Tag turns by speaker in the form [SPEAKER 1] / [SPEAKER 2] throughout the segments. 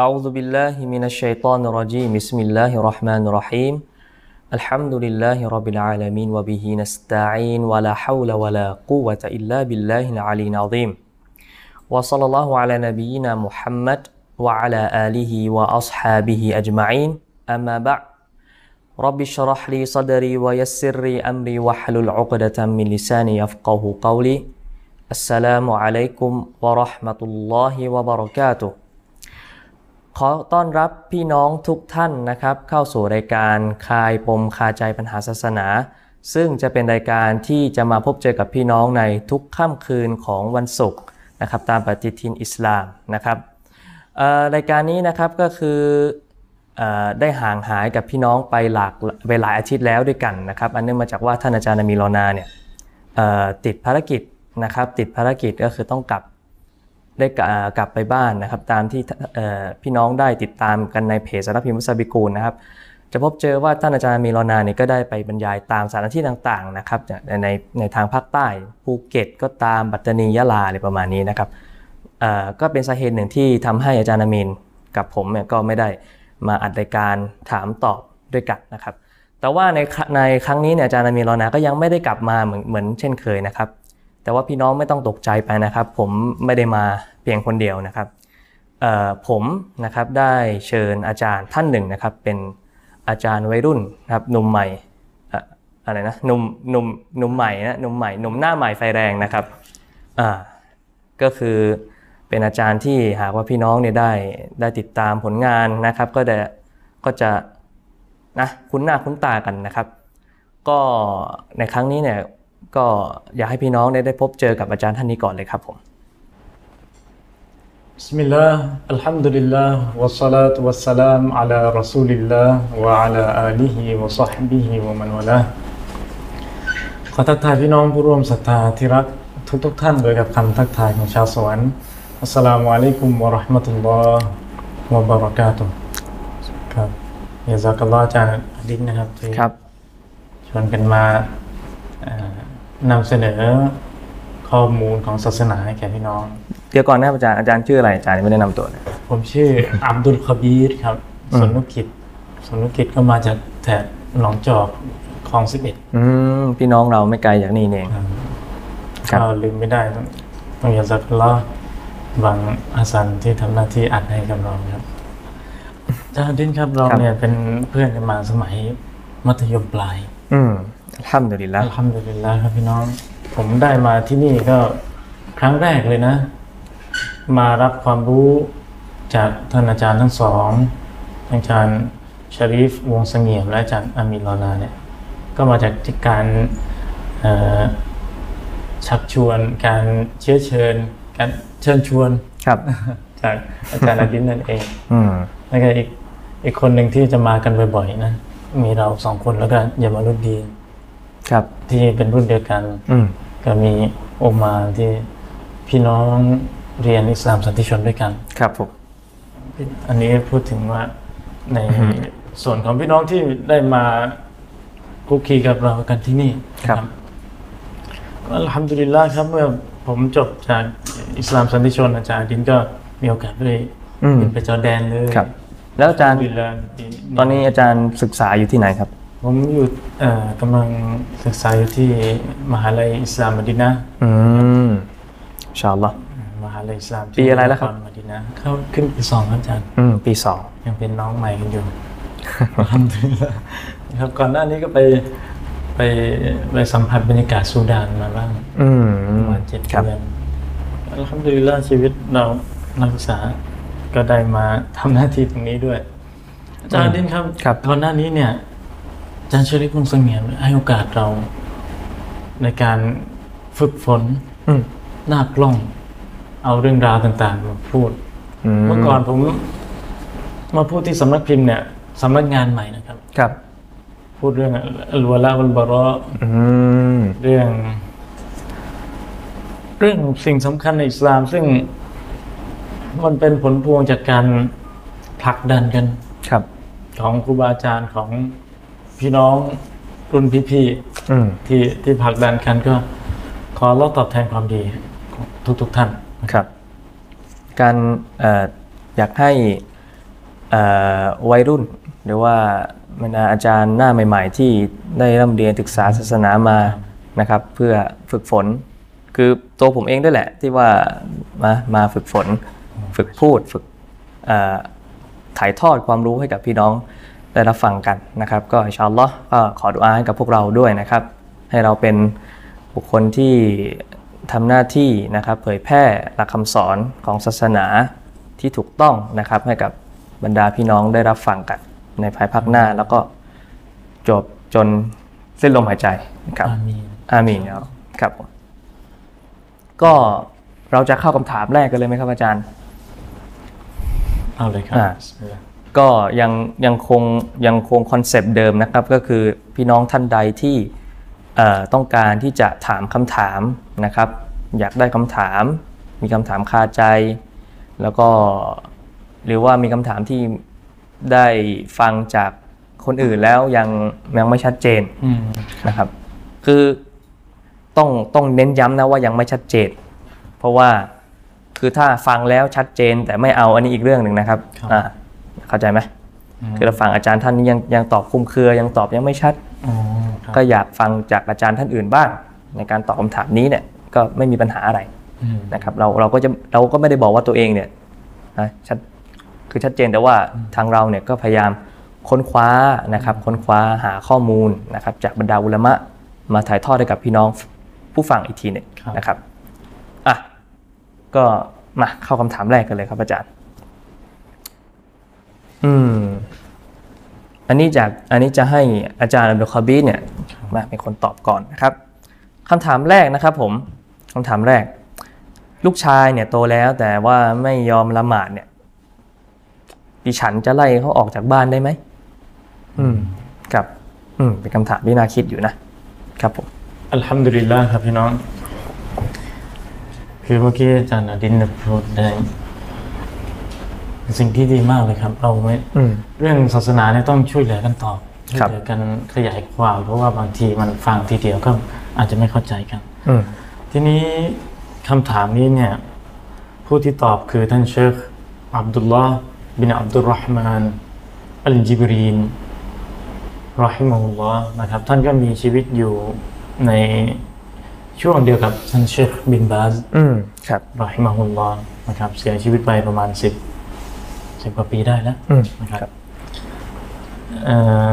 [SPEAKER 1] أعوذ بالله من الشيطان الرجيم بسم الله الرحمن الرحيم الحمد لله رب العالمين وبه نستعين ولا حول ولا قوة إلا بالله العلي العظيم وصلى الله على نبينا محمد وعلى آله وأصحابه أجمعين أما بعد رب اشرح لي صدري ويسر لي أمري واحلل عقدة من لساني يفقه قولي السلام عليكم ورحمة الله وبركاته ขอต้อนรับพี่น้องทุกท่านนะครับ เข้าสู่รายการคลายปมคาใจปัญหาศาสนา ซึ่งจะเป็นรายการที่จะมาพบเจอกับพี่น้องในทุกค่ำคืนของวันศุกร์นะครับตามปฏิทินอิสลามนะครับเอ่อรายการนี้นะครับก็คือเออได้ห่างหายกับพี่น้องไปหลากไปหลายอาทิตย์แล้วด้วยกันนะครับอันเนื่องมาจากว่าท่านอาจารย์อามีรอนาเนี่ยเอ่อติดภารกิจนะครับติดภารกิจก็คือต้องกลับ ได้กลับเอ่อกลับไปบ้านนะครับ ตามที่เอ่อพี่น้องได้ติดตามกันในเพจสารพิมพ์มุสาบิกูลนะครับ จะพบเจอว่าท่านอาจารย์มีรอนาเนี่ยก็ได้ไปบรรยายตามสถานที่ต่างๆนะครับในในในทางภาคใต้ภูเก็ตก็ตามปัตตานียะลาอะไรประมาณนี้นะครับเอ่อก็เป็นสาเหตุหนึ่งที่ทำให้อาจารย์อามินกับผมเนี่ยก็ไม่ได้มาอัดรายการถามตอบด้วยกันนะครับ แต่ว่าในครในครั้งนี้เนี่ยอาจารย์อามินรอนาก็ยังไม่ได้กลับมาเหมือนเหมือนเช่นเคยนะครับ แต่ว่าพี่น้องไม่ต้องตกใจไปนะครับ ผมไม่ได้มาเพียงคนเดียวนะครับเอ่อผมนะครับได้เชิญอาจารย์ท่านหนึ่งนะครับ เป็นอาจารย์วัยรุ่นนะครับหนุ่มใหม่เอ่ออะไรนะหนุ่มหนุ่มหนุ่มใหม่นะหนุ่มใหม่หนุ่มหน้าใหม่ไฟแรงนะครับอ่าก็คือเป็นอาจารย์ที่หากว่าพี่น้องเนี่ยได้ได้ติดตามผลงานนะครับ ก็จะก็จะนะคุ้นหน้าคุ้นตากันนะครับ ก็ในครั้งนี้เนี่ยก็อยากให้พี่น้องได้ได้พบเจอกับอาจารย์ท่านนี้ก่อนเลยครับผม
[SPEAKER 2] بسم الله الحمد لله والصلاة والسلام على رسول الله وعلى آله وصحبه ومن والاه ขอทักทายพี่น้องผู้ร่วมศรัทธาที่รักทุกทุกๆท่านโดวยกับคำทักทายของชาวสวรรค์อัสสลามุอะลัยกุมวะเราะห์มะตุลลอฮ์วะบะเราะกาตุฮ์ครับยาซากัลลอฮ์อาจารย์อดิษฐ์นะครับที่ ชวนกันมาเอ่อนำเสนอข้อมูลของศาสนาให้แก่พี่น้อง
[SPEAKER 1] เดี๋ยวก่อนนะครับอาจารย์อาจารย์ชื่ออะไรอาจารย์ยังไม่ได้นำตัวเลย
[SPEAKER 2] ผมชื่อ อับดุลคบีรครับสนุกิจสนุกิจก็มาจากแถบหนองจอกคลองสิบเอ็ด
[SPEAKER 1] อืมพี่น้องเราไม่ไกลจากนี่เอง ครับ
[SPEAKER 2] ก็ลืมไม่ได้ต้องต้องยาซักลอฮ์บังอาสันที่ทำหน้าที่อัดให้กับเราครับอาจารย์ดินครับเราเนี่ยเป็นเพื่อนกันมาสมัยมัธยมปลาย
[SPEAKER 1] อืมอัลห้ามดุลิลละ
[SPEAKER 2] อัลฮัมดุลิลลาห์ครับพี่น้อง ผมได้มาที่นี่ก็ครั้งแรกเลยนะ มารับความรู้จากท่านอาจารย์ทั้งสองอาจารย์ชะรีฟวงศ์เสงี่ยมและอาจารย์อามีนลอนาเนี่ยก็มาจากที่การเอ่อชักชวน การเชื้อเชิญ การเชิญชวน
[SPEAKER 1] ครับ
[SPEAKER 2] จากอาจารย์อดินนั่นเอง
[SPEAKER 1] อืม
[SPEAKER 2] แล้วก็อีกอีกคนหนึ่งที่จะมากันบ่อยๆนะมีเราสองคนแล้วก็ยามรุดดีน
[SPEAKER 1] ครับ
[SPEAKER 2] ที่เป็นรุ่นเดียวกัน
[SPEAKER 1] อืม
[SPEAKER 2] ก็มีโอมานที่พี่น้องเรียนอิสลามสันติชนด้วยกัน
[SPEAKER 1] ครับผม
[SPEAKER 2] อันนี้พูดถึงว่าในส่วนของพี่น้องที่ได้มาคุกคีกับเรากันที่นี่
[SPEAKER 1] ครับ
[SPEAKER 2] ก็อัลฮัมดุลิลลาห์ครับเมื่อผมจบจากอิสลามสันติชนอาจารย์ดินก็มีโอกาสได้
[SPEAKER 1] อืม
[SPEAKER 2] บินไปจอร์แดนเลย
[SPEAKER 1] ครับ แล้วอาจารย์
[SPEAKER 2] บินแล้ว
[SPEAKER 1] ตอนนี้อาจารย์ศึกษาอยู่ที่ไหนครับ
[SPEAKER 2] ผมอยู่เอ่อกำลังศึกษาอยู่ที่มหาลัยอิสลามมะดินะห์
[SPEAKER 1] อืมอินชาอัลลอฮ์
[SPEAKER 2] มหาลัยอิสลาม
[SPEAKER 1] ปีอะไรแล้วครับ
[SPEAKER 2] มดินะเข้าขึ้นปีสองครับอาจารย์
[SPEAKER 1] อืมปีสอง
[SPEAKER 2] ยังเป็นน้องใหม่กัน อยู่ อัลฮัมดุลิลลาห์ครับก่อนหน้านี้ก็ไปไปไปสัมผัสบรรยากาศซูดานมาบ้าง
[SPEAKER 1] อืม
[SPEAKER 2] ประมาณเจ็ด
[SPEAKER 1] ครับ
[SPEAKER 2] เดือนอัลฮัมดุลิลลาห์ชีวิตเรานักศึกษาก็ได้มาทำหน้าที่ตรงนี้ด้วย อาจารย์ดินครับ
[SPEAKER 1] ครับ
[SPEAKER 2] ก่อนหน้านี้เนี่ยอาจารย์ชลิกุงเสงี่ยมให้โอกาสเราในการฝึกฝน
[SPEAKER 1] อืม
[SPEAKER 2] หน้ากล้อง เอาเรื่องราวต่างๆมาพูด
[SPEAKER 1] อืม
[SPEAKER 2] เมื่อก่อนผมมาพูดที่สำนักพิมพ์เนี่ยสำนักงานใหม่นะครับ
[SPEAKER 1] ครับ
[SPEAKER 2] พูดเรื่องอัลวะลาวัลบะรอ
[SPEAKER 1] อืม
[SPEAKER 2] เรื่อง เรื่องสิ่งสำคัญในอิสลาม ซึ่งมันเป็นผลพวงจากการผลักดันกัน
[SPEAKER 1] ครับ
[SPEAKER 2] ของครูบาอาจารย์ของพี่น้องรุ่นพี่
[SPEAKER 1] อืม
[SPEAKER 2] ๆที่ที่ผลักดันกันก็ ขอเราตอบแทนความดีของทุก ๆ ท่าน
[SPEAKER 1] ครับ การเอ่ออยากให้ เอ่อวัยรุ่น หรือว่าบรรดาอาจารย์หน้าใหม่ ๆ ที่ได้ร่ำเรียนศึกษาศาสนามานะครับเพื่อฝึกฝน คือตัวผมเองด้วยแหละที่ว่ามามาฝึกฝน ฝึกพูดฝึกเอ่อถ่ายทอดความรู้ให้กับพี่น้องได้รับฟังกันนะครับ ก็อินชาอัลลอฮ์ก็ขอดุอาให้กับพวกเราด้วยนะครับ ให้เราเป็นบุคคลที่ทำหน้าที่นะครับ เผยแพร่หลักคำสอนของศาสนาที่ถูกต้องนะครับ ให้กับบรรดาพี่น้องได้รับฟังกันในภายภาคหน้า แล้วก็จบจนสิ้นลมหายใจนะครับ
[SPEAKER 2] อามีน
[SPEAKER 1] อามีนครับครับผมก็เราจะเข้าคำถามแรกกันเลยไหมครับอาจารย์
[SPEAKER 2] เอาเลยครั
[SPEAKER 1] อ่า
[SPEAKER 2] บิสมิลลาห์
[SPEAKER 1] ก็ยังยังคงยังคงคอนเซปต์เดิมนะครับ ก็คือพี่น้องท่านใดที่เอ่อต้องการที่จะถามคำถามนะครับ อยากได้คำถาม มีคำถามคาใจ แล้วก็หรือว่ามีคำถามที่ได้ฟังจากคนอื่นแล้วยังยังไม่ชัดเจน
[SPEAKER 2] อืม
[SPEAKER 1] นะครับ คือต้องต้องเน้นย้ำนะว่ายังไม่ชัดเจน เพราะว่าคือถ้าฟังแล้วชัดเจน แต่ไม่เอาอันนี้อีกเรื่องหนึ่งนะครับอ่าเข้าใจไหมคือเราฟังอาจารย์ท่านนี้ยังยังตอบคลุมเครือ ยังตอบยังไม่ชัด
[SPEAKER 2] อ๋อครับ
[SPEAKER 1] ก็อยากฟังจากอาจารย์ท่านอื่นบ้าง ในการตอบคำถามนี้เนี่ยก็ไม่มีปัญหาอะไร
[SPEAKER 2] อืม
[SPEAKER 1] นะครับ เราเราก็จะเราก็ไม่ได้บอกว่าตัวเองเนี่ยนะชัดคือชัดเจนแต่ว่าทางเราเนี่ยก็พยายามค้นคว้านะครับ ค้นคว้าหาข้อมูลนะครับ จากบรรดาอุลามะมาถ่ายทอดให้กับพี่น้องผู้ฟังอีกทีหนึ่งนะครับอ่ะก็มาเข้าคำถามแรกกันเลยครับอาจารย์ อืม อันนี้จากอันนี้จะให้อาจารย์อับดุลคาบีรเนี่ยมาเป็นคนตอบก่อนนะครับคำถามแรกนะครับ ผมคำถามแรก ลูกชายเนี่ยโตแล้วแต่ว่าไม่ยอมละหมาดเนี่ย ดิฉันจะไล่เขาออกจากบ้านได้ไหมอืมครับ อืมเป็นคำถามที่น่าคิดอยู่นะครับผม
[SPEAKER 2] อัลฮัมดุลิลลาห์ครับพี่น้อง คือเมื่อกี้อาจารย์อดินทร์พูดได้เป็นสิ่งที่ดีมากเลยครับ เราไม่
[SPEAKER 1] อืม
[SPEAKER 2] เรื่องศาสนาเนี่ยต้องช่วยเหลือกันต่อช่วย
[SPEAKER 1] ครับ
[SPEAKER 2] เหลือกันขยายความ เพราะว่าบางทีมันฟังทีเดียวก็อาจจะไม่เข้าใจกัน
[SPEAKER 1] อืม
[SPEAKER 2] ทีนี้คำถามนี้เนี่ย ผู้ที่ตอบคือท่านเชคอับดุลลอฮ์บินอับดุลรอฮ์มานอัลจิบรีนรอฮิมะฮุลลอฮ์นะครับ ท่านก็มีชีวิตอยู่ในช่วงเดียวกับท่านเชคบินบาซ
[SPEAKER 1] อืมครับ
[SPEAKER 2] รอฮิมะฮุลลอฮ์นะครับเสียชีวิตไปประมาณสิบสิบกว่าปีได้แล้ว
[SPEAKER 1] อืม
[SPEAKER 2] นะครับเอ่อ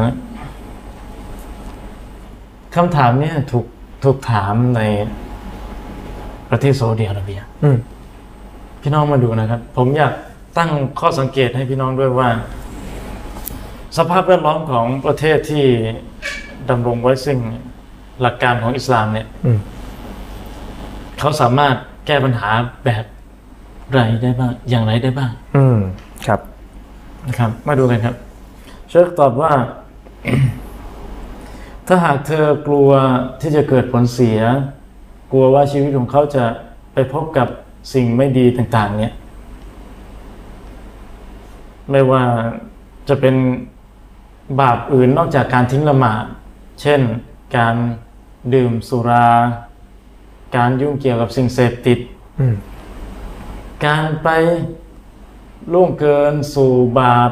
[SPEAKER 2] คำถามเนี่ยถูกถูกถามในประเทศซาอุดิอาระเบีย
[SPEAKER 1] อืม
[SPEAKER 2] พี่น้องมาดูนะครับ ผมอยากตั้งข้อสังเกตให้พี่น้องด้วยว่า สภาพแวดล้อมของประเทศที่ดำรงไว้ซึ่งหลักการของอิสลามเนี่ย
[SPEAKER 1] อืม
[SPEAKER 2] เขาสามารถแก้ปัญหาแบบไรได้บ้าง อย่างไรได้บ้าง
[SPEAKER 1] อืมครับ
[SPEAKER 2] นะครับ มาดูกันครับ เชคตอบว่า ถ้าหากเธอกลัวที่จะเกิดผลเสีย กลัวว่าชีวิตของเขาจะไปพบกับสิ่งไม่ดีต่างๆ เนี่ย ไม่ว่าจะเป็นบาปอื่นนอกจากการทิ้งละหมาด เช่น การดื่มสุรา การยุ่งเกี่ยวกับสิ่งเสพติด
[SPEAKER 1] อืม
[SPEAKER 2] การไปล่วงเกินสู่บาป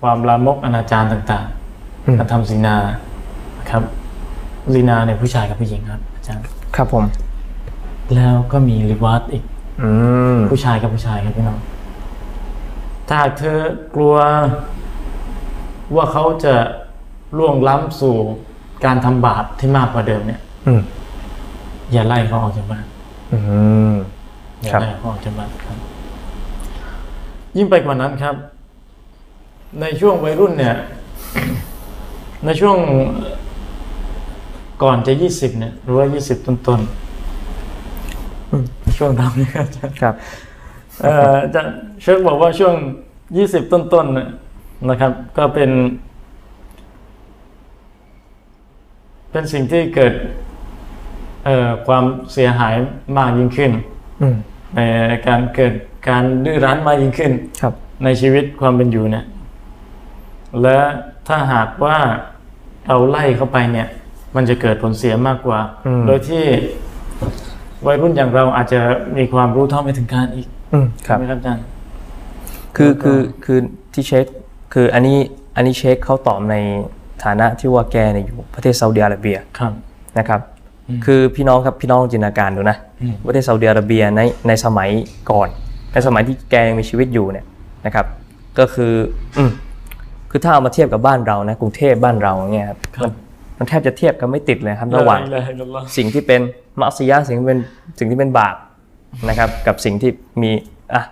[SPEAKER 2] ความลามกอนาจารต่าง
[SPEAKER 1] อืม
[SPEAKER 2] ๆการทำซินานะครับซินาเนี่ยผู้ชายกับผู้หญิงครับอาจารย์
[SPEAKER 1] ครับผม
[SPEAKER 2] แล้วก็มีริวาตอีก
[SPEAKER 1] อืม
[SPEAKER 2] ผู้ชายกับผู้ชายครับพี่น้องถ้าหากเธอกลัวว่าเขาจะล่วงล้ำสู่การทำบาปที่มากกว่าเดิมเนี่ย
[SPEAKER 1] อืม
[SPEAKER 2] อย่าไล่เขาออกจากบ้าน
[SPEAKER 1] อืม
[SPEAKER 2] อย่า
[SPEAKER 1] ครับ
[SPEAKER 2] ได้ออกจากบ้านครับ ยิ่งไปกว่านั้นครับ ในช่วงวัยรุ่นเนี่ย ในช่วงก่อนจะยี่สิบเนี่ย หรือว่ายี่สิบต้นต้นๆช่วงเราเนี่ยครับอาจารย์
[SPEAKER 1] ครับ
[SPEAKER 2] เอ่ออาจะเชคบอกว่าช่วงยี่สิบต้นต้นๆเนี่ยนะครับ ก็เป็น เป็นสิ่งที่เกิด เอ่อความเสียหายมากยิ่งขึ้น
[SPEAKER 1] อืม
[SPEAKER 2] ในการเกิดการดื้อรั้นมากยิ่งขึ้น
[SPEAKER 1] ครับ
[SPEAKER 2] ในชีวิตความเป็นอยู่เนี่ยและถ้าหากว่าเราไล่เข้าไปเนี่ย มันจะเกิดผลเสียมากกว่า
[SPEAKER 1] อืม
[SPEAKER 2] โดยที่วัยรุ่นอย่างเราอาจจะมีความรู้เท่าไม่ถึงการอีก
[SPEAKER 1] อืมค
[SPEAKER 2] ใช่
[SPEAKER 1] รับ
[SPEAKER 2] ไหมครับอาจารย์
[SPEAKER 1] คือคือคือที่เช็ค คืออันนี้อันนี้เชคเขาตอบในฐานะที่ว่าแกเนี่ยอยู่ประเทศซาอุดิอาระเบีย
[SPEAKER 2] ครับ
[SPEAKER 1] นะครับ คือพี่น้องครับพี่น้องลองจินตนาการดูนะ
[SPEAKER 2] อืม
[SPEAKER 1] ประเทศซาอุดิอาระเบียในในสมัยก่อน ในสมัยที่แกยังมีชีวิตอยู่เนี่ยนะครับ ก็คืออืมคือถ้าเอามาเทียบกับบ้านเรานะกรุงเทพบ้านเราเนี่ยครับมันมันแทบจะเทียบกันไม่ติดเลยครับระหว่าง
[SPEAKER 2] ลาอิลาฮอิลลัลลอฮ์
[SPEAKER 1] สิ่งที่เป็นมัสยิยะห์สิ่งที่เป็นสิ่งที่เป็นบาปนะครับ กับสิ่งที่มีอ่ะ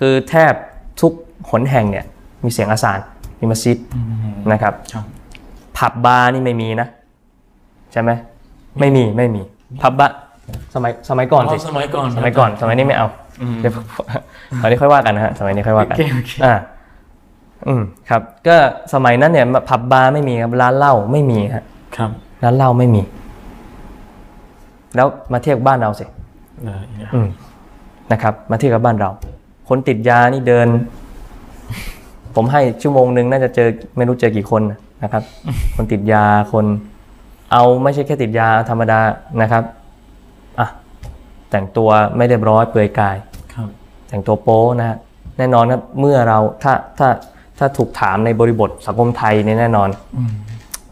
[SPEAKER 1] คือแทบทุกหนแห่งเนี่ยมีเสียงอาซานมีมัสยิดนะครับ
[SPEAKER 2] ครับ
[SPEAKER 1] ผับบาร์นี่ไม่มีนะ ใช่ไหมไม่มีไม่มีผับบาร์สมัยสมัยก่อน
[SPEAKER 2] อ๋
[SPEAKER 1] สิ
[SPEAKER 2] อสมัยก่อน
[SPEAKER 1] สมัยก่อนสมัยนี้ไม่เอาเดี๋ยว ตอนนี้ค่อยว่ากันนะฮะสมัยนี้ค่อยว่า
[SPEAKER 2] โอ
[SPEAKER 1] กัน
[SPEAKER 2] เคโอเค
[SPEAKER 1] อ่าอืมครับ ก็สมัยนั้นเนี่ยผับบาร์ไม่มีครับร้านเหล้าไม่มีฮะ
[SPEAKER 2] ครับ
[SPEAKER 1] ร้านเหล้าไม่มี แล้วมาเทียบบ้านเราสิ
[SPEAKER 2] ลาอิลาฮะ
[SPEAKER 1] อืมนะครับ มาเทียบกับบ้านเรา คนติดยานี่เดิน ผมให้ชั่วโมงหนึ่งน่าจะเจอไม่รู้เจอกี่คนนะครับ คนติดยาคน เอาไม่ใช่แค่ติดยาธรรมดานะครับอ่ะแต่งตัวไม่เรียบร้อยเปลือยกาย
[SPEAKER 2] ครับ
[SPEAKER 1] แต่งตัวโป๊นะฮะแน่นอนครับเมื่อเราถ้าถ้าถ้าถูกถามในบริบทสังคมไทยเนี่ยแน่นอน
[SPEAKER 2] อืม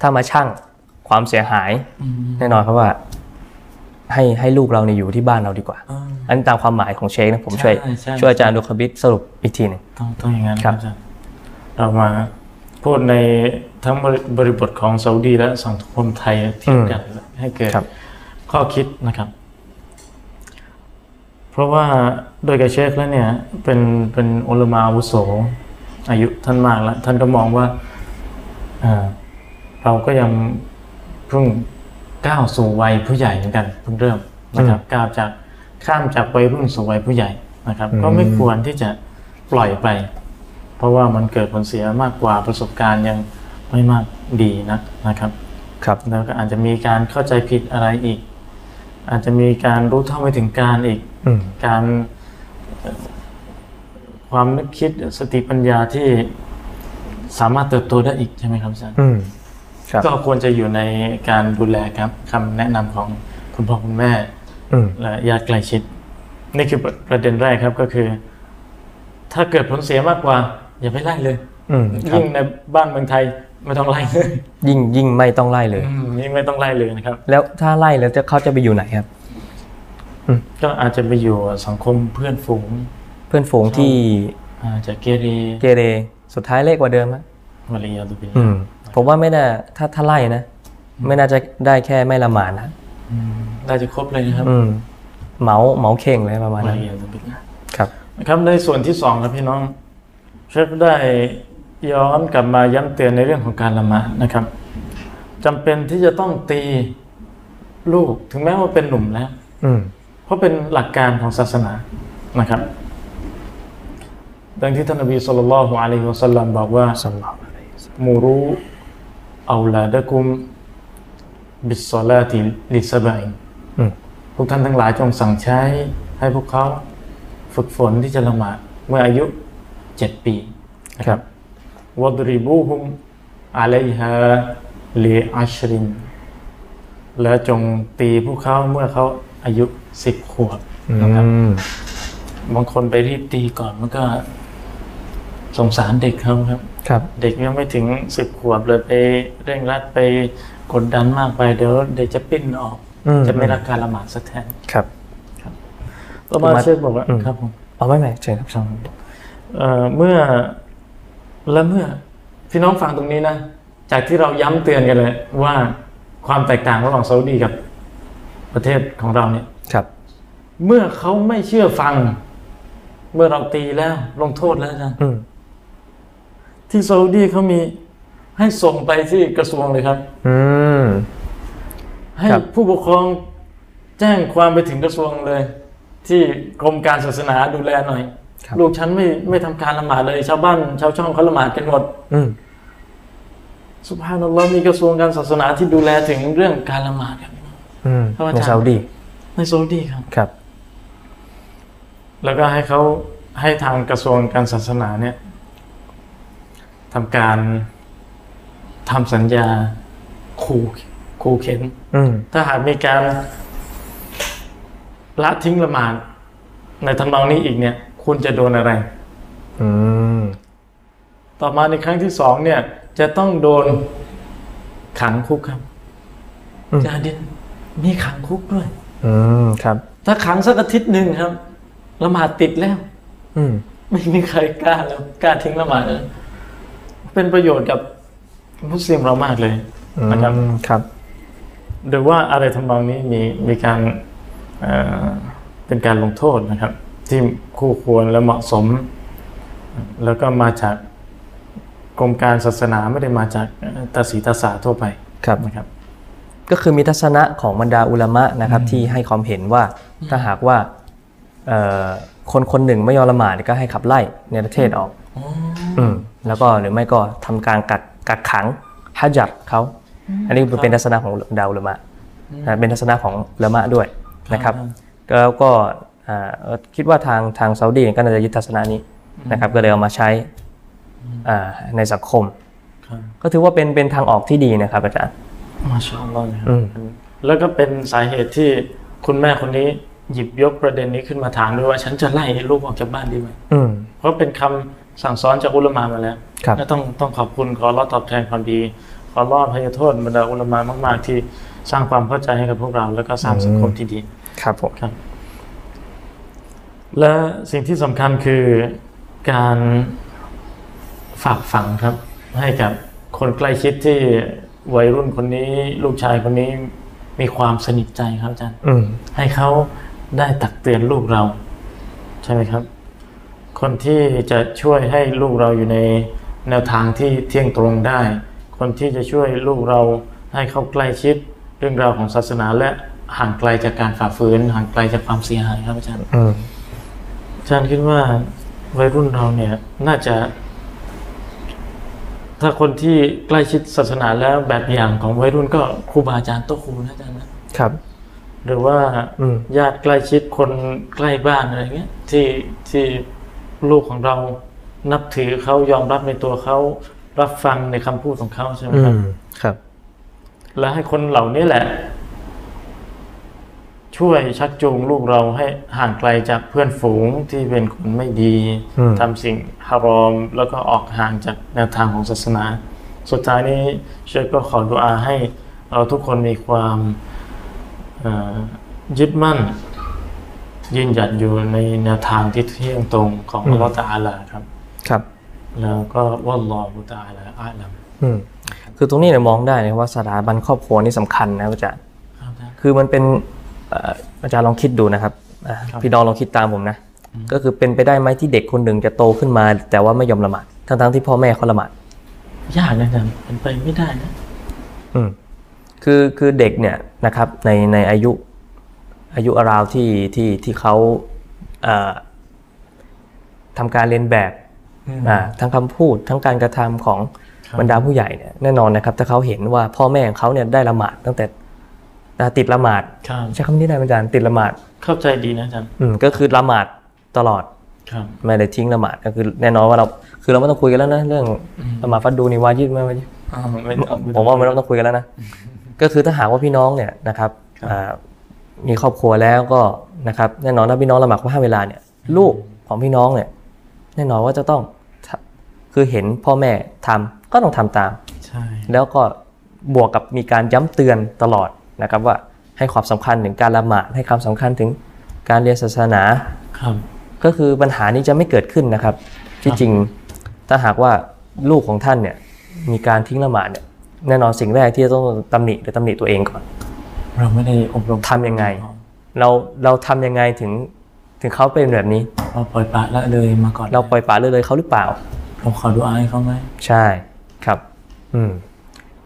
[SPEAKER 1] ถ้ามาชั่งความเสียหาย
[SPEAKER 2] อืม
[SPEAKER 1] แน่นอนครับว่า ให้ให้ลูกเราเนี่ยอยู่ที่บ้านเราดีกว่า
[SPEAKER 2] อ่า
[SPEAKER 1] อันนตามความหมายของเชคนะผมช่ว
[SPEAKER 2] ใช่
[SPEAKER 1] ย
[SPEAKER 2] ใช่
[SPEAKER 1] ช่วยอาจารย์ดูคบิดสรุปอีกทีหนึง
[SPEAKER 2] ต้องต้องอย่างนั้น
[SPEAKER 1] ค
[SPEAKER 2] ค
[SPEAKER 1] รั
[SPEAKER 2] รับ บอาจารย์เรามาพูดในทั้งบริบริบทของซาอุดีและสังคมไทยเทียบกันให้เกิด
[SPEAKER 1] ครับ
[SPEAKER 2] ข้อคิดนะครับ เพราะว่าโดยกระเชคแล้วเนี่ย เป็นเป็นอุลามาอาวุโส อายุท่านมากแล้ว ท่านก็มองว่าเอ่อเราก็ยังเพิ่งก้าวสู่วัยผู้ใหญ่เหมือนกันเพิ่งเริ่มนะครับก้าวจากข้ามจากวัยรุ่นสู่วัยผู้ใหญ่นะครับ ก็ไม่ควรที่จะปล่อยไป เพราะว่ามันเกิดผลเสียมากกว่าประสบการณ์ยังไม่มากดีนักนะครับ
[SPEAKER 1] ครับ
[SPEAKER 2] แล้วก็อาจจะมีการเข้าใจผิดอะไรอีก อาจจะมีการรู้เท่าไม่ถึงการอีก
[SPEAKER 1] อืม
[SPEAKER 2] การเอ่อความนึกคิดสติปัญญาที่สามารถเติบโตได้อีกใช่ไหมครับอาจารย์
[SPEAKER 1] อืมครับ
[SPEAKER 2] ก็ควรจะอยู่ในการดูแลครับคำแนะนำของคุณพ่อคุณแม่
[SPEAKER 1] อืม
[SPEAKER 2] และญาติใกล้ชิด นี่คือประเด็นแรกครับก็คือ ถ้าเกิดผลเสียมากกว่า อย่าไปไล่เลย
[SPEAKER 1] อืมครับ
[SPEAKER 2] ยิ่งในบ้านเมืองไทยไม่ต้องไล่เลย
[SPEAKER 1] ยิ่งยิ่งไม่ต้องไล่เลย
[SPEAKER 2] อืมยิ่งไม่ต้องไล่เลยนะครับ
[SPEAKER 1] แล้วถ้าไล่แล้วจะเขาจะไปอยู่ไหนครับ
[SPEAKER 2] ก็อาจจะไปอยู่สังคมเพื่อนฝูง
[SPEAKER 1] เพื่อนฝูงที่
[SPEAKER 2] อาจจะเกเร
[SPEAKER 1] เกเรสุดท้ายเละกว่าเดิมอะ
[SPEAKER 2] วะลียาตุบิล
[SPEAKER 1] อื
[SPEAKER 2] ลาฮ์
[SPEAKER 1] มผมว่าไม่น่าถ้าถ้าไล่นะไม่น่าจะได้แค่ไม่ละหมาดนะ
[SPEAKER 2] ได้จะครบเลยนะครับ
[SPEAKER 1] อืมเหมาเหมาเข่งเลยประมาณ
[SPEAKER 2] วะ
[SPEAKER 1] นั้น
[SPEAKER 2] ลียาตุบิลลาฮ์
[SPEAKER 1] ครับ
[SPEAKER 2] นะครับในส่วนที่สองครับพี่น้องเชฟได้ย้อนกลับมาย้ำเตือนในเรื่องของการละหมาดนะครับจำเป็นที่จะต้องตีลูกถึงแม้ว่าเป็นหนุ่มแล้ว
[SPEAKER 1] อืม
[SPEAKER 2] เพราะเป็นหลักการของศาสนานะครับ ดังที่ท่านนบีสุลต่านละฮ์อะลัยฮิวะสัลลัมบอกว่า
[SPEAKER 1] สำหรับอะไร
[SPEAKER 2] มูรุเอาลาดะกุม บิสซอลาติลิสบาย
[SPEAKER 1] อืม
[SPEAKER 2] พวกท่านทั้งหลายจงสั่งใช้ให้พวกเขาฝึกฝนที่จะละหมาดเมื่ออายุเจ็ดปี
[SPEAKER 1] ครับ
[SPEAKER 2] วัดริบูฮุมอาลัยฮาเลอัชริน และจงตีพวกเขาเมื่อเขาอายุสิบขวบนะครับ
[SPEAKER 1] อืม
[SPEAKER 2] บางคนไปรีบตีก่อนมันก็สงสารเด็กเขาครับ
[SPEAKER 1] ครับ
[SPEAKER 2] เด็กยังไม่ถึงสิบขวบเลยไปเร่งรัดไปกดดันมากไปเดี๋ยวเด็กจะปิ้นออก
[SPEAKER 1] อืม
[SPEAKER 2] จะไม่รักการละหมาดสักแทน
[SPEAKER 1] ครับ
[SPEAKER 2] ต่อมา
[SPEAKER 1] ต่อมา
[SPEAKER 2] เชื่อบอกว่า
[SPEAKER 1] อืม
[SPEAKER 2] ครับผม
[SPEAKER 1] เอาไม่ไม่เชิญครับ
[SPEAKER 2] ครับเอ่อเมื่อและเมื่อพี่น้องฟังตรงนี้นะ จากที่เราย้ำเตือนกันเลย ว่าความแตกต่างระหว่างซาอุดีกับประเทศของเราเนี่ย
[SPEAKER 1] ครับ
[SPEAKER 2] เมื่อเขาไม่เชื่อฟัง เมื่อเราตีแล้ว ลงโทษแล้วอาจารย์
[SPEAKER 1] อืม
[SPEAKER 2] ที่ซาอุดีเขามีให้ส่งไปที่กระทรวงเลยครับ
[SPEAKER 1] อืม
[SPEAKER 2] ให้
[SPEAKER 1] ครับ
[SPEAKER 2] ผู้ปกครองแจ้งความไปถึงกระทรวงเลย ที่กรมการศาสนาดูแลหน่อย
[SPEAKER 1] ครับ
[SPEAKER 2] ลูกฉันไม่ไม่ทำการละหมาดเลย ชาวบ้านชาวช่องเขาละหมาดกันหมด
[SPEAKER 1] อืม
[SPEAKER 2] สุภาพนัลลอฮ์มีกระทรวงการศาสนาที่ดูแลถึงเรื่องการละหมาดครับ
[SPEAKER 1] อืม
[SPEAKER 2] ครับอาจารย์
[SPEAKER 1] ในซาอุดี
[SPEAKER 2] ในซาอุดีครับ
[SPEAKER 1] ครับ
[SPEAKER 2] แล้วก็ให้เขาให้ทางกระทรวงการศาสนาเนี่ยทำการทำสัญญาคูคูเข็น
[SPEAKER 1] อืม
[SPEAKER 2] ถ้าหากมีการละทิ้งละหมาดในทำนองนี้อีกเนี่ย คุณจะโดนอะไร
[SPEAKER 1] อืม
[SPEAKER 2] ต ต่อมาในครั้งที่สองเนี่ย จะต้องโดนขังคุกครับ
[SPEAKER 1] อืม
[SPEAKER 2] จาดินมีขังคุกด้วย
[SPEAKER 1] อืมครับ
[SPEAKER 2] ถ้าขังสักอาทิตย์หนึ่งครับละหมาดติดแล้ว
[SPEAKER 1] อืม
[SPEAKER 2] ไม่มีใครกล้าแล้วกล้าทิ้งละหมาดนะเป็นประโยชน์กับมุสลิมเรามากเลยนะครับ
[SPEAKER 1] อืมครับ
[SPEAKER 2] หรือว่าอะไรทำนองนี้มีมีการเอ่อเป็นการลงโทษนะครับ ที่คู่ควรและเหมาะสม แล้วก็มาจากกรมการศาสนาไม่ได้มาจากเอ่อตาสีตาสาทั่วไป
[SPEAKER 1] ครับ
[SPEAKER 2] นะครับ
[SPEAKER 1] ก็คือมีทัศนะของบรรดาอุลามะนะครับ ที่ให้ความเห็นว่าถ้าหากว่าเอ่อคนคนหนึ่งไม่ยอมละหมาดก็ให้ขับไล่ในประเทศออกมแล้วก็หรือไม่ก็ทำการกักกักขังฮัจับเขาอันนี้เป็นทัศนะของบรรดาอุลามะอ่าเป็นทัศนะของอุลามะด้วยนะครับแล้วก็อ่าเอ่อคิดว่าทางทางซาอุดีเนี่ยก็น่าจะยึดทัศนะนี้นะครับ ก็เลยเอามาใช้อ่าในสังคม
[SPEAKER 2] ครับ
[SPEAKER 1] ก็ถือว่าเป็นเป็นทางออกที่ดีนะครับอาจารย์
[SPEAKER 2] มาชาอัลลอฮ์นะครับ
[SPEAKER 1] อืม
[SPEAKER 2] แล้วก็เป็นสาเหตุที่คุณแม่คนนี้หยิบยกประเด็นนี้ขึ้นมาถามด้วยว่า ฉันจะไล่ลูกออกจากบ้านดีไหม
[SPEAKER 1] อืม
[SPEAKER 2] เพราะเป็นคำสั่งสอนจากอุลามะมาแล้ว
[SPEAKER 1] ครับ
[SPEAKER 2] ก็ต้องต้องขอบคุณขอรอดตอบแทนความดี ขอรอดพยโทษบรรดาอุลามะมากๆ ที่สร้างความเข้าใจให้กับพวกเรา แล้วก็สร้างสังคมที่ดี
[SPEAKER 1] ครับผม
[SPEAKER 2] ครับ และสิ่งที่สำคัญคือการฝากฝังครับ ให้กับคนใกล้ชิดที่วัยรุ่นคนนี้ ลูกชายคนนี้มีความสนิทใจครับอาจารย์
[SPEAKER 1] อืม
[SPEAKER 2] ให้เขาได้ตักเตือนลูกเรา ใช่ไหมครับ คนที่จะช่วยให้ลูกเราอยู่ในแนวทางที่เที่ยงตรงได้ คนที่จะช่วยลูกเราให้เข้าใกล้ชิดเรื่องราวของศาสนาและห่างไกลจากการฝ่าฝืนห่างไกลจากความเสียหายครับอาจารย์
[SPEAKER 1] อืม
[SPEAKER 2] อาจารย์คิดว่าวัยรุ่นเราเนี่ยน่าจะ ถ้าคนที่ใกล้ชิดศาสนาแล้วแบบอย่างของวัยรุ่นก็ครูบาอาจารย์โตะครูนะอาจารย์นะ
[SPEAKER 1] ครับ
[SPEAKER 2] หรือว่า
[SPEAKER 1] อืม
[SPEAKER 2] ญาติใกล้ชิดคนใกล้บ้านอะไรเงี้ยที่ที่ลูกของเรานับถือเขายอมรับในตัวเขารับฟังในคำพูดของเขาใช่ไหมครับ
[SPEAKER 1] ครับ
[SPEAKER 2] และให้คนเหล่านี้แหละ ช่วยชักจูงลูกเราให้ห่างไกลจากเพื่อนฝูงที่เป็นคนไม่ดี
[SPEAKER 1] อืม
[SPEAKER 2] ทำสิ่งฮารอม แล้วก็ออกห่างจากแนวทางของศาสนา สุดท้ายนี้เชฟก็ขอดุอาให้เราทุกคนมีความเอ่อยึดมั่น ยืนหยัดอยู่ในแนวทางที่เที่ยงตรงของอัลลอฮฺตะอาลาครับ
[SPEAKER 1] ครับ
[SPEAKER 2] แล้วก็วัลลอฮฺตะอาลาอาลัม
[SPEAKER 1] อืม คือตรงนี้เนี่ยมองได้นะว่าสถาบันครอบครัวนี่สำคัญนะครับอาจารย์
[SPEAKER 2] ครับนะ
[SPEAKER 1] คือมันเป็นเอ่ออาจารย์ลองคิดดูนะครับอ่ะพี่ดองลองคิดตามผมนะ ก็คือเป็นไปได้ไหมที่เด็กคนหนึ่งจะโตขึ้นมา แต่ว่าไม่ยอมละหมาด ทั้งๆที่พ่อแม่เขาละหมาด
[SPEAKER 2] ยากนะอาจารย์เป็นไปไม่ได้นะ
[SPEAKER 1] อืมคือคือเด็กเนี่ยนะครับในในอายุอายุราวที่ที่ที่เขาเอ่อทำการเรียนแบบ
[SPEAKER 2] อืม
[SPEAKER 1] อ่าทั้งคำพูดทั้งการกระทำของบรรดาผู้ใหญ่เนี่ยแน่นอนนะครับ ถ้าเขาเห็นว่าพ่อแม่ของเขาเนี่ยได้ละหมาดตั้งแต่อ่าติดละหมาด
[SPEAKER 2] ครับ
[SPEAKER 1] ใช้คำนี้ได้ไหมอาจารย์ติดละหมาด
[SPEAKER 2] เข้าใจดีนะอาจารย์
[SPEAKER 1] อืมก็คือละหมาดตลอด
[SPEAKER 2] ครับ
[SPEAKER 1] ไม่ได้ทิ้งละหมาดก็คือแน่นอนว่าเราคือเราไม่ต้องคุยกันแล้วนะเรื่องละหมาดฟัดดูนี่วาจิบไหมวาจิบ
[SPEAKER 2] ไม่ต้อง
[SPEAKER 1] ผมว่าไม่ต้องคุยกันแล้วนะ ก็คือถ้าหากว่าพี่น้องเนี่ยนะครับอ่ามีครอบครัวแล้วก็นะครับแน่นอนถ้าพี่น้องละหมาดข้อห้าเวลาเนี่ย ลูกของพี่น้องเนี่ย แน่นอนว่าจะต้องทำคือเห็นพ่อแม่ทำก็ต้องทำตาม
[SPEAKER 2] ใช่
[SPEAKER 1] แล้วก็บวกกับมีการย้ำเตือนตลอดนะครับ ว่าให้ความสำคัญถึงการละหมาดให้ความสำคัญถึงการเรียนศาสนา
[SPEAKER 2] ครับ
[SPEAKER 1] ก็คือปัญหานี้จะไม่เกิดขึ้นนะครับ ที่จริงถ้าหากว่าลูกของท่านเนี่ยมีการทิ้งละหมาดเนี่ยแน่นอนสิ่งแรกที่จะต้องตำหนิหรือตำหนิตัวเองก่อน
[SPEAKER 2] เราไม่ได้อบรม
[SPEAKER 1] ทำยังไง เราเราทำยังไงถึงถึงเขาเป็นแบบนี้
[SPEAKER 2] เราปล่อยปละละเลยมาก่อน
[SPEAKER 1] เราปล่อยปละเลยเลยเขาหรือเปล่า
[SPEAKER 2] เราขอดูอายเขาไหม
[SPEAKER 1] ใช่ครับ อืม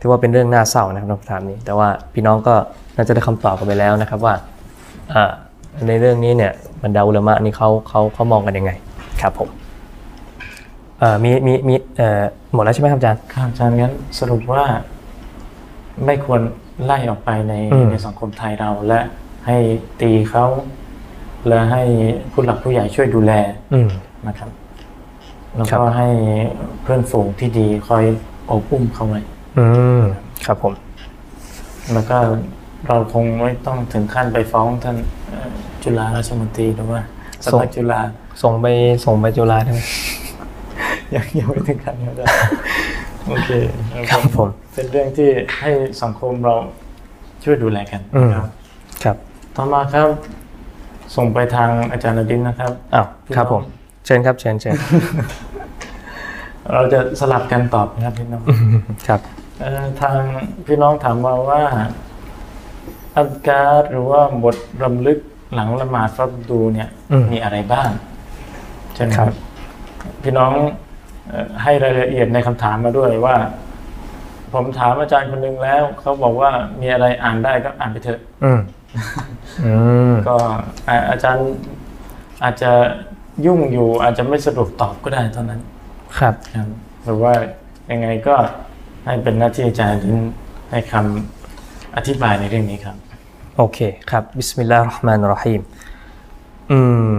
[SPEAKER 1] ถือว่าเป็นเรื่องน่าเศร้านะครับคำถามนี้ แต่ว่าพี่น้องก็น่าจะได้คำตอบกันไปแล้วนะครับว่าเอ่อในเรื่องนี้เนี่ยบรรดาอุลามะนี่เขาเขาเขามองกันยังไง ครับผมเอ่อมีมีมีเอ่อหมดแล้วใช่ไหมครับอาจารย์
[SPEAKER 2] ครับอาจารย์งั้นสรุปว่า ไม่ควรไล่ออกไปใน
[SPEAKER 1] อืม
[SPEAKER 2] ในสังคมไทยเราและให้ตีเขาและให้ผู้หลักผู้ใหญ่ช่วยดูแล
[SPEAKER 1] อืม
[SPEAKER 2] นะครับแล้ว
[SPEAKER 1] ครับ
[SPEAKER 2] ก็ให้เพื่อนฝูงที่ดีคอยโอบอุ้มเขาไว้
[SPEAKER 1] อืมครับผม
[SPEAKER 2] แล้วก็เราคงไม่ต้องถึงขั้นไปฟ้องท่านเอ่อจุฬาราชมนตรีหรือว่าสำนั
[SPEAKER 1] ส่
[SPEAKER 2] ก
[SPEAKER 1] ง
[SPEAKER 2] จุฬา
[SPEAKER 1] ส่งไปส่งไปจุฬาได้ไหม
[SPEAKER 2] ยังยังไม่ถึงขั้น นี้ได้ โอเค
[SPEAKER 1] ครับผม
[SPEAKER 2] เป็นเรื่องที่ให้สังคมเราช่วยดูแลกัน
[SPEAKER 1] อืม
[SPEAKER 2] ครับ
[SPEAKER 1] ครับ
[SPEAKER 2] ต่อมาครับ ส่งไปทางอาจารย์นดินนะครับ
[SPEAKER 1] อ้าวครับผม เชิญครับเชิญเชิญ
[SPEAKER 2] เราจะสลับกันตอบนะครับพี่น้อง
[SPEAKER 1] ครับ
[SPEAKER 2] เอ่อทางพี่น้องถามมาว่าอัลการหรือว่าบทรำลึกหลังละหมาดฟับดูเนี่ย
[SPEAKER 1] อืม
[SPEAKER 2] มีอะไรบ้างใช่ไหมครับ พี่น้องเอ่อให้รายละเอียดในคำถามมาด้วยว่า ผมถามอาจารย์คนหนึ่งแล้ว เขาบอกว่ามีอะไรอ่านได้ก็อ่านไปเถอะ
[SPEAKER 1] อืมอืม
[SPEAKER 2] ก็อ่าอาจารย์อาจจะยุ่งอยู่อาจจะไม่สะดวกตอบก็ได้เท่านั้น
[SPEAKER 1] ครับ
[SPEAKER 2] ครับหรือว่ายังไงก็ให้เป็นหน้าที่อาจารย์ให้คำอธิบายในเรื่องนี้ครับ
[SPEAKER 1] โอเคครับบิสมิลลาห์ราะห์มานิรเราะฮีมอืม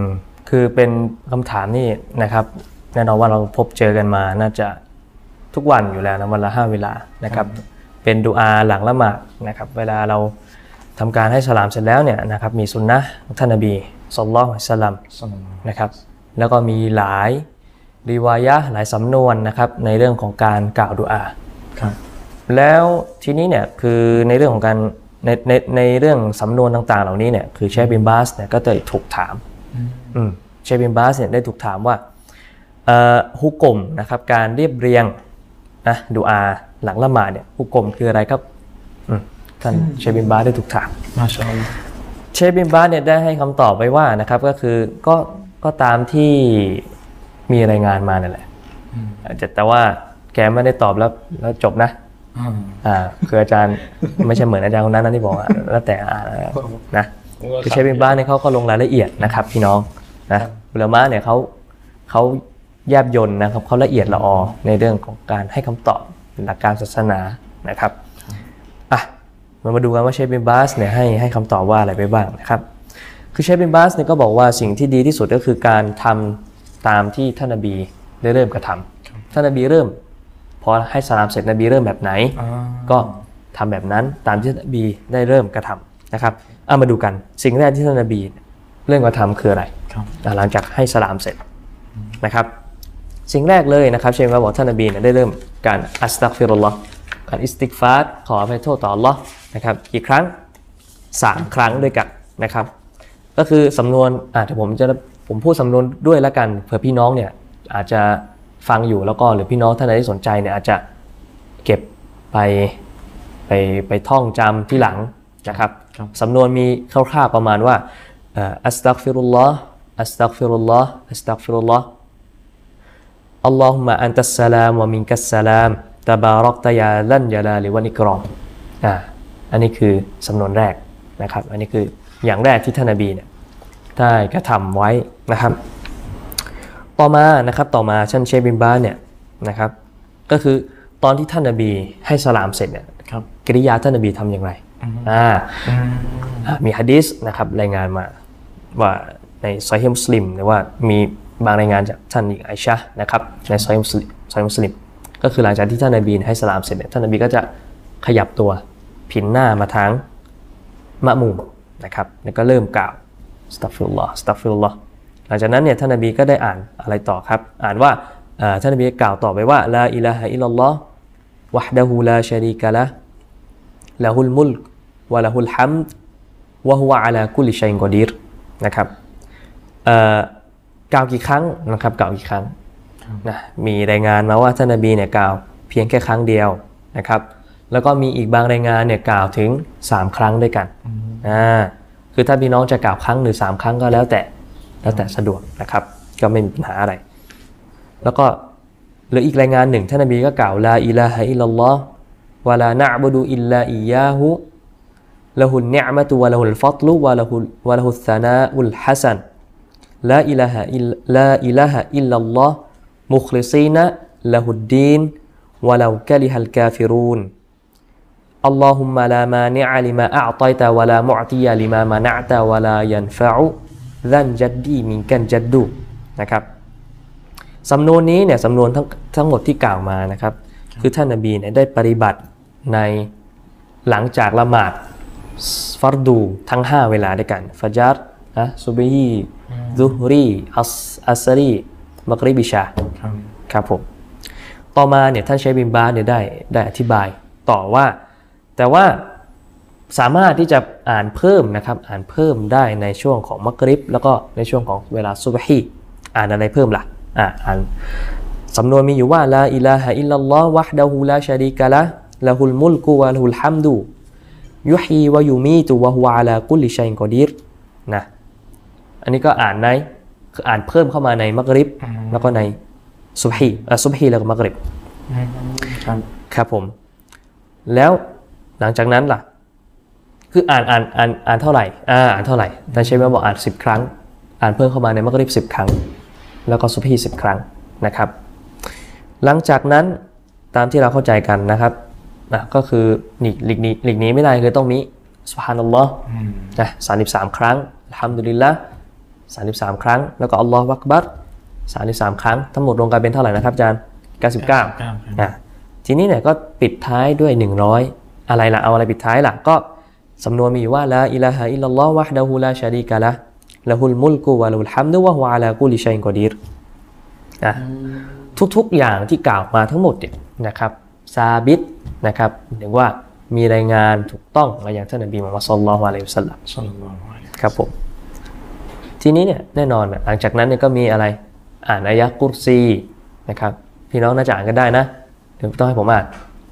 [SPEAKER 1] คือเป็นคำถามนี่นะครับแน่นอนว่าเราพบเจอกันมาน่าจะทุกวันอยู่แล้วนะวันละห้าเวลานะครับ เป็นดูอาหลังละหมาดนะครับ เวลาเราทำการให้สลามเสร็จแล้วเนี่ยนะครับมีสุนนะห์ของท่านนบีศ็อลลัลลอฮุอะลัยฮิวะซัลลัม นะครับแล้วก็มีหลายรีวายะห์หลายสำนวนนะครับในเรื่องของการกล่าวดุอา
[SPEAKER 2] ครับ
[SPEAKER 1] แล้วทีนี้เนี่ยคือในเรื่องของการในในในเรื่องสำนวนต่างๆ เหล่านี้เนี่ยคือเชฟบิมบาสเนี่ยก็จะถูกถามอืมเชฟบิมบาสเนี่ยได้ถูกถามว่าเอ่อฮุกกลมนะครับการเรียบเรียงนะดูอาหลังละหมาดเนี่ยฮุกกลมคืออะไรครับอืมท่านเชฟบิมบาสได้ถูกถาม
[SPEAKER 2] มาชม
[SPEAKER 1] เชฟบิมบาสเนี่ยได้ให้คำตอบไว้ว่านะครับก็คือก็ก็ตามที่มีรายงานมานั่นแหละอาจจะแต่ว่าแกไม่ได้ตอบแล้วแล้วจบนะ อ่าคืออาจารย์ ไม่ใช่เหมือนอาจารย์คนนั้นนะที่บอกอะแล้วแต่อ่านนะคือเชฟบิมบาสเนี่ยเขาก็ลงรายละเอียดนะครับพี่น้องนะอุลามะเนี่ยเขาเขาแยบยนนะครับเขาละเอียดละออในเรื่องของการให้คำตอบหลักการศาสนานะครับอ่ะเรามาดูกันว่าเชฟบิมบาสเนี่ยให้ให้คำตอบว่าอะไรไปบ้างนะครับคือเชฟบิมบาสเนี่ยก็บอกว่าสิ่งที่ดีที่สุดก็คือการทำตามที่ท่านนบีได้เริ่มกระทำท่านนบีเริ่มพอให้สลามเสร็จนบีเริ่มแบบไหน ก็ทำแบบนั้นตามที่นบีได้เริ่มกระทำนะครับเอามาดูกันสิ่งแรกที่ท่านนบีเริ่มกระทำคืออะไร
[SPEAKER 2] ครับ
[SPEAKER 1] อ่ะหลังจากให้สลามเสร็จนะครับ สิ่งแรกเลยนะครับเชฟว่าบอกท่านนบีเนี่ยได้เริ่มการอัสตักฟิรุลลอฮ์การอิสติกฟาร์ขออภัยโทษต่อ Allah นะครับกี่ครั้ง 3 ครั้งด้วยกันนะครับ ก็คือสำนวนอาจจะผมจะผมพูดสำนวนด้วยละกันเผื่อพี่น้องเนี่ยอาจจะฟังอยู่แล้วก็หรือพี่น้องท่านใดที่สนใจเนี่ยอาจจะ เก็บไปไปไปท่องจำที่หลังนะครับ
[SPEAKER 2] ครับ
[SPEAKER 1] สำนวนมีคร่าวๆประมาณว่าเอ่ออัสตักฟิรุลลอฮ์อัสตักฟิรุลลอฮ์อัสตักฟิรุลลอฮ์อัลลอฮุมะอันตัสสลามวะมินกัสสลามตะบารักตะยาลันยาลาลิวันิกรอมอ่าอันนี้คือสำนวนแรกนะครับ อันนี้คืออย่างแรกที่ท่านนบีเนี่ยได้กระทำไว้นะครับ ต่อมานะครับต่อมาท่านเชฟบินบาสเนี่ยนะครับก็คือตอนที่ท่านนบีให้สลามเสร็จเนี่ย
[SPEAKER 2] ครับ
[SPEAKER 1] กิริยาท่านนบีทำอย่างไรอ่าอ่ามีฮะดิษนะครับรายงานมาว่าในซอฮีฮ์มุสลิมหรือว่ามีบางรายงานจากท่านอีกไอชะห์นะครับในซอฮีฮ์มุสลิมซอฮีฮ์มุสลิมก็คือหลังจากที่ท่านนบีให้สลามเสร็จเนี่ยท่านนบีก็จะขยับตัวผินหน้ามาทาง มะมุมนะครับแล้วก็เริ่มกล่าวสตัฟฟิลลอสตัฟฟิลลอหลังจากนั้นเนี่ยท่านนบีก็ได้อ่านอะไรต่อครับ อ่านว่าเอ่อท่านนบีกล่าวต่อไปว่าลาอิลาฮะอิลลัลลอฮ์วะฮ์ดะฮูลาชะรีกะละละฮุลมุลกวะละฮุลฮัมดวะฮุวะอะลากุลิชัยอินกอดีรนะครับเอ่อกล่าวกี่ครั้งนะครับกล่าวกี่ครั้งนะมีรายงานมาว่าท่านนบีเนี่ยกล่าวเพียงแค่ครั้งเดียวนะครับแล้วก็มีอีกบางรายงานเนี่ยกล่าวถึง 3 ครั้งด้วยกัน อ่าคือถ้าพี่น้องจะกล่าวครั้งหรือสามครั้งก็แล้วแต่แล้วแต่สะดวกนะครับ ก็ไม่มีปัญหาอะไร แล้วก็เหรืออีกรายงานหนึ่งท่านนบีก็กล่าวลาอิลาฮะอิลลัลลอฮ์วะลานะอ์บดูอิลลาอิยาฮุละหุนเนมะตุวะละหุลฟัตลุวะละหุวะละหุสนาอุลฮัสันลาอิลาฮะอิลลาอิลาฮะอิลลัลลอฮ์มุคลิซีนะละหุดดีนวะลาวกะลิฮัลกาฟิรูน اللهم لا مانع لما أعطيت ولا معطي لما منعت ولا ينفع ذا الجد منك الجد นะครับสำนวนนี้เนี่ยสำนวนทั้งทั้งหมดที่กล่าวมานะครับ คือท่านนบีเนี่ยได้ปฏิบัติในหลังจากละหมาดฟัรดูทั้ง 5 เวลาด้วยกันฟัจัดนะซุบฮีซุฮรีอัสอัสรีมักริบอิชา
[SPEAKER 2] ครับ
[SPEAKER 1] ครับผม ต่อมาเนี่ยท่านเชฟบิมบาสเนี่ยได้ได้อธิบายต่อว่า แต่ว่าสามารถที่จะอ่านเพิ่มนะครับ อ่านเพิ่มได้ในช่วงของมักริบ แล้วก็ในช่วงของเวลาซุบฮีอ่านอะไรเพิ่มล่ะอ่าอ่านสำนวนมีอยู่ว่าลาอิลาฮะอิลลัลลอฮ์วะฮ์ดะฮูลาชะรีกะละละฮุลมุลกุวะละฮุลฮัมดูยุฮีวะยุมีตุวะฮุอาลากุลิชัยกอดีรนะอันนี้ก็อ่านในคืออ่านเพิ่มเข้ามาในมักริบ แล้วก็ในซุบฮีอ่ะซุบฮีแล้วก็มักริบ
[SPEAKER 2] ครับ
[SPEAKER 1] ครับผม แล้วหลังจากนั้นล่ะ คืออ่านอ่านอ่านอ่านเท่าไหร่อ่าอ่านเท่าไหร่แต่ใช้ไหมบอกอ่านสิบครั้ง อ่านเพิ่มเข้ามาในมักริบสิบครั้ง แล้วก็ซุบฮีสิบครั้งนะครับ หลังจากนั้นตามที่เราเข้าใจกันนะครับนะก็คือหนีกหลีกหนีหลีกหนีไม่ได้คือต้องมีสุบฮานัลลอฮ์
[SPEAKER 2] อืม
[SPEAKER 1] นะสามสิบสามครั้งอัลฮัมดุลิลละสามสิบสามครั้ง แล้วก็อัลลอฮฺวักบัตสามสิบสามครั้ง ทั้งหมดรวมกันเป็นเท่าไหร่นะครับอาจารย์เก้าสิบเก้า
[SPEAKER 2] เก้าครับ
[SPEAKER 1] อ่ะทีนี้เนี่ยก็ปิดท้ายด้วยหนึ่งร้อยอะไรล่ะ เอาอะไรปิดท้ายล่ะ ก็สำนวนมีอยู่ว่าละอิลาฮะอิลลัลลอฮ์วะฮ์ดะฮูลาชารีกะละละฮุลมุลกุวะละฮุลฮัมดุวะฮุอาลากุลิชัยกอดีรอ่ะ ทุกๆ อย่างที่กล่าวมาทั้งหมดเนี่ยนะครับซาบิตนะครับหรือว่ามีรายงานถูกต้องมาอย่างท่านนบีมุฮัมมัดศ็อลลัลลอฮุอะลัยฮิวะสัลลัม
[SPEAKER 2] สลลัลลอฮุอะลัยฮิวะ
[SPEAKER 1] ครับผมทีนี้เนี่ยแน่นอนน่ะหลังจากนั้นเนี่ยก็มีอะไรอ่านอายะกุรซีนะครับพี่น้องน่าจะอ่านกันได้นะเดี๋ยวไม่ต้องให้ผมอ่าน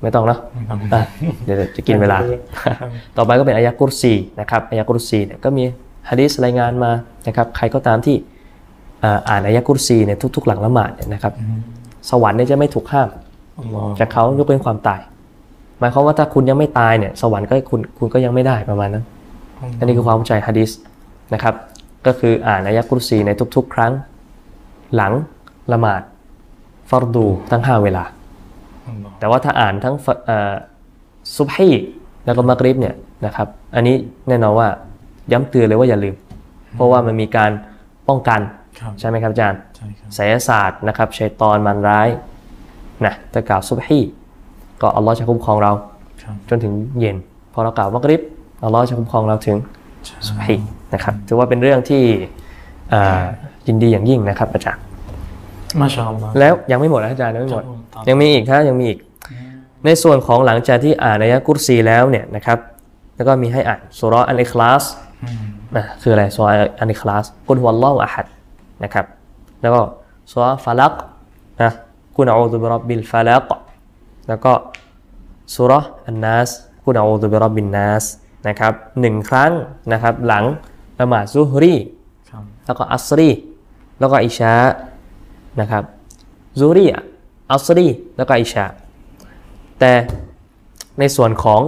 [SPEAKER 1] ไม่ต้องเนาะ
[SPEAKER 2] ซัลลัม
[SPEAKER 1] อ่ะเดี๋ยวจะกินเวลา ต่อไปก็เป็นอายะกุรซีนะครับอายะกุรซีเนี่ยก็มีฮะดิษรายงานมานะครับใครก็ตามที่อ่าอ่านอายะกุรซีเนี่ยทุก ๆ หลังละหมาดเนี่ยนะครับ
[SPEAKER 2] อืม
[SPEAKER 1] สวรรค์เนี่ยจะไม่ถูกห้าม
[SPEAKER 2] อัลลอฮ์
[SPEAKER 1] จากเขายกเว้นความตาย หมายความว่าถ้าคุณยังไม่ตายเนี่ยสวรรค์ก็คุณคุณก็ยังไม่ได้ประมาณนั้น อันนี้คือความเข้าใจฮะดิษนะครับ ก็คืออ่านอายะกุรซีในทุกๆ ครั้ง หลังละหมาดฟารดูทั้ง 5 เวลา
[SPEAKER 2] อัลลอฮ์
[SPEAKER 1] แต่ว่าถ้าอ่านทั้งฟะเอ่อซุบฮีแล้วก็มักริบเนี่ยนะครับ อันนี้แน่นอนว่าย้ำเตือนเลยว่าอย่าลืม เพราะว่ามันมีการป้องกัน
[SPEAKER 2] ครับ
[SPEAKER 1] ใช่ไหมครับอาจารย์
[SPEAKER 2] ใช่ครับ
[SPEAKER 1] ไสยศาสตร์นะครับชัยตอนมันร้ายนะจะกล่าวซุบฮีก็อัลลอฮ์จะคุ้มครองเรา
[SPEAKER 2] ครับ
[SPEAKER 1] จนถึงเย็น พอเรากล่าวมักริบอัลลอฮ์จะคุ้มครองเราถึง
[SPEAKER 2] ใช่
[SPEAKER 1] ซุบฮีนะครับถือว่าเป็นเรื่องที่อ่ายินดีอย่างยิ่งนะครับอาจารย์
[SPEAKER 2] มาชาอัลลอฮ์
[SPEAKER 1] แล้วยังไม่หมดนะอาจารย์ยังไม่หมด
[SPEAKER 2] ครับผมต่อ
[SPEAKER 1] ยังมีอีกถ้ายังมีอีก ในส่วนของหลังจากที่อ่านอายะกุรซีแล้วเนี่ยนะครับแล้วก็มีให้อ่านสุเราะห์อันอิคลาส
[SPEAKER 2] อืม
[SPEAKER 1] นะคืออะไรซออันคลาสกุลฮุวัลลอฮุอะฮัดนะครับ แล้วก็ซอฟาลักนะกุนอูซุบิรับบิลฟาลักแล้วก็สุเราะห์อันนัสกุนอูซุบิรับบินนัสนะครับหนึ่งครั้งนะครับหลังละหมาดซุฮรี
[SPEAKER 2] ครับ
[SPEAKER 1] แล้วก็อัสรี แล้วก็อิชานะครับซูรีอ่ะอัสรี แล้วก็อิชาแต่ในส่วนของ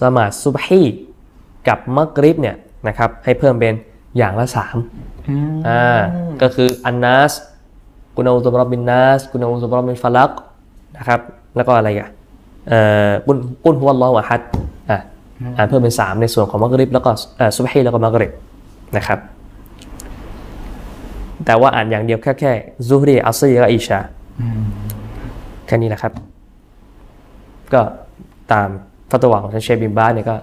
[SPEAKER 1] สมาธิซุบฮีกับมักริบเนี่ยนะครับให้เพิ่มเป็นอย่างละสาม
[SPEAKER 2] อืม
[SPEAKER 1] อ่าก็คืออันนัสกุนอูซุบรอบบินนัสกุนอูซุบรอบบินฟาลักนะครับแล้วก็อะไรอีกอ่ะเอ่อปุ้นปุ้นฮุวัลลอฮุอะฮัดอ่ะอ่านเพิ่มเป็นสามในส่วนของมักริบแล้วก็เอ่อซุบฮีแล้วก็มักริบนะครับ แต่ว่าอ่านอย่างเดียวแค่แค่ซูฮรีอัสซีและอิชา
[SPEAKER 2] อืม
[SPEAKER 1] แค่นี้แหละครับ ก็ตามฟัตวาของท่านเชฟบิมบาสเนี่ยก็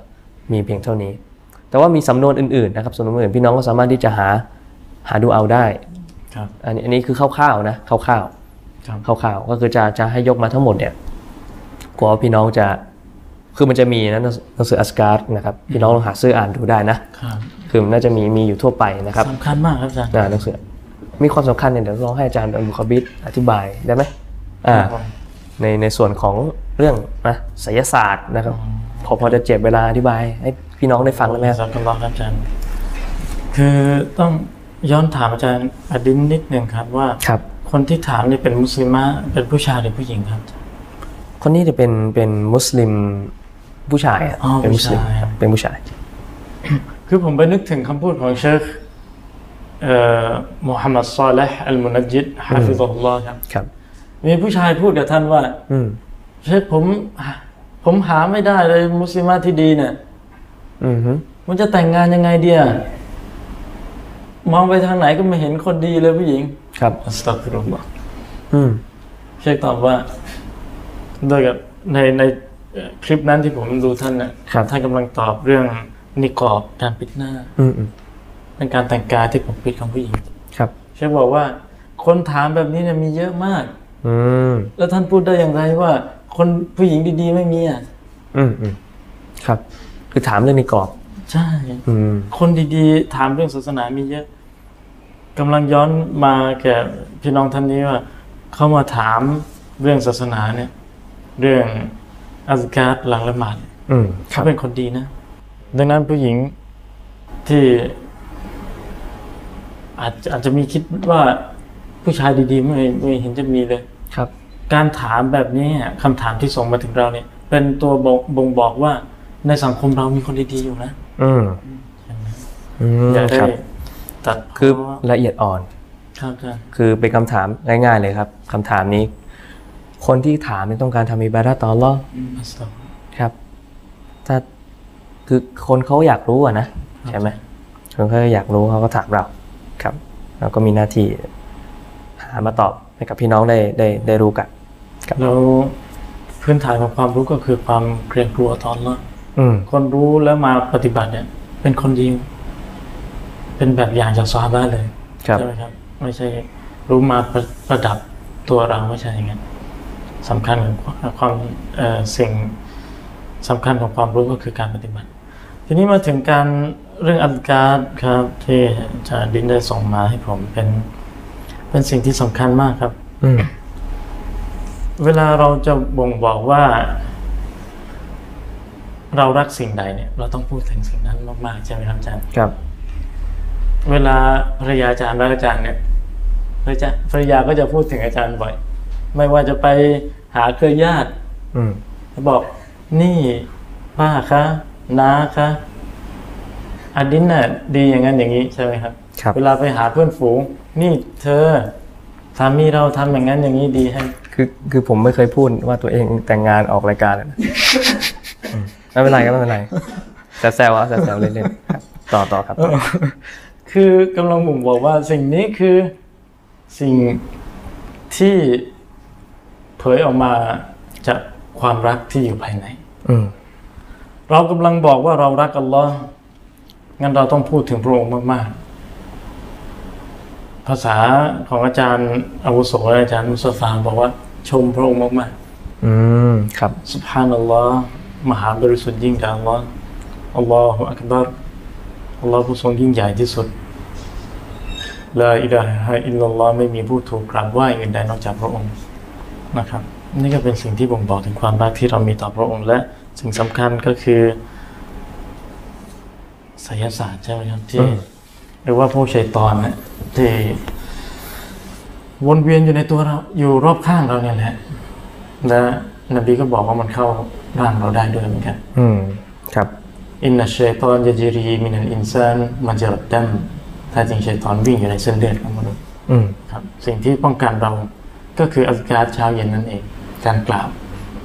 [SPEAKER 1] มีเพียงเท่านี้ แต่ว่ามีสำนวนอื่นๆนะครับสำนวนอื่นพี่น้องก็สามารถที่จะหาหาดูเอาได้
[SPEAKER 2] ครับ
[SPEAKER 1] อันนี้อันนี้คือคร่าวๆนะคร่าว
[SPEAKER 2] ครับ
[SPEAKER 1] ๆคร่าวๆก็คือจะจะให้ยกมาทั้งหมดเนี่ยกลัวว่าพี่น้องจะคือมันจะมีนะหนังสืออัสการ์ดนะครับพี่น้องลองหาซื้ออ่านดูได้นะครับคือมันน่าจะมีมีอยู่ทั่วไปนะครับ
[SPEAKER 2] สำคัญมากครับอาจารย์
[SPEAKER 1] อ่าหนังสือมีความสำคัญเนี่ยเดี๋ยวลองให้อาจารย์อับดุลคาบิดอธิบายได้ไหมอ่า
[SPEAKER 2] ครับ
[SPEAKER 1] ในในส่วนของเรื่องนะศิลศาสตร์นะครับพอพอจะเจ็บเวลาอธิบาย ให้พี่น้องได้ฟังได้ไหมครับ
[SPEAKER 2] สักลอครับอาจารย์ คือต้องย้อนถามอาจารย์อดินนิดหนึ่งครับว่า
[SPEAKER 1] ครับ
[SPEAKER 2] คนที่ถามนี่เป็นมุสลิมะเป็นผู้ชายหรือผู้หญิงครับ
[SPEAKER 1] คนนี้จะเป็นเป็นมุสลิมผู้ชายะ
[SPEAKER 2] อ๋อ
[SPEAKER 1] เป็นมุสลิม
[SPEAKER 2] ผู้ชาย
[SPEAKER 1] ครับเป็นผู้ชาย
[SPEAKER 2] คือผมไปนึกถึงคำพูดของเชคเอ่อมูฮัมหมัดซอเลห์อัลมุนัจญิดฮาฟิซอฮุลลอฮ์ครับ
[SPEAKER 1] ครับ
[SPEAKER 2] มีผู้ชายพูดกับท่านว่า
[SPEAKER 1] อืม
[SPEAKER 2] เชคผมผมหาไม่ได้เลยมุสลิมะที่ดีเนี่ย
[SPEAKER 1] อืมฮึ
[SPEAKER 2] มันจะแต่งงานยังไงเดียมองไปทางไหนก็ไม่เห็นคนดีเลยผู้หญิง
[SPEAKER 1] ครับ
[SPEAKER 2] อัสตักฟิรุลลอฮ์
[SPEAKER 1] อืม
[SPEAKER 2] เชคตอบว่าด้วยกับในในเอ่อคลิปนั้นที่ผมดูท่านเนี่ย
[SPEAKER 1] ครับ
[SPEAKER 2] ท่านกำลังตอบเรื่องนิกอบการปิดหน้า
[SPEAKER 1] อืมอืม
[SPEAKER 2] เป็นการแต่งกายที่ปกปิดของผู้หญิง
[SPEAKER 1] ครับ
[SPEAKER 2] เชคบอกว่า คนถามแบบนี้เนี่ยมีเยอะมาก
[SPEAKER 1] อืม
[SPEAKER 2] แล้วท่านพูดได้อย่างไรว่า คนผู้หญิงดีๆไม่มีอ่ะ
[SPEAKER 1] อืมอืมครับ คือถามเรื่องในกรอบ
[SPEAKER 2] ใช่
[SPEAKER 1] อืม
[SPEAKER 2] คนดีๆ ถามเรื่องศาสนามีเยอะกำลังย้อนมาแก่พี่น้องท่านนี้ว่าเขามาถามเรื่องศาสนาเนี่ย เรื่องอัซการ์หลังละหมาด
[SPEAKER 1] อืมค
[SPEAKER 2] เขา
[SPEAKER 1] รับ
[SPEAKER 2] เป็นคนดีนะ ดังนั้นผู้หญิงที่ อาจจะอาจจะมีคิดว่าผู้ชายดีๆไม่ไม่เห็นจะมีเลย
[SPEAKER 1] ครับ
[SPEAKER 2] การถามแบบนี้อะคำถามที่ส่งมาถึงเราเนี่ย เป็นตัวบ่งบ่งบอกว่าในสังคมเรามีคนดีๆอยู่นะ
[SPEAKER 1] อืมอืม
[SPEAKER 2] อย่า
[SPEAKER 1] ค
[SPEAKER 2] ได้
[SPEAKER 1] รับ
[SPEAKER 2] ตัด
[SPEAKER 1] คือ
[SPEAKER 2] เพราะว่า
[SPEAKER 1] ละเอียดอ่อน
[SPEAKER 2] ครับอาจารย์
[SPEAKER 1] คือเป็นคำถามง่ายๆเลยครับคำถามนี้ คนที่ถามเนี่ยต้องการทำอิบาดะห์ต่ออัลลอฮ์
[SPEAKER 2] อัสสลามุ
[SPEAKER 1] ครับ ถ้าคือคนเขาอยากรู้อะนะใช่ไหมคนเขาอยากรู้เขาก็ถามเราครับเราก็มีหน้าที่หามาตอบให้กับพี่น้องได้ได้ได้รู้กันครับ
[SPEAKER 2] แล้วพื้นฐานของความรู้ก็คือความเกรงกลัวตอนละ
[SPEAKER 1] อืม
[SPEAKER 2] คนรู้แล้วมาปฏิบัติเนี่ย เป็นคนดี เป็นแบบอย่างจากซอฮาบ้าเลย
[SPEAKER 1] ครับ
[SPEAKER 2] ใช่ไหมครับไม่ใช่รู้มาประประดับตัวเราไม่ใช่อย่างนั้นสำคัญของความเอ่อสิ่งสำคัญของความรู้ก็คือการปฏิบัติ ทีนี้มาถึงการเรื่องอัตการ์ครับที่อาจารย์ดินได้ส่งมาให้ผมเป็นเป็นสิ่งที่สำคัญมากครับ
[SPEAKER 1] อืม
[SPEAKER 2] เวลาเราจะบ่งบอกว่า เรารักสิ่งใดเนี่ย เราต้องพูดถึงสิ่งนั้นมากๆใช่ไหมครับอาจารย์
[SPEAKER 1] ครับ
[SPEAKER 2] เวลาภรรยาอาจารย์รักอาจารย์เนี่ยภรรยาภรรยาก็จะพูดถึงอาจารย์บ่อย ไม่ว่าจะไปหาเครือญาติ
[SPEAKER 1] อืม
[SPEAKER 2] บอกนี่ป้าคะน้าคะอดินน่ะดีอย่างนั้นอย่างนี้ใช่ไหมครับ
[SPEAKER 1] ครับ
[SPEAKER 2] เวลาไปหาเพื่อนฝูง นี่เธอสามีเราทำอย่างนั้นอย่างนี้ดีให้
[SPEAKER 1] คือคือผมไม่เคยพูดว่าตัวเองแต่งงานออกรายการเลยนะ อืมไม่เป็นไรครับไม่เป็นไรแซวๆอะแซวๆเล่นๆครับต่อต่อครับ
[SPEAKER 2] คือกำลังบุ่มบอกว่าสิ่งนี้คือสิ่งที่เผยออกมาจากความรักที่อยู่ภายใน
[SPEAKER 1] อืม
[SPEAKER 2] เรากำลังบอกว่าเรารักอัลลอฮ์งั้นเราต้องพูดถึงพระองค์มาก ๆ ภาษาของอาจารย์อาวุโสและอาจารย์มุสฟาบอกว่า ชมพระองค์มาก
[SPEAKER 1] อืม ครับ
[SPEAKER 2] ๆ สุภานัลลอฮ์มหาบริสุทธิ์ยิ่งกว่าอัลลอฮ์อัลลอฮฺอักบัรอัลลอฮ์ผู้ทรงยิ่งใหญ่ที่สุดลาอิลาฮะอิลลัลลอฮ์ไม่มีผู้ถูกกราบไหว้อื่นใดนอกจากพระองค์นะครับ นี่ก็เป็นสิ่งที่บ่งบอกถึงความรักที่เรามีต่อพระองค์ และสิ่งสำคัญก็คือ ไสยศาสตร์ใช่ไหมครับที่หรือว่าพวกชัยตอนนะที่วนเวียนอยู่ในตัวเราอยู่รอบข้างเราเนี่ยแหละและนบีก็บอกว่ามันเข้าร่างเราได้ด้วยเหมือนกัน
[SPEAKER 1] อืม ครับ
[SPEAKER 2] อินนัชชัยตอนยะจิรีมินัลอินซานมาจรัดดัมถ้าจริงชัยตอนวิ่งอยู่ในเส้นเลือดของมนุษย์
[SPEAKER 1] อืม
[SPEAKER 2] ครับ สิ่งที่ป้องกันเราก็คืออัซการ์เช้าเย็นนั่นเองการกล่าว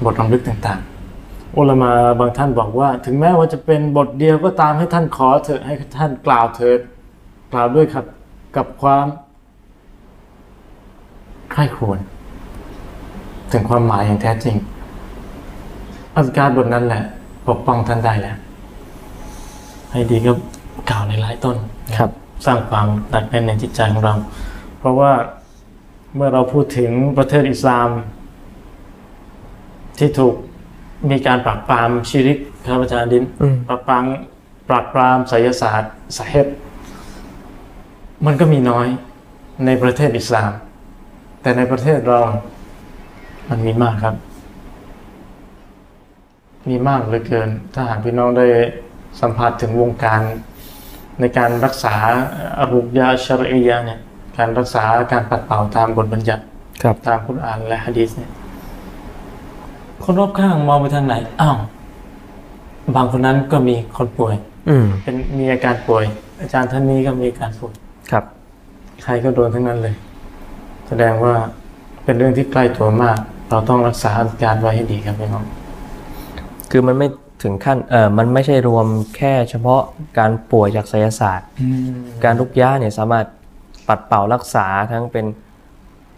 [SPEAKER 2] บทรำลึกต่างๆอุลามาบางท่านบอกว่า ถึงแม้ว่าจะเป็นบทเดียวก็ตามให้ท่านขอเถอะให้ท่านกล่าวเถิด กล่าวด้วยครับกับความใคร่ครวญถึงความหมายอย่างแท้จริงอัสการบทนั้นแหละ ปกป้องท่านได้แล้ว ให้ดีก็กล่าวในหลายต้น
[SPEAKER 1] ครับ
[SPEAKER 2] สร้างความหนักแน่นในจิตใจของเรา เพราะว่าเมื่อเราพูดถึงประเทศอิสลาม ที่ถูกมีการปราบปรามชิริกครับอาจารย์ดิน
[SPEAKER 1] อืม
[SPEAKER 2] ปราบปรามปราบปรามไสยศาสตร์สาเหตุมันก็มีน้อยในประเทศอิสลาม แต่ในประเทศเรา มันมีมากครับ มีมากเหลือเกิน ถ้าหากพี่น้องได้สัมผัสถึงวงการ ในการรักษาอารุปยาชรอียะเนี่ย การรักษาการปัดเป่าตามบทบัญญัติ
[SPEAKER 1] ครับ
[SPEAKER 2] ตามคุณอ่านและฮะดีษเนี่ย คนรอบข้างมองไปทางไหน อ้าว บางคนนั้นก็มีคนป่วย
[SPEAKER 1] อืม
[SPEAKER 2] เป็นมีอาการป่วย อาจารย์ท่านนี้ก็มีอาการป่วย
[SPEAKER 1] ครับ
[SPEAKER 2] ใครก็โดนทั้งนั้นเลย แสดงว่าเป็นเรื่องที่ใกล้ตัวมาก เราต้องรักษาอาการไว้ให้ดีครับพี่น้อง
[SPEAKER 1] คือมันไม่ถึงขั้น เออมันไม่ใช่รวมแค่เฉพาะการป่วยจากไสยศาสตร์ การลุกย้าเนี่ยสามารถปัดเป่ารักษาทั้งเป็น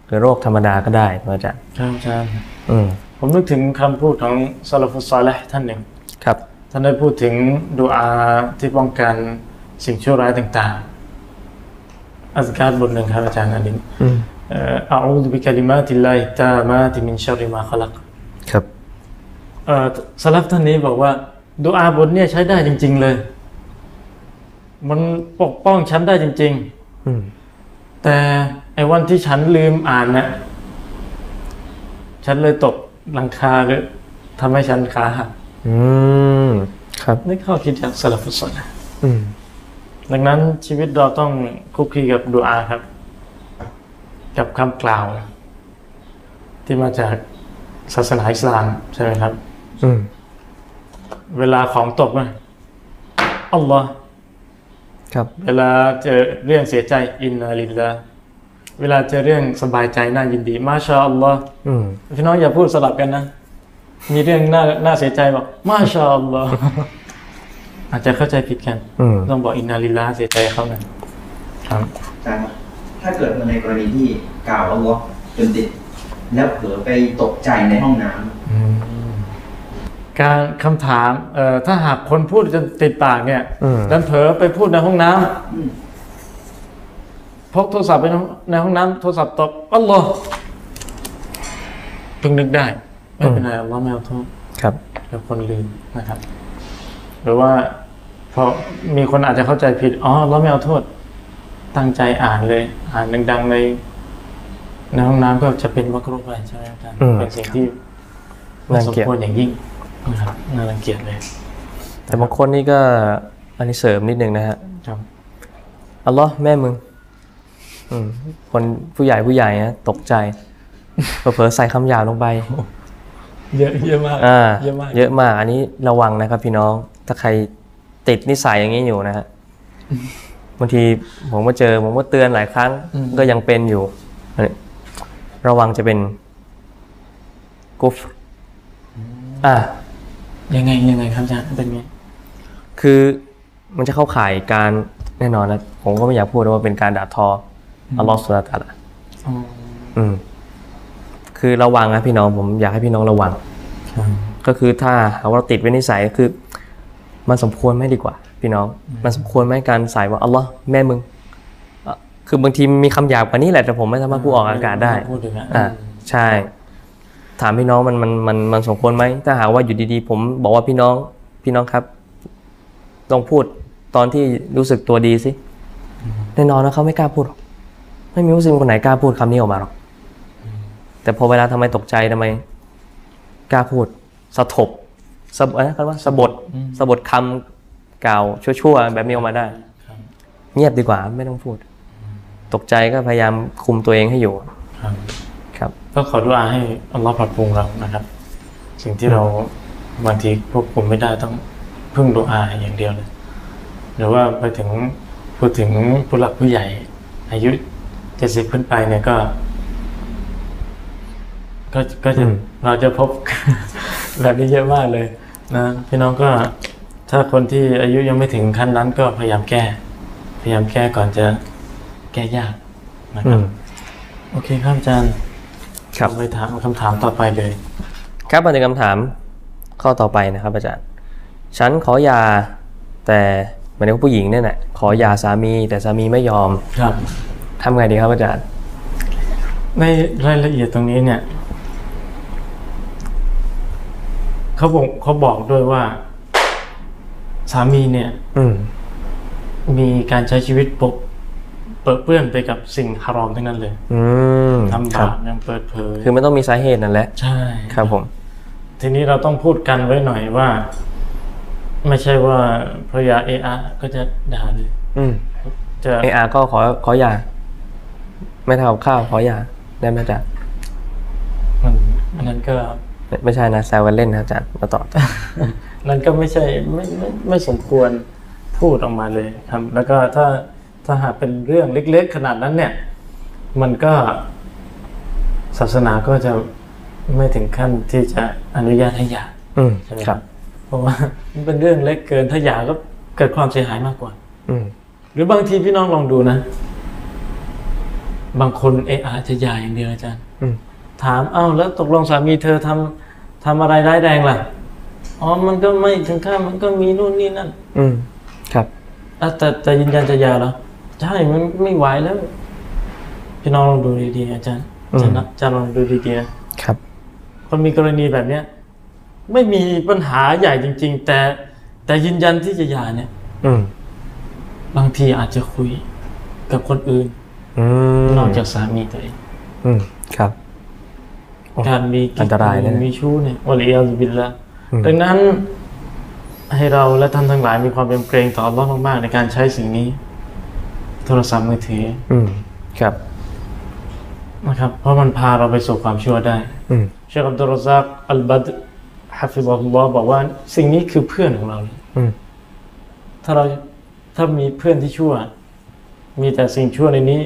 [SPEAKER 1] เป็นโรคธรรมดาก็ได้นะอาจารย์
[SPEAKER 2] ครับอาจารย์
[SPEAKER 1] อืม
[SPEAKER 2] ผมนึกถึงคำพูดของซาลาฟุซอลและท่านหนึ่ง
[SPEAKER 1] ครับ
[SPEAKER 2] ท่านได้พูดถึงดูอาที่ป้องกันสิ่งชั่วร้ายต่างๆอัสการ์บทหนึ่งครับอาจารย์อดิน
[SPEAKER 1] อืม
[SPEAKER 2] เอ่อ أعوذ بكلمات الله التامات من شر ما خلق
[SPEAKER 1] ครับ
[SPEAKER 2] เอ่อสลับท่านนี้บอกว่าดูอาบทเนี่ยใช้ได้จริง ๆเลย มันปกป้องฉันได้จริง
[SPEAKER 1] อืม
[SPEAKER 2] ๆ แต่ไอ้วันที่ฉันลืมอ่านน่ะฉันเลยตกหลังคาหรือทำให้ฉันขาหัก
[SPEAKER 1] อืม ครับ
[SPEAKER 2] นี่ข้อคิดจากสลับฟุตสนนะ
[SPEAKER 1] อืม
[SPEAKER 2] ดังนั้นชีวิตเราต้องคุกคีกับดูอาครับ กับคำกล่าว ที่มาจากศาสนาอิสลามใช่ไหมครับ
[SPEAKER 1] อืม
[SPEAKER 2] เวลาของตกนะอัลลอฮ์
[SPEAKER 1] ครับ
[SPEAKER 2] เวลาเจอเรื่องเสียใจอินนาลิลละเวลาเจอเรื่องสบายใจน่ายินดีมาชาอัลลอฮ์
[SPEAKER 1] อืม
[SPEAKER 2] พี่น้องอย่าพูดสลับกันนะ มีเรื่องน่าน่าเสียใจบอกมาชาอัลลอฮ์ อาจจะเข้าใจผิดกัน
[SPEAKER 1] อืม
[SPEAKER 2] ต้องบอกอินนาลิลละเสียใจเขานะั
[SPEAKER 3] อาจารย์ครับถ้าเกิดในกรณีที่กล่าวอัลลอฮ์จนติด แล้วเผลอไปตกใจในห้องน้ำ
[SPEAKER 2] การคำถามเอ่อถ้าหากคนพูดจนติดปากเนี่ย
[SPEAKER 1] อืม
[SPEAKER 2] ดันเผลอไปพูดในห้องน้ำ
[SPEAKER 3] อืม
[SPEAKER 2] พกโทรศัพท์ไปในห้องในห้องน้ำโทรศัพท์ตกอัลลอฮ์เพิ่งนึกได้ไม่เป็นไรอัลลอฮ์ไม่เอาโทษ
[SPEAKER 1] ครับ
[SPEAKER 2] เป็นคนลืมนะครับ หรือว่าพอมีคนอาจจะเข้าใจผิด อ๋อเราไม่เอาโทษ ตั้งใจอ่านเลย อ่านดังๆในในห้องน้ำก็จะเป็นวัครุไปใช่ไหมอาจารย์
[SPEAKER 1] อืม
[SPEAKER 2] เป็นสิ่งที่ไม่
[SPEAKER 1] น่า
[SPEAKER 2] สม
[SPEAKER 1] เกลียด
[SPEAKER 2] ควรอย่างยิ่งนะครับน่ารังเกียจเลย
[SPEAKER 1] แต่บางคนนี่ก็ อันนี้เสริมนิดนึงนะฮะ
[SPEAKER 2] ครับ
[SPEAKER 1] อัลลอฮ์แม่มึง อืม คนผู้ใหญ่ผู้ใหญ่นะตกใจ เผลอๆใส่คำหยาบลงไป
[SPEAKER 2] เยอะเยอะมาก
[SPEAKER 1] อ่า
[SPEAKER 2] เยอะมาก
[SPEAKER 1] เยอะมาก อันนี้ระวังนะครับพี่น้อง ถ้าใครติดนิสัยอย่างนี้อยู่นะฮะ บางทีผมก็เจอ ผมก็เตือนหลายครั้ง ก็ยังเป็นอยู่อันนี้ระวังจะเป็นกุฟอ่า
[SPEAKER 2] ยังไงยังไงครับอาจารย์เป็นไง
[SPEAKER 1] คือมันจะเข้าข่ายการแน่นอนนะ ผมก็ไม่อยากพูดนะว่าเป็นการด่าทออัลลอฮฺสุลตาละ
[SPEAKER 2] อ๋อ
[SPEAKER 1] อืม คือระวังนะพี่น้องผมอยากให้พี่น้องระวัง
[SPEAKER 2] ครับ
[SPEAKER 1] ก็คือถ้าหากว่าเราติดไว้นิสัยคือ มันสมควรไหมดีกว่า พี่น้อง มันสมควรไหมการใส่ว่าอัลลอฮ์แม่มึงอ่ะคือบางทีมีคำหยาบกว่านี้แหละแต่ผมไม่สามารถพูดออกอากาศได้
[SPEAKER 2] พูดถึงอ่ะ
[SPEAKER 1] อ่าใช่ ถามพี่น้องมันมันมันมันสมควรไหมถ้าหากว่าอยู่ดีๆ ผมบอกว่าพี่น้องพี่น้องครับลองพูดตอนที่รู้สึกตัวดีสิแน่นอนนะเขาไม่กล้าพูดหรอกไม่มีมุสลิมคนไหนกล้าพูดคำนี้ออกมาหรอกแต่พอเวลาทำไมตกใจทำไม กล้าพูดสะทบสะบอะไรนะเขาว่าสะบดสะบดคำกล่าวชั่วๆแบบนี้ออกมาได้
[SPEAKER 2] ครับ
[SPEAKER 1] เงียบดีกว่า ไม่ต้องพูด ตกใจก็พยายามคุมตัวเองให้อยู่
[SPEAKER 2] ครับ
[SPEAKER 1] ครับ
[SPEAKER 2] ก็ขอดุอาให้อัลลอฮ์ปรับปรุงเรานะครับ สิ่งที่เราบางทีควบคุมไม่ได้ต้องพึ่งดุอาอย่างเดียวเลยหรือว่าไปถึงพูดถึงผู้หลักผู้ใหญ่ อายุเจ็ดสิบขึ้นไปเนี่ยก็ ก็ก็จะ
[SPEAKER 1] อืม
[SPEAKER 2] เราจะพบ แบบนี้เยอะมากเลยนะพี่น้องก็ถ้าคนที่อายุยังไม่ถึงขั้นนั้นก็พยายามแก้ พยายามแก้ก่อนจะแก้ยากนะค
[SPEAKER 1] อื
[SPEAKER 2] รับ
[SPEAKER 1] ม
[SPEAKER 2] โอเคครับอาจารย์
[SPEAKER 1] ครับ
[SPEAKER 2] เาไปถามคำถามต่อไปเลย
[SPEAKER 1] ครับมาถึงคำถามข้อต่อไปนะครับ อาจารย์ ฉันขอยาแต่หมายถึงว่าผู้หญิงเนี่ยแหละขอยาสามีแต่สามีไม่ยอม
[SPEAKER 2] ครับ
[SPEAKER 1] ทำไงดีครับอาจารย์
[SPEAKER 2] ในรายละเอียดตรงนี้เนี่ย เขาบอกเขาบอกด้วยว่า สามีเนี่ย
[SPEAKER 1] อืม
[SPEAKER 2] มีการใช้ชีวิตปกเปิดเปื้อนไปกับสิ่งฮารอมทั้งนั้นเลย
[SPEAKER 1] อืม
[SPEAKER 2] ทำ
[SPEAKER 1] ค
[SPEAKER 2] บา
[SPEAKER 1] รับ
[SPEAKER 2] ปยังเปิดเผย
[SPEAKER 1] คือมันต้องมีสาเหตุนั่นแหละ
[SPEAKER 2] ใช่
[SPEAKER 1] ครับผม
[SPEAKER 2] ทีนี้เราต้องพูดกันไว้หน่อยว่า ไม่ใช่ว่าภรรยาเออะก็จะด่าเลย
[SPEAKER 1] อืม
[SPEAKER 2] จะ
[SPEAKER 1] เออาก็ขอขอยา ไม่ทำกับข้าวขอยาได้ไหมอาจารย์
[SPEAKER 2] มันอันนั้นก็
[SPEAKER 1] ไม่ไม่ใช่นะแซวกันเล่นนะอาจารย์มาต่อต่อ
[SPEAKER 2] นั่นก็ไม่ใช่ไม่ไม่ไม่สมควรพูดออกมาเลยครับ แล้วก็ถ้าถ้าหากเป็นเรื่องเล็กๆขนาดนั้นเนี่ย มันก็ศาสนาก็จะไม่ถึงขั้นที่จะอนุญาตให้หย่า
[SPEAKER 1] อืม
[SPEAKER 2] ใช่ไหม
[SPEAKER 1] ค
[SPEAKER 2] ค
[SPEAKER 1] รั
[SPEAKER 2] รับ บ เพราะว่า มันเป็นเรื่องเล็กเกินถ้าหย่าก็เกิดความเสียหายมากกว่า
[SPEAKER 1] อืม
[SPEAKER 2] หรือบางทีพี่น้องลองดูนะ บางคนเออาจะหย่าอย่างเดียวอาจารย์
[SPEAKER 1] อืม
[SPEAKER 2] ถามเอ้าแล้วตกลงสามีเธอทำทำอะไรร้ายแรงล่ะ อ๋อ มันก็ไม่ถึงขั้นมันก็มีนู่นนี่นั่น
[SPEAKER 1] อืมครับ
[SPEAKER 2] อ่ะแต่แต่ยืนยันจะหยาเหรอ ใช่ มันไม่ไหวแล้ว พี่น้องลองดูดีๆอาจารย์อาจารย์นะอาจารย์ลองดูดีๆนะครับ คนมีกรณีแบบเนี้ยไม่มีปัญหาใหญ่จริง ๆ แต่แต่ยืนยันที่จะหย่าเนี่ย
[SPEAKER 1] อืม
[SPEAKER 2] บางทีอาจจะคุยกับคนอื่น
[SPEAKER 1] อืม
[SPEAKER 2] นอกจากสามีตัวเอง
[SPEAKER 1] อืมครับ โอ้
[SPEAKER 2] การมีกิ๊ก
[SPEAKER 1] อันตรายเลยนะ
[SPEAKER 2] มีชู้เนี่ยวะลีอัลบิลละ
[SPEAKER 1] อืม
[SPEAKER 2] ดังนั้นให้เราและท่านทั้งหลายมีความเป็นเกรงต่ออัลลอฮ์มากๆ ในการใช้สิ่งนี้ โทรศัพท์มือถือ
[SPEAKER 1] อืมครับ
[SPEAKER 2] นะครับ เพราะมันพาเราไปสู่ความชั่วได้
[SPEAKER 1] อืม
[SPEAKER 2] เชคอับดุลรซักอัลบัดฮะฟิซอฮุลลอฮ์บอกว่าสิ่งนี้คือเพื่อนของเราเลย
[SPEAKER 1] อืม
[SPEAKER 2] ถ้าเราถ้ามีเพื่อนที่ชั่ว มีแต่สิ่งชั่วในนี้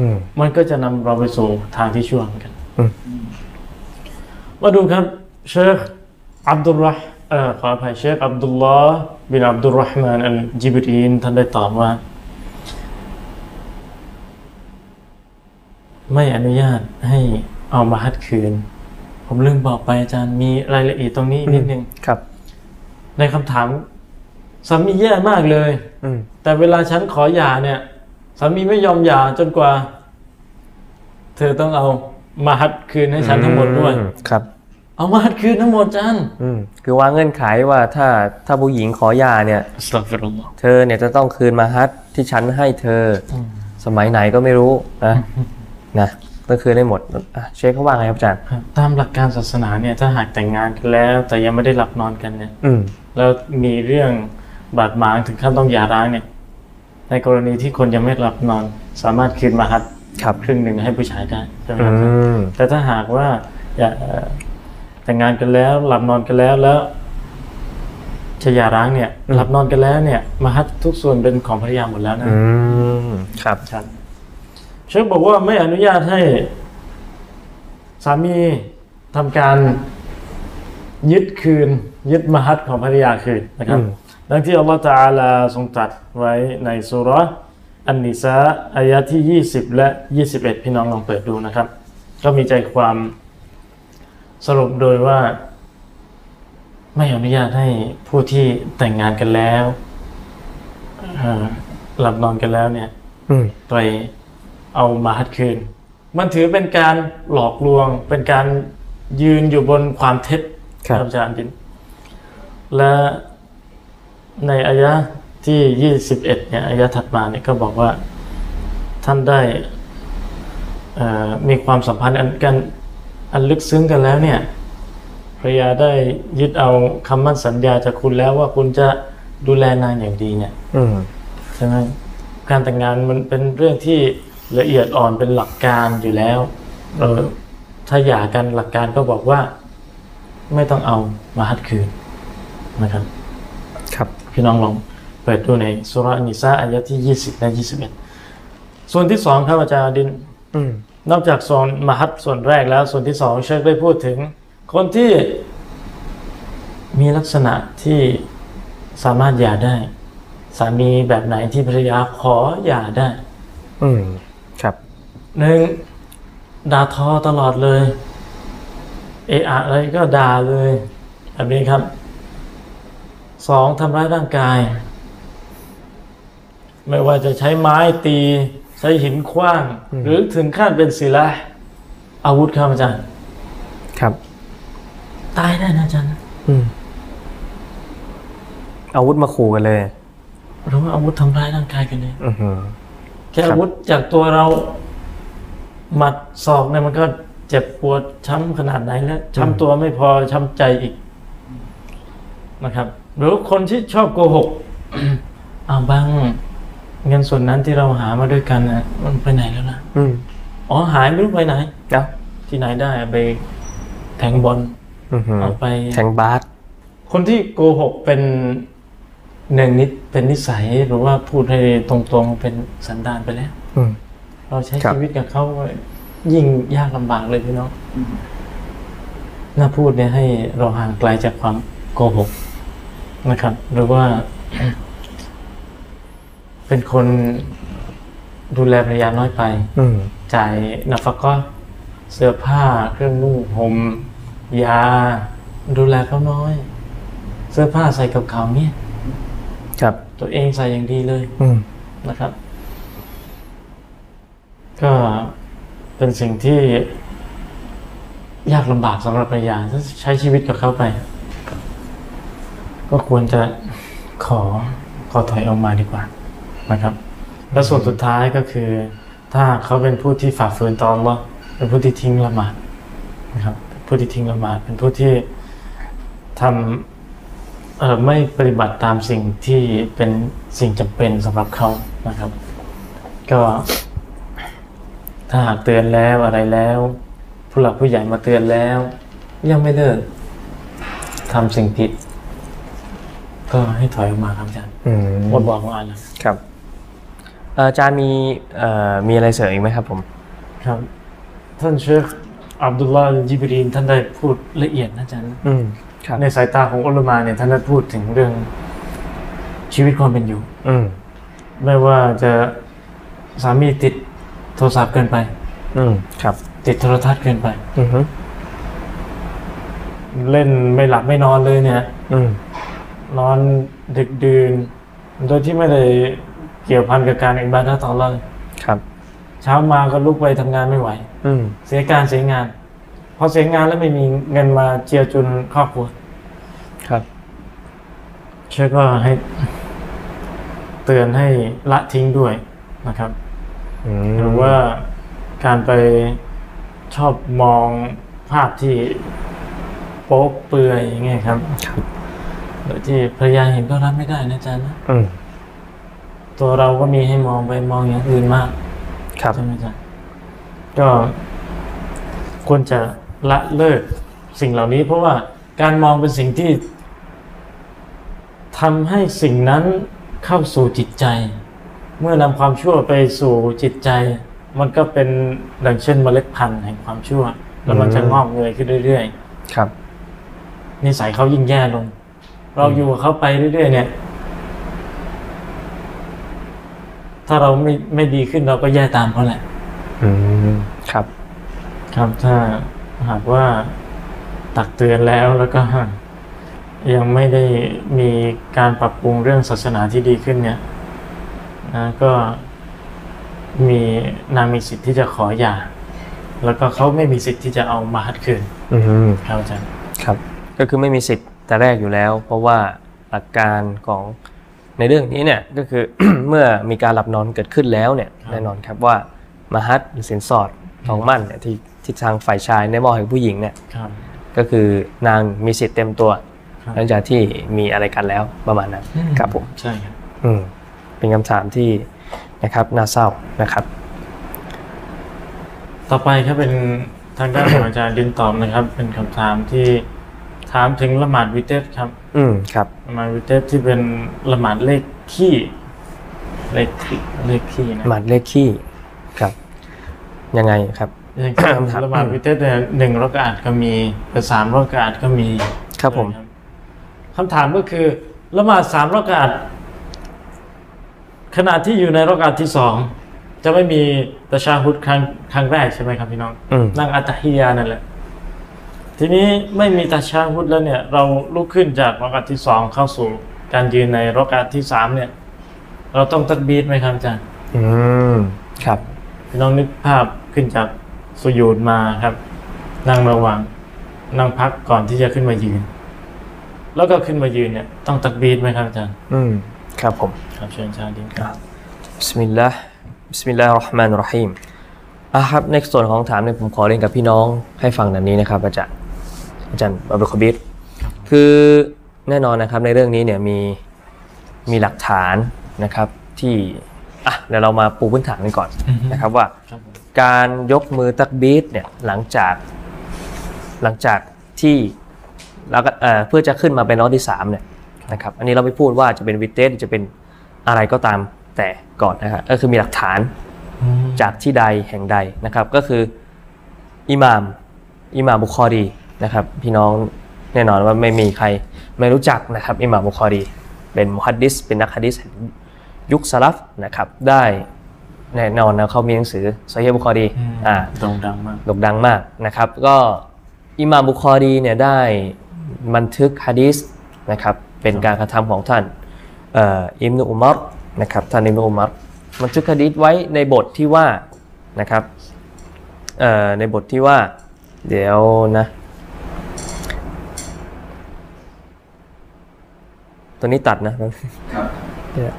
[SPEAKER 1] อืม
[SPEAKER 2] มันก็จะนำเราไปสู่ทางที่ชั่วเหมือนกัน
[SPEAKER 1] อืม
[SPEAKER 2] มาดูครับเชคอับดุลรห์เอ่อขออภัยเชคอับดุลลอฮ์บินอับดุลรห์มานอัลจิบรีนท่านได้ตอบว่า ไม่อนุญาตให้เอามาฮัดคืน ผมลืมบอกไปอาจารย์มีรายละเอียดตรงนี้นิดนึง
[SPEAKER 1] ครับ
[SPEAKER 2] ในคำถามสามีแย่มากเลย
[SPEAKER 1] อืม
[SPEAKER 2] แต่เวลาฉันขอหย่าเนี่ยสามีไม่ยอมหย่าจนกว่า เธอต้องเอามาหัดคืนให้ฉันทั้งหมดด้วย
[SPEAKER 1] อืมครับ
[SPEAKER 2] เอามาหัดคืนทั้งหมดจัน
[SPEAKER 1] อืมคือวางเงื่อนไขว่าถ้าถ้าผู้หญิงขอหย่าเนี่ย
[SPEAKER 2] อัสลาฟิรุลลอฮ์
[SPEAKER 1] เธอเนี่ยจะต้องคืนมาฮัทที่ฉันให้เธออสมัยไหนก็ไม่รู้ นะนะต้องคืนได้หมดอ่ะเชคเขาว่าไงครับอาจารย์
[SPEAKER 2] ครับตามหลักการศาสนาเนี่ยถ้าหากแต่งงานกันแล้ว แต่ยังไม่ได้หลับนอนกันเนี่ย
[SPEAKER 1] อืม
[SPEAKER 2] แล้วมีเรื่องบาดหมางถึงขั้นต้องหย่าร้างเนี่ย ในกรณีที่คนยังไม่หลับนอน สามารถคืนมาหัด
[SPEAKER 1] ครับ
[SPEAKER 2] ครึ่งหนึ่งให้ผู้ชายได้ใช่ไหม
[SPEAKER 1] อื
[SPEAKER 2] ครับ
[SPEAKER 1] ม
[SPEAKER 2] แต่ถ้าหากว่าอยากเอ่อแต่งงานกันแล้วหลับนอนกันแล้วแล้วชายาร้างเนี่ยหลับนอนกันแล้วเนี่ยมหัตทุกส่วนเป็นของภรรยาหมดแล้วนะ
[SPEAKER 1] อืมครับ
[SPEAKER 2] ครับเชคบอกว่าไม่อนุญาตให้ สามีทำการยึดคืน ยึดมหัตของภรรยาคืนนะครับดังที่อัลลอฮฺตะอาลาทรงตรัสไว้ในสุราะห์อันนิซาอายะที่ 20 และ 21 พี่น้องลองเปิดดูนะครับ ก็มีใจความสรุปโดยว่า ไม่อนุญาตให้ผู้ที่แต่งงานกันแล้วเอ่อหลับนอนกันแล้วเนี่ย
[SPEAKER 1] อืม
[SPEAKER 2] ไปเอามาฮัดคืน มันถือเป็นการหลอกลวง เป็นการยืนอยู่บนความเท็จ
[SPEAKER 1] ครับ
[SPEAKER 2] อาจารย์จินและในอายะที่ 21เนี่ยอายะถัดมาเนี่ยก็บอกว่าท่านได้เอ่อมีความสัมพันธ์อันกันอันลึกซึ้งกันแล้วเนี่ยภรรยาได้ยึดเอาคำมั่นสัญญาจากคุณแล้วว่าคุณจะดูแลนางอย่างดีเนี่ย
[SPEAKER 1] อืม
[SPEAKER 2] ใช่ไหมการแต่งงานมันเป็นเรื่องที่ละเอียดอ่อนเป็นหลักการอยู่แล้วเออถ้าหย่ากันหลักการก็บอกว่า ไม่ต้องเอามาฮัดคืนนะครับ
[SPEAKER 1] ครับ
[SPEAKER 2] พี่น้องลองเปิดดูในสุราะห์นิซาอายะที่ 20 และ 21 ส่วนที่สองครับอาจารย์ดิน
[SPEAKER 1] อืม
[SPEAKER 2] นอกจากส่วนมหัดส่วนแรกแล้ว ส่วนที่สองเชคได้พูดถึง คนที่มีลักษณะที่สามารถหย่าได้ สามีแบบไหนที่ภรรยาขอหย่าได้
[SPEAKER 1] อืมครับ
[SPEAKER 2] หนึ่งด่าทอตลอดเลย เอะอะอะไรก็ด่าเลยแบบนี้ครับสองทำร้ายร่างกาย ไม่ว่าจะใช้ไม้ตี ใช้หินขว้าง หรือถึงขั้นเป็นศิลาอาวุธครับอาจารย์
[SPEAKER 1] ครับ
[SPEAKER 2] ตายได้นะอาจารย์นะ
[SPEAKER 1] อืมอาวุธมาขู่กันเลย
[SPEAKER 2] หรือว่าอาวุธทำร้ายร่างกายกันเนี่ย
[SPEAKER 1] อือหือ
[SPEAKER 2] แค่อาวุธจากตัวเรา หมัดศอกเนี่ยมันก็เจ็บปวดช้ำขนาดไหนแล้วช้ำตัวไม่พอช้ำใจอีกนะครับ หรือคนที่ชอบโกหก เอาบ้าง เงินส่วนนั้นที่เราหามาด้วยกันนะมันไปไหนแล้วล่ะ
[SPEAKER 1] อืม
[SPEAKER 2] อ๋อหายไม่รู้ไปไหน
[SPEAKER 1] เนาะ
[SPEAKER 2] ที่ไหนได้เอาไปแทงบอล
[SPEAKER 1] อือหือ
[SPEAKER 2] เอาไป
[SPEAKER 1] แทงบาส
[SPEAKER 2] คนที่โกหกเป็นหนึ่งนิดเป็นนิสัยหรือว่าพูดให้ตรงๆเป็นสันดานไปแล้ว
[SPEAKER 1] อืม
[SPEAKER 2] เราใช้
[SPEAKER 1] ครับ
[SPEAKER 2] ชีวิตกับเขายิ่งยากลำบากเลยพี่น้องน่าพูดเนี่ยให้เราห่างไกลจากความโกหกนะครับ หรือว่า เป็นคนดูแลภรรยาน้อยไป
[SPEAKER 1] อืม
[SPEAKER 2] จ่ายนัฟก็เสื้อผ้าเครื่องนุ่งห่มยา ดูแลเขาน้อย เสื้อผ้าใส่กับเขาเนี่ย
[SPEAKER 1] ครับ
[SPEAKER 2] ตัวเองใส่อย่างดีเลย
[SPEAKER 1] อืม
[SPEAKER 2] นะครับ ก็ เป็นสิ่งที่ยากลำบากสำหรับภรรยาถ้าใช้ชีวิตกับเขาไป ก็ควรจะขอขอถอยออกมาดีกว่านะครับ และส่วนสุดท้ายก็คือ ถ้าเขาเป็นผู้ที่ฝ่าฝืนต่อ Allah เป็นผู้ที่ทิ้งละหมาดนะครับเป็นผู้ที่ทิ้งละหมาดเป็นผู้ที่ทำเอ่อไม่ปฏิบัติตามสิ่งที่เป็นสิ่งจำเป็นสำหรับเขานะครับ ก็ ถ้าหากเตือนแล้วอะไรแล้ว ผู้หลักผู้ใหญ่มาเตือนแล้ว ยังไม่เลิกทำสิ่งผิด ก็ให้ถอยออกมาครับอาจารย์
[SPEAKER 1] อืม
[SPEAKER 2] บทบอกของอาจารย์
[SPEAKER 1] ครับเอ่ออาจารย์มีเอ่อมีอะไรเสริมอีกไหมครับผม
[SPEAKER 2] ครับท่านเชคอับดุลลาห์อัลจิบรีนท่านได้พูดละเอียดนะอาจารย์
[SPEAKER 1] อืมครับ
[SPEAKER 2] ในสายตาของอุลามาเนี่ยท่านได้พูดถึงเรื่องชีวิตความเป็นอยู่
[SPEAKER 1] อืม
[SPEAKER 2] ไม่ว่าจะสามีติดโทรศัพท์เกินไป
[SPEAKER 1] อืมครับ
[SPEAKER 2] ติดโทรทัศน์เกินไป
[SPEAKER 1] อืม
[SPEAKER 2] เล่นไม่หลับไม่นอนเลยเนี่ย
[SPEAKER 1] อืม
[SPEAKER 2] นอนดึกดื่น โดยที่ไม่ได้เกี่ยวพันกับการอิบาดะห์ต่ออัลเลาะห์เลย
[SPEAKER 1] ครับ
[SPEAKER 2] เช้ามาก็ลุกไปทำงานไม่ไหว
[SPEAKER 1] อืม
[SPEAKER 2] เสียการเสียงาน พอเสียงานแล้วไม่มีเงินมาเจียจุนครอบครัว
[SPEAKER 1] ครับ
[SPEAKER 2] เชฟก็ให้เตือนให้ละทิ้งด้วยนะครับ
[SPEAKER 1] อื
[SPEAKER 2] หรือว่าการไปชอบมองภาพที่โป๊เปลือยอย่างเงี้ยครับโดยที่ภรรยาเห็นก็รับไม่ได้นะอาจารย์นะ
[SPEAKER 1] อืม
[SPEAKER 2] ตัวเราก็มีให้มองไปมองอย่างอื่นมาก
[SPEAKER 1] ครับ
[SPEAKER 2] ใช่ไหมอาจารย์ก็ควรจะละเลิกสิ่งเหล่านี้ เพราะว่าการมองเป็นสิ่งที่ทำให้สิ่งนั้นเข้าสู่จิตใจ เมื่อนำความชั่วไปสู่จิตใจ มันก็เป็นดังเช่นเมล็ดพันธุ์แห่งความชั่ว แล้วมัน
[SPEAKER 1] อืม
[SPEAKER 2] จะงอกเงยขึ้นเรื่อย
[SPEAKER 1] ครับ
[SPEAKER 2] ๆนิสัยเขายิ่งแย่ลง เราอยู่กับเขาไปเรื่อยๆ เนี่ย ถ้าเราไม่ไม่ดีขึ้นเราก็แย่ตามเขาแหละ
[SPEAKER 1] อืมครับ
[SPEAKER 2] ครับถ้าหากว่าตักเตือนแล้วแล้วก็ ยังไม่ได้มีการปรับปรุงเรื่องศาสนาที่ดีขึ้นเนี่ยนะก็มีนางมีสิทธิ์ที่จะขอหย่าแล้วก็เขาไม่มีสิทธิ์ที่จะเอามาหัดคืน
[SPEAKER 1] อืม
[SPEAKER 2] ครับอาจารย์
[SPEAKER 1] ครับก็คือไม่มีสิทธิ์แต่แรกอยู่แล้ว เพราะว่าหลักการของในเรื่องนี้เนี่ยก็คือ เมื่อมีการหลับนอนเกิดขึ้นแล้วเนี่ยแน่นอนครับว่ามหัตหรือสินสอดทองมั่นเนี่ยที่ที่ทางฝ่ายชายในมอบให้ผู้หญิงเนี่ย
[SPEAKER 2] ครับ
[SPEAKER 1] ก็คือนางมีสิทธิ์เต็มตัว
[SPEAKER 2] ครับ
[SPEAKER 1] หลังจากที่มีอะไรกันแล้วประมาณนั้นครับผม
[SPEAKER 2] ใช่ครับ
[SPEAKER 1] อืมเป็นคำถามที่นะครับน่าเศร้านะครับ
[SPEAKER 2] ต่อไปครับเป็นทางด้านของอาจารย์ดินตอบนะครับ เป็นคำถามที่ถามถึงละหมาดวิเตสครับ
[SPEAKER 1] อืมครับ
[SPEAKER 2] ละหมาดวิเตสที่เป็นละหมาดเลขขี้เลขขี้เลขขี้นะ
[SPEAKER 1] หมัดเลขขี้ครับ ยังไงครับ
[SPEAKER 2] อย่างเช่น
[SPEAKER 1] คำถาม
[SPEAKER 2] ละหมาดวิเตสเนี่ยหนึ่งรักอาดก็มีเป็นสามรักอาดก็มี
[SPEAKER 1] ครับผม
[SPEAKER 2] คำถามก็คือละหมาดสามรักอาดขณะที่อยู่ในรักอาดที่สองจะไม่มีตะชาฮุดครั้งครั้งแรกใช่ไหมครับพี่น้อง
[SPEAKER 1] อืม
[SPEAKER 2] นั่งอัตตะฮิยานั่นแหละ ทีนี้ไม่มีตาชาฮุดแล้วเนี่ย เราลุกขึ้นจากรอกาตที่สองเข้าสู่การยืนในรอกาตที่สามเนี่ย เราต้องตัดบีดไหมครับอาจารย์
[SPEAKER 1] อืมครับ
[SPEAKER 2] พี่น้องนึกภาพขึ้นจากสุญูดมาครับ นั่งระหวัง นั่งพักก่อนที่จะขึ้นมายืน แล้วก็ขึ้นมายืนเนี่ย ต้องตัดบีดไหมครับอาจารย์
[SPEAKER 1] อืมครับผม
[SPEAKER 2] ครับเชิญอาจารย์ดินครับ
[SPEAKER 1] بسم الله بسم الله الرحمن الرحيم อ่ะครับในส่วนของถามเนี่ยผมขอเรียนกับพี่น้องให้ฟังดังนี้นะครับ อาจารย์อาจารย์อับดุลคบิรคือแน่นอนนะครับในเรื่องนี้เนี่ยมีมีหลักฐานนะครับที่อ่ะเดี๋ยวเรามาปูพื้นฐานกันก่อน
[SPEAKER 2] อือฮึ
[SPEAKER 1] นะครับว่า
[SPEAKER 2] ครับผม
[SPEAKER 1] การยกมือตักบีดเนี่ยหลังจากหลังจากที่แล้วก็เอ่อเพื่อจะขึ้นมาเป็นรอบที่สามเนี่ยนะครับอันนี้เราไม่พูดว่าจะเป็นวิเตสจะเป็นอะไรก็ตามแต่ก่อนนะครับก็คือมีหลักฐาน
[SPEAKER 2] อืม
[SPEAKER 1] จากที่ใดแห่งใดนะครับก็คืออิหม่ามอิหม่ามบุคอรีนะครับพี่น้องแน่นอนว่าไม่มีใครไม่รู้จักนะครับอิหม่ามบุคอรีเป็นมุฮัดดิสเป็นนักฮัดดิสแห่งยุคสลัฟนะครับได้แน่นอนนะเขามีหนังสือซอฮีฮ์บุคอรี
[SPEAKER 2] อืม
[SPEAKER 1] อ่า
[SPEAKER 2] โด่งดังมาก
[SPEAKER 1] โด่งดังมากนะครับ ก็อิหม่ามบุคอรีเนี่ยได้บันทึกฮะดีษนะครับเป็นการกระทำของท่านเอ่ออิมนุอุมัรนะครับท่านอิมนุอุมัรบันทึกฮะดีษไว้ในบทที่ว่านะครับ เอ่อในบทที่ว่า เดี๋ยวนะ ตัวนี้ตัดนะ
[SPEAKER 3] ครับ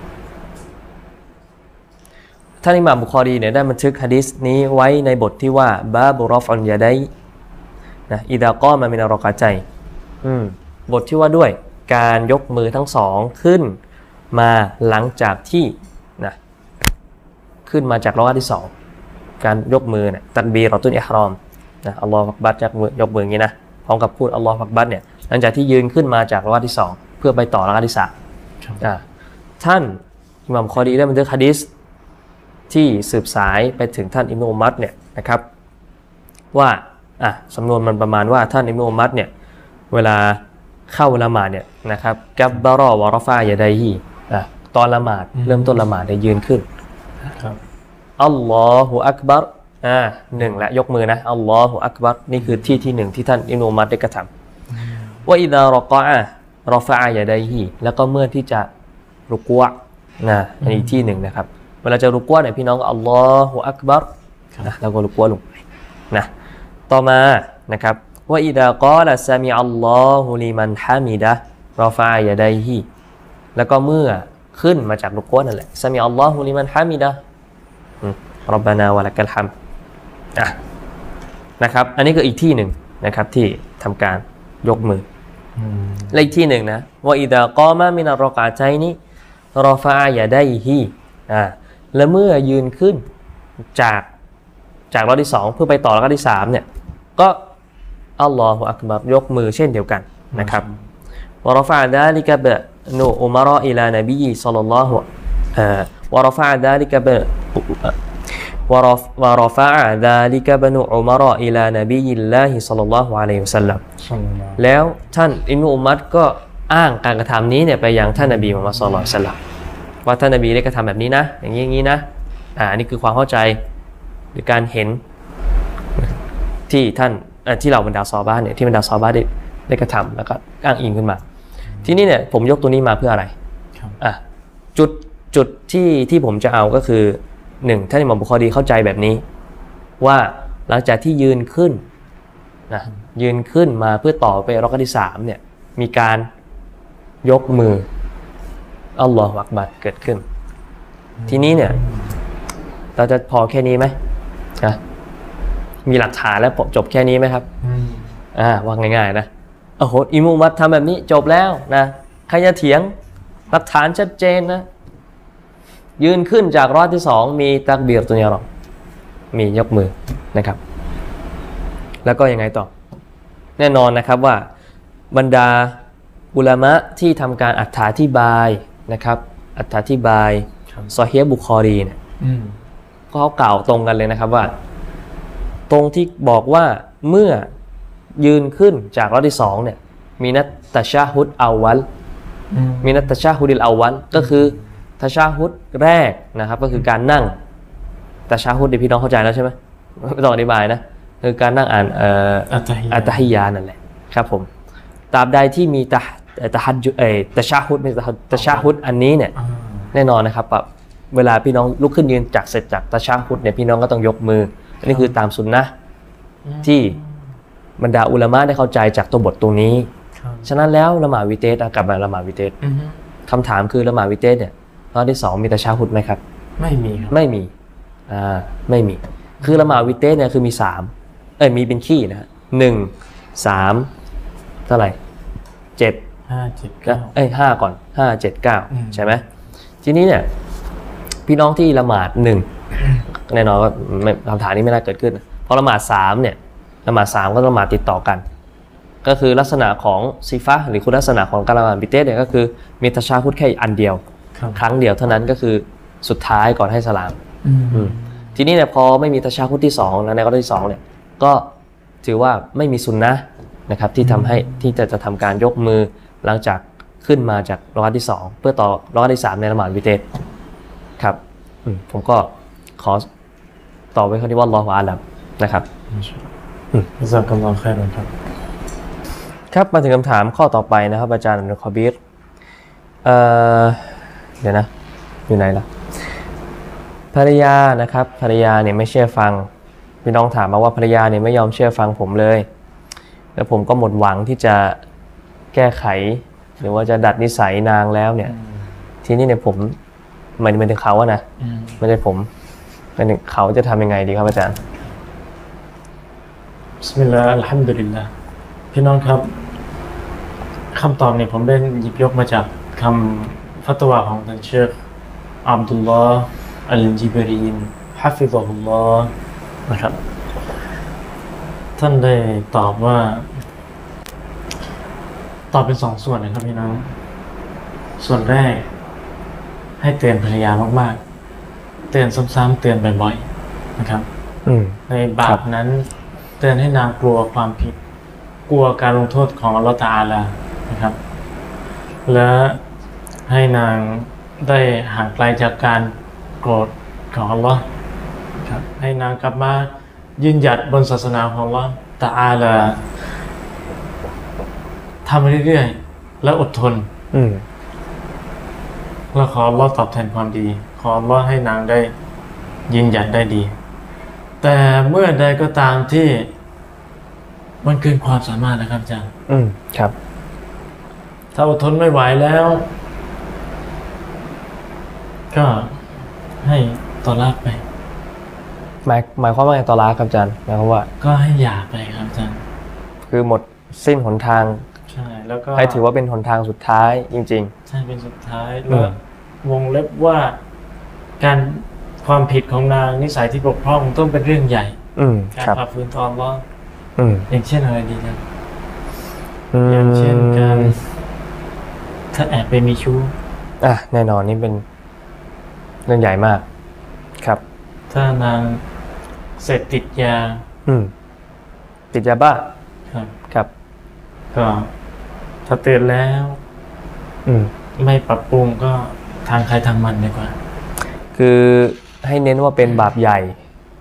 [SPEAKER 1] ท่านอิหม่ามบุคอรีเนี่ยได้บันทึกฮะดิษนี้ไว้ในบทที่ว่าบาบุรอฟอันยาไดนะอิดากอมามินารอกาใจยอืมบทที่ว่าด้วยการยกมือทั้งสองขึ้นมาหลังจากที่นะขึ้นมาจากรอกาที่สองการยกมือเนี่ยตัดบีรอตุนอิฮรอมนะอัลลอฮฺบัดยกมือยกมืออย่างนี้นะพร้อมกับพูดอัลลอฮฺบัดเนี่ยหลังจากที่ยืนขึ้นมาจากรอกาที่สองเพื่อไปต่อรอกาที่สาม
[SPEAKER 2] ครับ
[SPEAKER 1] อ่าท่านอิหม่ามบุคอรีได้บันทึกฮะดิษ ที่สืบสายไปถึงท่านอิมนุอุมัตเนี่ยนะครับ ว่าอ่ะสำนวนมันประมาณว่าท่านอิมนุอุมัตเนี่ยเวลาเข้าละหมาดเนี่ยนะครับกับบารอวารอฟายาไดฮีอ่ะตอนละหมาดเริ่มต้นละหมาดเนี่ยยืนขึ้น
[SPEAKER 2] ครับ
[SPEAKER 1] อัลลอฮฺอักบัรอ่าหนึ่งละยกมือนะอัลลอฮฺอักบัรนี่คือที่ที่หนึ่งที่ท่านอิมนุอุมัตได้กระทำว่าอิดารอกะอะรอฟายาไดฮีแล้วก็เมื่อที่จะ รุกัวนะอันนี้ที่หนึ่งนะครับ เวลาจะรุกัวเนี่ยพี่น้องอัลลอฮฺอักบัรนะแล้วก็รุกัวลงไปนะต่อมานะครับว่าอิดากอลาซามิอัลลอฮุลิมันฮามิดะรอฟายาไดฮีแล้วก็เมื่อขึ้นมาจากรุกัวนั่นแหละซามิอัลลอฮุลิมันฮามิดะอืมรับบานาวะลักัลฮัมอ่ะนะครับ อันนี้ก็อีกที่หนึ่งนะครับที่ทำการยกมือ
[SPEAKER 2] อืม
[SPEAKER 1] และอีกที่หนึ่งนะว่าอิดากอมามินารอกาใจนี้รอฟาอย่าได้ฮีอ่าและเมื่อยืนขึ้นจากจากรอบที่สองเพื่อไปต่อรอบที่สามเนี่ยก็อัลลอฮฺอักบัรยกมือเช่นเดียวกันนะครับวรฟาดาลิกะเบะนูอุมารออิลานบีสัลลัลลอฮุเอ่อวรฟาดาลิกะเบะ ورف- ورفع ذلك بنو عمر إلى نبي الله صلى الله عليه وسلم
[SPEAKER 2] สลลัลลอฮุ
[SPEAKER 1] แล้วท่านอิมนุอุมมัตก็อ้างการกระทำนี้เนี่ยไปยังท่านนบีมุฮัมมัดศ็อลลัลลอฮุอะลัยฮิวะซัลลัมว่าท่านนบีได้กระทำแบบนี้นะ อย่างนี้อย่างนี้นะอ่าอันนี่คือความเข้าใจหรือการเห็นที่ท่านเอ่อที่เราบรรดาซอฮาบ้านเนี่ยที่บรรดาซอฮาบ้านได้ได้กระทำแล้วก็อ้างอิงขึ้นมา ทีนี้เนี่ยผมยกตัวนี้มาเพื่ออะไร
[SPEAKER 2] ครับ
[SPEAKER 1] อ่ะจุดจุดที่ที่ผมจะเอาก็คือหนึ่งท่านอิหม่ามบุคอรีเข้าใจแบบนี้ ว่าหลังจากที่ยืนขึ้นนะยืนขึ้นมาเพื่อต่อไปรอกที่สามเนี่ยมีการยกมืออัลลอฮฺอักบัรเกิดขึ้น ทีนี้เนี่ยเราจะพอแค่นี้ไหมนะมีหลักฐานแล้วจบแค่นี้ไหมครับ
[SPEAKER 2] อืม
[SPEAKER 1] อ่าว่าง่ายๆนะโอ้โหอิมูมัดทำแบบนี้จบแล้วนะใครจะเถียงหลักฐานชัดเจนนะ ยืนขึ้นจากรอดที่สองมีตักเบียร์ตัวเนี้หรอกมียกมือนะครับ แล้วก็ยังไงต่อ แน่นอนนะครับว่าบรรดาอุลามะที่ทำการอธาธิบายนะครับอธาธิบาย
[SPEAKER 2] ครับ
[SPEAKER 1] ซอเฮียบุคอรีเนี่ย
[SPEAKER 2] อืม
[SPEAKER 1] ก็เขากล่าวตรงกันเลยนะครับว่า ตรงที่บอกว่าเมื่อยืนขึ้นจากรอบที่สองเนี่ยมีนัตตะชาฮุดเอาวัล
[SPEAKER 2] อืม
[SPEAKER 1] มีนัตตะชาฮุดิลเอาวัลก็คือตะชาฮุดแรกนะครับ ก็คือการนั่งตะชาฮุดที่พี่น้องเข้าใจแล้วใช่ไหมไม่ต้องอธิบายนะคือการนั่งอ่านเอ่อ
[SPEAKER 2] อัตตะฮิยะ
[SPEAKER 1] อัตฮิยานั่นแหละครับผมตราบใดที่มีตะเอ่อตะฮัดยุเอ่อตะชาฮุดไม่ใช่ตะฮัดตะชาฮุดอันนี้เนี่ย
[SPEAKER 2] อ่า
[SPEAKER 1] แน่นอนนะครับแบบเวลาพี่น้องลุกขึ้นยืนจากเสร็จจากตะช่างพุทธเนี่ยพี่น้องก็ต้องยกมือ อันนี้คือตามสุนนะที่บรรดาอุลามะได้เข้าใจจากตัวบทตรงนี้
[SPEAKER 2] ครับ
[SPEAKER 1] ฉะนั้นแล้วละหมาดวิเตสอ่ะกลับมาละหมาดวิเตส
[SPEAKER 2] อืม
[SPEAKER 1] คำถามคือละหมาดวิเตสเนี่ยรอบที่สองมีตะช่างพุทธไหมครับ
[SPEAKER 2] ไม่มีครับ
[SPEAKER 1] ไม่มีอ่าไม่มี คือละหมาดวิเตสเนี่ยคือมีสามเอ้ยมีเป็นขี้นะฮะหนึ่งสามเท่าไหร่เจ็ด
[SPEAKER 2] ห้าเจ็ด
[SPEAKER 1] นะ
[SPEAKER 2] เก้า
[SPEAKER 1] เอ้ยห้าก่อนห้าเจ็ดเก้า
[SPEAKER 2] อืม
[SPEAKER 1] ใช่ไหมทีนี้เนี่ย พี่น้องที่ละหมาดหนึ่งแน่นอนว่าไม่คำถามนี้ไม่น่าเกิดขึ้นนะเพราะละหมาดสามเนี่ยละหมาดสามก็ละหมาดติดต่อกัน ก็คือลักษณะของซีฟะห์หรือคุณลักษณะของการละหมาดบิเตสเนี่ยก็คือมีตะชาพุดแค่อันเดียว
[SPEAKER 2] ครับ
[SPEAKER 1] ครั้งเดียวเท่านั้นก็คือสุดท้ายก่อนให้สลาม
[SPEAKER 2] อืม
[SPEAKER 1] อืมทีนี้เนี่ยพอไม่มีตะชาคุดที่สองแล้วในข้อที่สองเนี่ยก็ถือว่าไม่มีสุนนะนะครับที่ทำให้ที่จะจะทำการยกมือหลังจากขึ้นมาจากรอบที่สองเพื่อต่อรอบที่สามในละหมาดวิเตสครับอืมผมก็ขอต่อไว้ข้อที่ว่าลอฮวาลัมนะครับ
[SPEAKER 2] อินชาอัลลอฮ์จากัลลอฮ์คอยรอนครับ
[SPEAKER 1] ครับมาถึงคำถามข้อต่อไปนะครับ อาจารย์อับดุลคอบีรเอ่อเดี๋ยวนะ อยู่ไหนล่ะภรรยานะครับภรรยาเนี่ยไม่เชื่อฟัง พี่น้องถามมาว่าภรรยาเนี่ยไม่ยอมเชื่อฟังผมเลย แล้วผมก็หมดหวังที่จะแก้ไข หรือว่าจะดัดนิสัยนางแล้วเนี่ย ทีนี้เนี่ยผมหมันเป็นถึงเขาอะนะไม่ใช่ผมหมันถึงเขาจะทำยังไงดีครับอาจารย์
[SPEAKER 2] บิสมิลลาฮ์อัลฮัมดุลิลลาห์พี่น้องครับคำตอบเนี่ยผมได้หยิบยกมาจากคำฟัตวาของท่านเชคอับดุลลอฮ์อัลจิบรีนฮัฟิซอฮุลลอฮ์นะครับ ท่านได้ตอบว่า ตอบเป็นสองส่วนนะครับพี่น้อง ส่วนแรก ให้เตือนภรรยามากๆ เตือนซ้ำๆเตือนบ่อยๆนะครับ
[SPEAKER 1] อืม
[SPEAKER 2] ในบา
[SPEAKER 1] ครั
[SPEAKER 2] ป
[SPEAKER 1] บ
[SPEAKER 2] นั้นเตือนให้นางกลัวความผิด กลัวการลงโทษของอัลลอฮฺตะอาลานะครับ และให้นางได้ห่างไกลจากการโกรธของอัลลอฮ์ครับให้นางกลับมายืนหยัดบนศาสนาของอัลลอฮ์ตะอาลาทำเรื่อยๆ และอดทน
[SPEAKER 1] อืม
[SPEAKER 2] และขออัลลอฮ์ตอบแทนความดี ขออัลลอฮ์ให้นางได้ยืนหยัดได้ดี แต่เมื่อใดก็ตามที่มันเกินความสามารถนะครับอาจารย์
[SPEAKER 1] อืม ครับ
[SPEAKER 2] ถ้าอดทนไม่ไหวแล้ว ก็ให้ตอลากไป
[SPEAKER 1] หมายหมายความว่าไงตอลาครับอาจารย์หมายความว่า
[SPEAKER 2] ก็ให้หย่าไปครับอาจารย์
[SPEAKER 1] คือหมดสิ้นหนทาง
[SPEAKER 2] ใช่ แล้วก็
[SPEAKER 1] ให้ถือว่าเป็นหนทางสุดท้ายจริง
[SPEAKER 2] ใช่เป็นสุดท้าย
[SPEAKER 1] อืม
[SPEAKER 2] แล้ววงเล็บว่าการความผิดของนางนิสัยที่บกพร่องต้องเป็นเรื่องใหญ่
[SPEAKER 1] ๆ อืม
[SPEAKER 2] การ
[SPEAKER 1] ครับ
[SPEAKER 2] ฝ่าฝืนตออัลลอฮ์
[SPEAKER 1] อืม
[SPEAKER 2] อย่างเช่นอะไรดีนะ
[SPEAKER 1] อืม
[SPEAKER 2] อย่างเช่นการถ้าแอบไปมีชู้
[SPEAKER 1] อ่ะแน่นอนนี่เป็นเรื่องใหญ่มาก ครับ
[SPEAKER 2] ถ้านางเสพติดยา
[SPEAKER 1] อืม ติดยาบ้า
[SPEAKER 2] ครับ
[SPEAKER 1] ครับ
[SPEAKER 2] ก็ถ้าเตือนแล้ว
[SPEAKER 1] อืม
[SPEAKER 2] ไม่ปรับปรุงก็ทางใครทางมันดีกว่า
[SPEAKER 1] คือให้เน้นว่าเป็นบาปใหญ่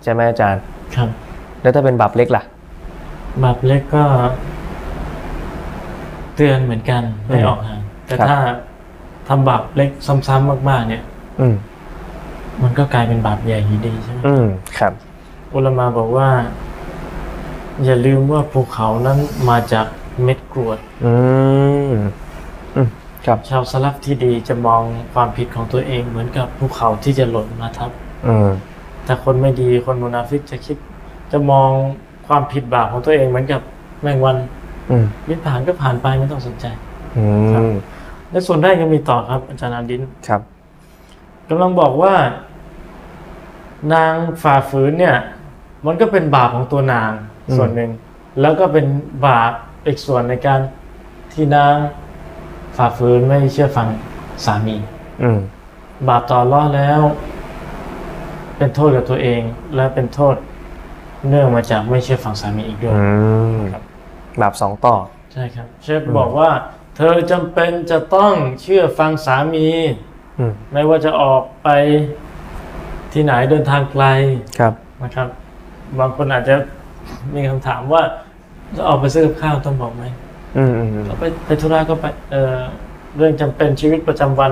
[SPEAKER 1] ใช่ไหมอาจารย์
[SPEAKER 2] ครับ
[SPEAKER 1] แล้วถ้าเป็นบาปเล็กล่ะ
[SPEAKER 2] บาปเล็กก็ เตือนเหมือนกันไม่ออกห่างแต่
[SPEAKER 1] ครับ
[SPEAKER 2] ถ้าทำบาปเล็กซ้ำๆมากๆ เนี่ย
[SPEAKER 1] อืม
[SPEAKER 2] มันก็กลายเป็นบาปใหญ่อยู่ดีใช่ไหม
[SPEAKER 1] อืม ครับ
[SPEAKER 2] อุลามาบอกว่า อย่าลืมว่าภูเขานั้นมาจากเม็ดกรวด
[SPEAKER 1] อืม อืม ครับ
[SPEAKER 2] ชาวสลับที่ดีจะมองความผิดของตัวเองเหมือนกับภูเขาที่จะหล่นมาทับ
[SPEAKER 1] อืม
[SPEAKER 2] แต่คนไม่ดีคนมุนาฟิกจะคิด จะมองความผิดบาปของตัวเองเหมือนกับแมงวัน
[SPEAKER 1] อืม
[SPEAKER 2] มิตรผ่านก็ผ่านไปไม่ต้องสนใจ
[SPEAKER 1] อื
[SPEAKER 2] ครับ
[SPEAKER 1] ม
[SPEAKER 2] และส่วนแรกยังมีต่อครับ อาจารย์อาดิน
[SPEAKER 1] ครับ
[SPEAKER 2] กำลังบอกว่า นางฝ่าฝืนเนี่ย มันก็เป็นบาปของตัวนาง
[SPEAKER 1] อืม
[SPEAKER 2] ส่วนหนึ่ง แล้วก็เป็นบาปอีกส่วนในการที่นางฝ่าฝืนไม่เชื่อฟังสามี
[SPEAKER 1] อืม
[SPEAKER 2] บาปต่อรอดแล้ว เป็นโทษกับตัวเอง และเป็นโทษเนื่องมาจากไม่เชื่อฟังสามีอีกด้วย
[SPEAKER 1] อืม บาปสองต่อ
[SPEAKER 2] ใช่ครับ เชฟบอกว่า เธอจำเป็นจะต้องเชื่อฟังสามี
[SPEAKER 1] อืม
[SPEAKER 2] ไม่ว่าจะออกไปที่ไหนเดินทางไกล
[SPEAKER 1] ครับ
[SPEAKER 2] นะครับ บางคนอาจจะมีคำถามว่าจะออกไปซื้อกับข้าวต้องบอกไหม
[SPEAKER 1] อืมอืมอืม
[SPEAKER 2] ก็ไปไปธุระก็ไปเอ่อเรื่องจำเป็นชีวิตประจำวัน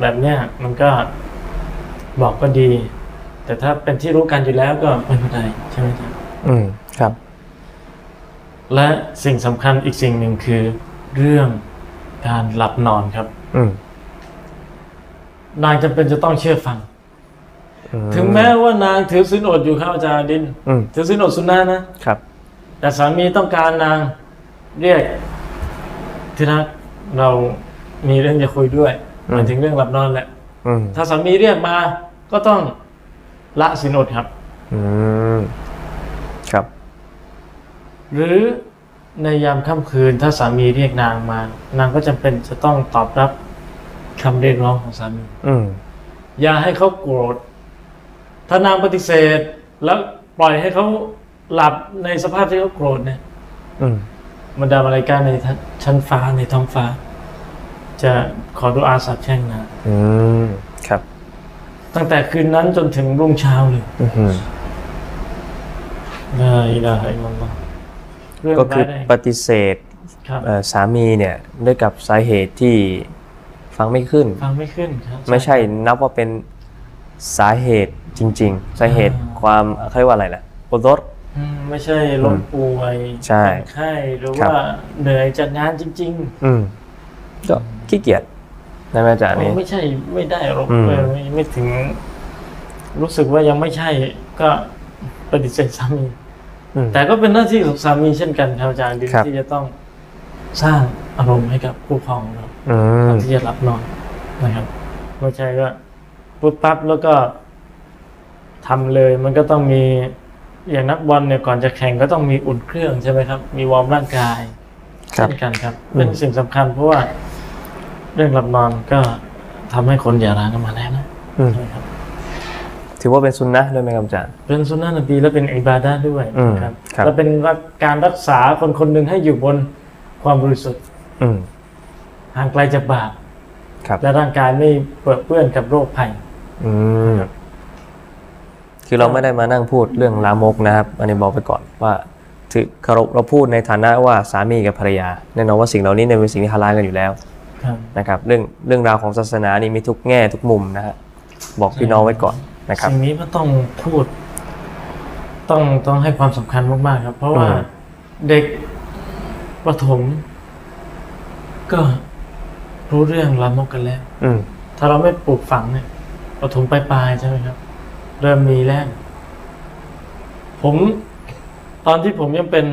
[SPEAKER 2] แบบเนี้ยมันก็บอกก็ดี แต่ถ้าเป็นที่รู้กันอยู่แล้วก็ไม่เป็นไรใช่ไหมครับ
[SPEAKER 1] อืม ครับ
[SPEAKER 2] และสิ่งสำคัญอีกสิ่งหนึ่งคือเรื่องการหลับนอนครับ
[SPEAKER 1] อืม
[SPEAKER 2] นางจำเป็นจะต้องเชื่อฟัง
[SPEAKER 1] อื
[SPEAKER 2] ถึงแม้ว่านางถือศีลอดอยู่ครับอาจารย์ดิน
[SPEAKER 1] อืม
[SPEAKER 2] ถือศีลอดสุนนะนะ
[SPEAKER 1] ครับ
[SPEAKER 2] แต่สามีต้องการนางเรียกที่รักเรามีเรื่องจะคุยด้วย
[SPEAKER 1] อืม
[SPEAKER 2] หมายถึงเรื่องหลับนอนแหละ
[SPEAKER 1] อืม
[SPEAKER 2] ถ้าสามีเรียกมาก็ต้องละศีลอดครับ
[SPEAKER 1] อืม ครับ
[SPEAKER 2] หรือในยามค่ำคืนถ้าสามีเรียกนางมา นางก็จำเป็นจะต้องตอบรับคำเรียกร้องของสามี
[SPEAKER 1] อืม
[SPEAKER 2] อย่าให้เขาโกรธ ถ้านางปฏิเสธ แล้วปล่อยให้เขาหลับในสภาพที่เขาโกรธเนี่ย
[SPEAKER 1] อืม
[SPEAKER 2] บรรดามาลายกาในชั้นฟ้าในท้องฟ้า จะขอดุอาสาบแช่งนาง
[SPEAKER 1] อืม ครับ
[SPEAKER 2] ตั้งแต่คืนนั้นจนถึงรุ่งเช้าเลย
[SPEAKER 1] อืม
[SPEAKER 2] ลาอิลาฮะอิลลัลลอฮ์เรื่อง
[SPEAKER 1] ก็คือ
[SPEAKER 2] ร้ายแร
[SPEAKER 1] ป
[SPEAKER 2] ง
[SPEAKER 1] ฏิเสธ
[SPEAKER 2] ครับ
[SPEAKER 1] เอ่อสามีเนี่ย ด้วยกับสาเหตุที่ฟังไม่ขึ้น
[SPEAKER 2] ฟังไม่ขึ้นครับ
[SPEAKER 1] ไม่ใช่นับว่าเป็นสาเหตุจริง ๆ สาเหตุ
[SPEAKER 2] อ่า
[SPEAKER 1] ความเขาเรียกว่าอะไรล่ะ อุดร
[SPEAKER 2] อืมไม่ใช่ล้มป่วย
[SPEAKER 1] ใช่
[SPEAKER 2] เป็นไข้หรือ
[SPEAKER 1] ครับ
[SPEAKER 2] ว่าเหนื่อยจากงานจริง ๆ
[SPEAKER 1] อืมก็ขี้เกียจนะแม่อาจารย์นี้
[SPEAKER 2] ไม่ใช่ไม่ได้หรอก
[SPEAKER 1] อืม
[SPEAKER 2] เออไม่ไม่ถึง รู้สึกว่ายังไม่ใช่ ก็ปฏิเสธสามี
[SPEAKER 1] อืม
[SPEAKER 2] แต่ก็เป็นหน้าที่ของสามีเช่นกันครับอาจารย์
[SPEAKER 1] ครับ
[SPEAKER 2] ที่จะต้องสร้างอารมณ์ให้กับคู่ครองของเรา
[SPEAKER 1] อืม
[SPEAKER 2] ก่อนที่จะหลับนอนนะครับไม่ใช่ก็ปุ๊บปั๊บแล้วก็ทำเลย มันก็ต้องมีอย่างนักบอลเนี่ยก่อนจะแข่งก็ต้องมีอุ่นเครื่องใช่ไหมครับ มีวอร์มร่างกาย
[SPEAKER 1] ครับ
[SPEAKER 2] เช่นกันครับ เป็นสิ่งสำคัญเพราะว่าเรื่องหลับนอนก็ทำให้คนอย่าร้างกันมาแล้วนะ
[SPEAKER 1] อืม
[SPEAKER 2] นะครับ
[SPEAKER 1] ถือว่าเป็นซุนนะห์ด้วยไหมครับอาจารย์
[SPEAKER 2] เป็นสุนนะนบีและเป็นอิบาดาด้วยนะครับ
[SPEAKER 1] อืมครับ
[SPEAKER 2] และเป็นรักการรักษาคนคนหนึ่งให้อยู่บนความบริสุทธิ์
[SPEAKER 1] อืม
[SPEAKER 2] ห่างไกลจากบาป
[SPEAKER 1] ครับ
[SPEAKER 2] และร่างกายไม่เปื้อนเปื้อนกับโรคภัย
[SPEAKER 1] อืม คือเราไม่ได้มานั่งพูดเรื่องลามกนะครับ อันนี้บอกไปก่อนว่าถือเคารพเราพูดในฐานะว่าสามีกับภรรยาแน่นอนว่าสิ่งเหล่านี้เนี่ยเป็นสิ่งที่ฮาลาลกันอยู่แล้ว
[SPEAKER 2] ครับ
[SPEAKER 1] นะครับเรื่องเรื่องราวของศาสนานี่มีทุกแง่ทุกมุมนะฮะบอกพี่น้องไว้ก่อนนะครับ
[SPEAKER 2] สิ่งนี้ก็ต้องพูด ต้องต้องให้ความสำคัญมาก ๆ ครับ เพราะว่า
[SPEAKER 1] อืม
[SPEAKER 2] เด็กประถม ก็รู้เรื่องลามกกันแล้ว
[SPEAKER 1] อืม
[SPEAKER 2] ถ้าเราไม่ปลูกฝังเนี่ยประถมปลายๆใช่ไหมครับ เริ่มมีแล้วผมตอนที่ผมยังเป็น